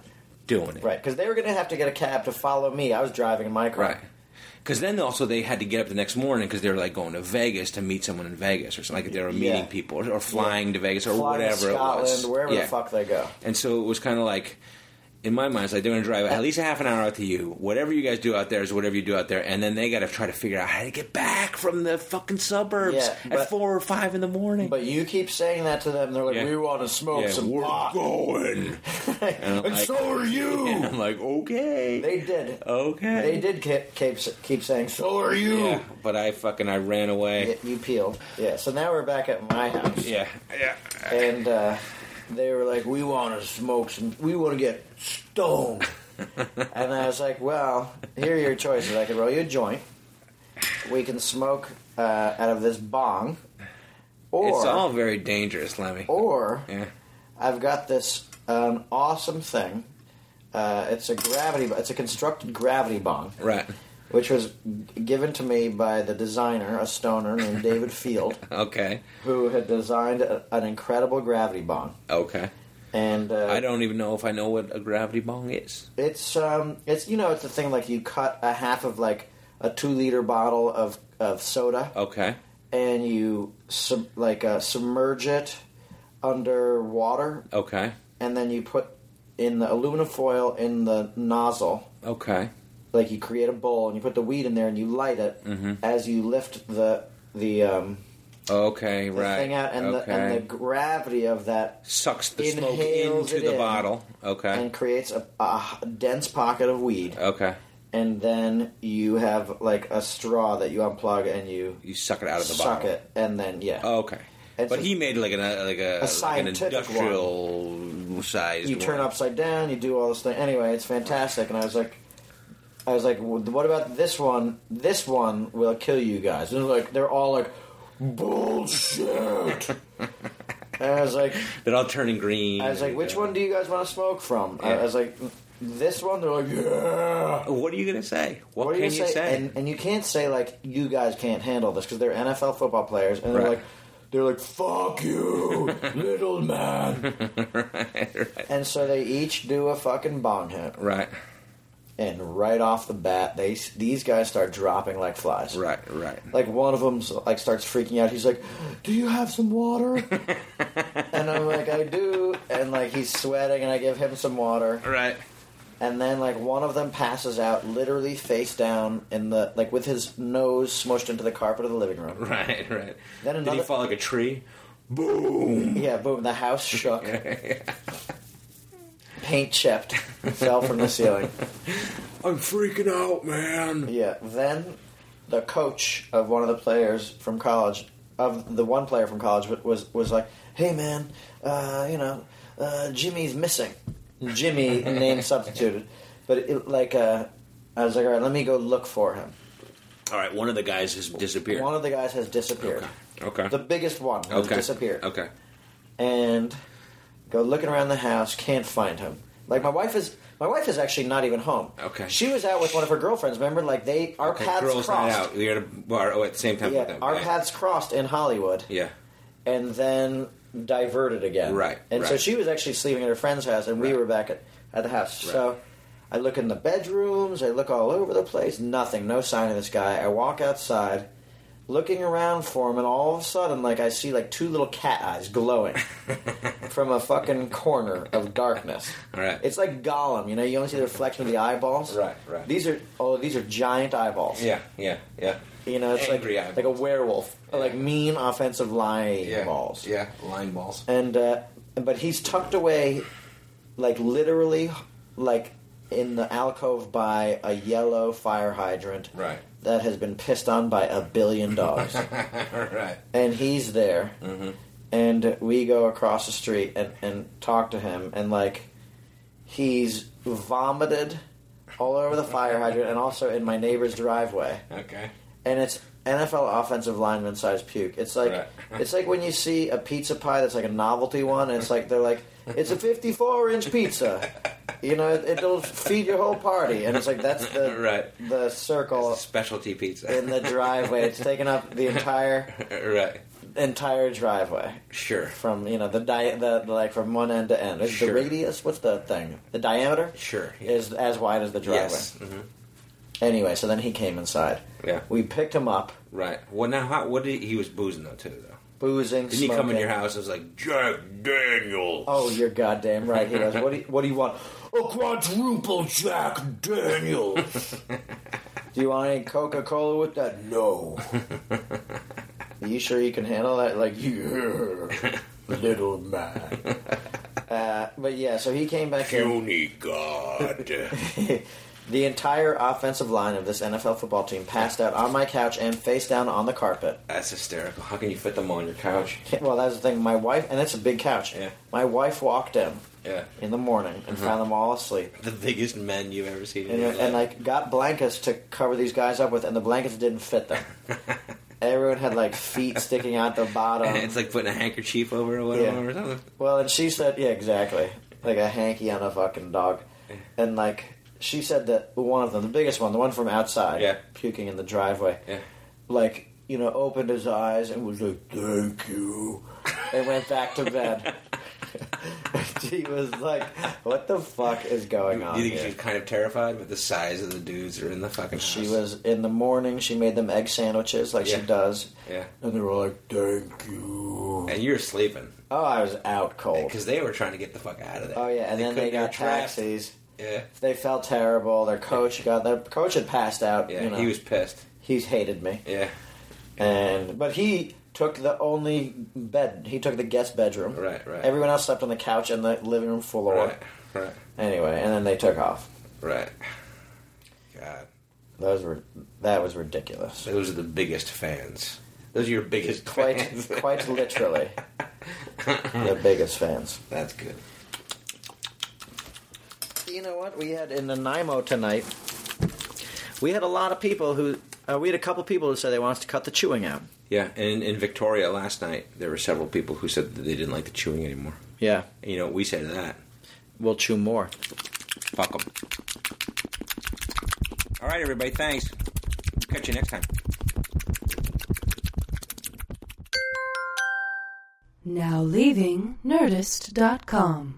[SPEAKER 6] doing it.
[SPEAKER 5] Right, because they were going to have to get a cab to follow me. I was driving in my car.
[SPEAKER 6] Right. Because then also they had to get up the next morning because they were like going to Vegas to meet someone in Vegas or something. Like they were meeting
[SPEAKER 5] Yeah.
[SPEAKER 6] people or, or flying to Vegas or
[SPEAKER 5] Flying
[SPEAKER 6] whatever
[SPEAKER 5] to Scotland,
[SPEAKER 6] it was.
[SPEAKER 5] wherever
[SPEAKER 6] Yeah.
[SPEAKER 5] the fuck they go.
[SPEAKER 6] And so it was kind of like, in my mind, it's like they're going to drive at least a half an hour out to you. Whatever you guys do out there is whatever you do out there. And then they got to try to figure out how to get back from the fucking suburbs
[SPEAKER 5] Yeah, but-
[SPEAKER 6] at four or five in the morning.
[SPEAKER 5] But you keep saying that to them, they're like,
[SPEAKER 6] Yeah.
[SPEAKER 5] "We want to smoke
[SPEAKER 6] yeah,
[SPEAKER 5] some
[SPEAKER 6] we're
[SPEAKER 5] pot,"
[SPEAKER 6] going.
[SPEAKER 5] and,
[SPEAKER 6] like-
[SPEAKER 5] so are you.
[SPEAKER 6] And I'm like, okay.
[SPEAKER 5] They did.
[SPEAKER 6] okay.
[SPEAKER 5] They did keep, keep keep saying, "So are you."
[SPEAKER 6] Yeah, but I fucking, I ran away.
[SPEAKER 5] Yeah, you peeled. Yeah. So now we're back at my house,
[SPEAKER 6] Yeah. Yeah.
[SPEAKER 5] and uh, they were like, "We want to smoke some. We want to get stoned." and I was like, "Well, here are your choices. I could roll you a joint. We can smoke uh, out of this bong, or
[SPEAKER 6] it's all very dangerous, Lemmy.
[SPEAKER 5] or
[SPEAKER 6] yeah.
[SPEAKER 5] I've got this um, awesome thing. Uh, it's a gravity. It's a constructed gravity bong,
[SPEAKER 6] Right.
[SPEAKER 5] which was g- given to me by the designer, a stoner named David Field,
[SPEAKER 6] Okay.
[SPEAKER 5] who had designed a, an incredible gravity bong.
[SPEAKER 6] Okay.
[SPEAKER 5] And uh,
[SPEAKER 6] I don't even know if I know what a gravity bong is.
[SPEAKER 5] It's um, it's you know, it's a thing like you cut a half of like a two liter bottle of of soda,
[SPEAKER 6] Okay.
[SPEAKER 5] and you sub, like uh, submerge it under water,
[SPEAKER 6] Okay.
[SPEAKER 5] and then you put in the aluminum foil in the nozzle.
[SPEAKER 6] Okay.
[SPEAKER 5] like you create a bowl and you put the weed in there and you light it
[SPEAKER 6] Mm-hmm.
[SPEAKER 5] as you lift the the um
[SPEAKER 6] Okay,
[SPEAKER 5] the
[SPEAKER 6] right.
[SPEAKER 5] thing out and
[SPEAKER 6] okay.
[SPEAKER 5] the and the gravity of that
[SPEAKER 6] sucks the smoke
[SPEAKER 5] inhales
[SPEAKER 6] into
[SPEAKER 5] it
[SPEAKER 6] the
[SPEAKER 5] in.
[SPEAKER 6] bottle. Okay. Uh.
[SPEAKER 5] and creates a, a dense pocket of weed
[SPEAKER 6] okay.
[SPEAKER 5] and then you have like a straw that you unplug and you
[SPEAKER 6] You suck it out of the
[SPEAKER 5] suck
[SPEAKER 6] bottle. Oh,
[SPEAKER 5] it and then yeah
[SPEAKER 6] Okay.
[SPEAKER 5] It's
[SPEAKER 6] but
[SPEAKER 5] a-
[SPEAKER 6] he made like an uh, like a, like an
[SPEAKER 5] scientific
[SPEAKER 6] industrial size.
[SPEAKER 5] you turn upside down you do all this thing anyway it's fantastic and I was like I was like "Well, what about this one this one will kill you guys and they're like they're all like bullshit and I was like
[SPEAKER 6] They're all turning green.
[SPEAKER 5] I was like, which one do you guys want to smoke from? I-
[SPEAKER 6] Yeah.
[SPEAKER 5] I was like, this one. They're like, yeah.
[SPEAKER 6] What are you gonna say? What,
[SPEAKER 5] What are
[SPEAKER 6] can
[SPEAKER 5] you
[SPEAKER 6] you
[SPEAKER 5] gonna say? And, and you can't say like you guys can't handle this because they're NFL football players, and they're
[SPEAKER 6] Right.
[SPEAKER 5] like, they're like, fuck you, little man. And so they each do a fucking bong hit,
[SPEAKER 6] right.
[SPEAKER 5] and right off the bat, they s- these guys start dropping like flies.
[SPEAKER 6] Right. Right.
[SPEAKER 5] Like one of them like starts freaking out. He's like, "Do you have some water?" and I'm like, "I do." And like he's sweating, and I give him some water.
[SPEAKER 6] Right.
[SPEAKER 5] and then like one of them passes out literally face down in the like with his nose smushed into the carpet of the living room
[SPEAKER 6] Right. Right.
[SPEAKER 5] Then
[SPEAKER 6] Did he
[SPEAKER 5] another-
[SPEAKER 6] fall like a tree? Boom.
[SPEAKER 5] yeah boom the house shook paint chipped fell from the ceiling
[SPEAKER 6] I'm freaking out, man.
[SPEAKER 5] yeah then the coach of one of the players from college of the one player from college wa- was was like hey man uh, you know uh, jimmy's missing jimmy name substituted but it, like uh, i was like all right let me go look for him
[SPEAKER 6] All right. One of the guys has disappeared.
[SPEAKER 5] One of the guys has disappeared.
[SPEAKER 6] Okay.
[SPEAKER 5] The biggest one has
[SPEAKER 6] okay.
[SPEAKER 5] disappeared.
[SPEAKER 6] Okay.
[SPEAKER 5] And go looking around the house, can't find him. Like my wife is my wife is actually not even home.
[SPEAKER 6] Okay.
[SPEAKER 5] She was out with one of her girlfriends, remember? Like they our
[SPEAKER 6] Okay,
[SPEAKER 5] paths
[SPEAKER 6] girls night
[SPEAKER 5] crossed.
[SPEAKER 6] out. We are at a bar oh, at the same time.
[SPEAKER 5] Yeah,
[SPEAKER 6] with them.
[SPEAKER 5] our
[SPEAKER 6] yeah.
[SPEAKER 5] paths crossed in Hollywood
[SPEAKER 6] Yeah.
[SPEAKER 5] and then diverted again.
[SPEAKER 6] Right,
[SPEAKER 5] And so
[SPEAKER 6] right.
[SPEAKER 5] she was actually sleeping at her friend's house and we
[SPEAKER 6] Right.
[SPEAKER 5] were back at, at the house.
[SPEAKER 6] Right.
[SPEAKER 5] So I look in the bedrooms, I look all over the place, nothing, no sign of this guy. I walk outside, looking around for him, and all of a sudden, like I see like two little cat eyes glowing from a fucking corner of darkness.
[SPEAKER 6] Right.
[SPEAKER 5] It's like Gollum, you know. You only see the reflection of the eyeballs.
[SPEAKER 6] Right, right.
[SPEAKER 5] These are oh, these are giant eyeballs.
[SPEAKER 6] Yeah, yeah, yeah.
[SPEAKER 5] You know, it's
[SPEAKER 6] Angry
[SPEAKER 5] like
[SPEAKER 6] eyeballs.
[SPEAKER 5] like a werewolf, like mean offensive line
[SPEAKER 6] Yeah.
[SPEAKER 5] balls.
[SPEAKER 6] Yeah, line balls.
[SPEAKER 5] And uh, but he's tucked away, like literally, like in the alcove by a yellow fire hydrant.
[SPEAKER 6] Right.
[SPEAKER 5] That has been pissed on by a billion dogs.
[SPEAKER 6] right.
[SPEAKER 5] and he's there,
[SPEAKER 6] Mm-hmm.
[SPEAKER 5] and we go across the street and, and talk to him, and like he's vomited all over the fire hydrant and also in my neighbor's driveway,
[SPEAKER 6] Okay.
[SPEAKER 5] and it's NFL offensive lineman size puke. It's like
[SPEAKER 6] Right.
[SPEAKER 5] it's like when you see a pizza pie that's like a novelty one, and it's like they're like it's a fifty four inch pizza. You know, it, it'll feed your whole party, and it's like that's the
[SPEAKER 6] Right.
[SPEAKER 5] the circle
[SPEAKER 6] Specialty pizza.
[SPEAKER 5] in the driveway. It's taking up the entire
[SPEAKER 6] right.
[SPEAKER 5] entire driveway
[SPEAKER 6] Sure.
[SPEAKER 5] from you know the di- the the, like from one end to end. Is
[SPEAKER 6] Sure.
[SPEAKER 5] the radius? What's the thing? The diameter?
[SPEAKER 6] Sure. Yeah.
[SPEAKER 5] Is as wide as the driveway.
[SPEAKER 6] Yes. hmm
[SPEAKER 5] Anyway, so then he came inside.
[SPEAKER 6] Yeah.
[SPEAKER 5] We picked him up,
[SPEAKER 6] Right. Well, now how, what did he, he was boozing though too though.
[SPEAKER 5] boozing.
[SPEAKER 6] Didn't he come in
[SPEAKER 5] smoking.
[SPEAKER 6] your house and was like Jack Daniels?
[SPEAKER 5] Oh, you're goddamn right. He was. What do you, what do you want?
[SPEAKER 6] a quadruple Jack Daniels.
[SPEAKER 5] Do you want any Coca Cola with that? No. Are you sure you can handle that? Like you, little man. Uh, but yeah, so he came back in.
[SPEAKER 6] Puny God.
[SPEAKER 5] The entire offensive line of this NFL football team passed out on my couch and face down on the carpet.
[SPEAKER 6] That's hysterical. How can you fit them on your couch?
[SPEAKER 5] Well, that was the thing. My wife, and it's a big couch.
[SPEAKER 6] Yeah.
[SPEAKER 5] My wife walked in
[SPEAKER 6] Yeah. Mm-hmm.
[SPEAKER 5] in the morning and found them all asleep,
[SPEAKER 6] The biggest men you've ever seen.
[SPEAKER 5] and, uh,
[SPEAKER 6] in your
[SPEAKER 5] and
[SPEAKER 6] life.
[SPEAKER 5] like got blankets to cover these guys up with, and the blankets didn't fit them. Everyone had like feet sticking out the bottom.
[SPEAKER 6] it's like putting a handkerchief over a
[SPEAKER 5] Yeah.
[SPEAKER 6] or something.
[SPEAKER 5] Well, and she said, yeah, exactly. Like a hanky on a fucking dog. And, like, she said that one of them, the biggest one, the one from outside,
[SPEAKER 6] Yeah.
[SPEAKER 5] puking in the driveway,
[SPEAKER 6] Yeah.
[SPEAKER 5] like, you know, opened his eyes and was like, thank you, and went back to bed. she was like, what the fuck is going on
[SPEAKER 6] Do you think
[SPEAKER 5] here?
[SPEAKER 6] she's kind of terrified with the size of the dudes that are in the fucking house?
[SPEAKER 5] She was in the morning. She made them egg sandwiches, like
[SPEAKER 6] Yeah.
[SPEAKER 5] she does,
[SPEAKER 6] Yeah.
[SPEAKER 5] and they were like, "Thank you."
[SPEAKER 6] And you're sleeping
[SPEAKER 5] Oh, I was out cold.
[SPEAKER 6] because they were trying to get the fuck out of there.
[SPEAKER 5] Oh yeah, and then they
[SPEAKER 6] couldn't-
[SPEAKER 5] got
[SPEAKER 6] were trapped.
[SPEAKER 5] taxis.
[SPEAKER 6] Yeah.
[SPEAKER 5] They felt terrible. Their coach got their coach had passed out.
[SPEAKER 6] Yeah.
[SPEAKER 5] you know.
[SPEAKER 6] He was pissed.
[SPEAKER 5] he's hated me,
[SPEAKER 6] Yeah.
[SPEAKER 5] and but he took the only bed. He took the guest bedroom.
[SPEAKER 6] Right, right.
[SPEAKER 5] Everyone else slept on the couch and the living room floor.
[SPEAKER 6] Right. Right.
[SPEAKER 5] Anyway, and then they took off.
[SPEAKER 6] Right. God.
[SPEAKER 5] Those were that was ridiculous.
[SPEAKER 6] Those are the biggest fans. Those are your biggest
[SPEAKER 5] Quite,
[SPEAKER 6] fans.
[SPEAKER 5] quite literally, the biggest fans.
[SPEAKER 6] That's good.
[SPEAKER 5] You know what? We had in Nanaimo tonight, we had a lot of people who, uh, we had a couple people who said they wanted us to cut the chewing out.
[SPEAKER 6] Yeah, and in Victoria last night, there were several people who said that they didn't like the chewing anymore.
[SPEAKER 5] Yeah.
[SPEAKER 6] And you know what we say to that?
[SPEAKER 5] We'll chew more.
[SPEAKER 6] Fuck them. All right, everybody, thanks. Catch you next time.
[SPEAKER 2] Now leaving Nerdist.com.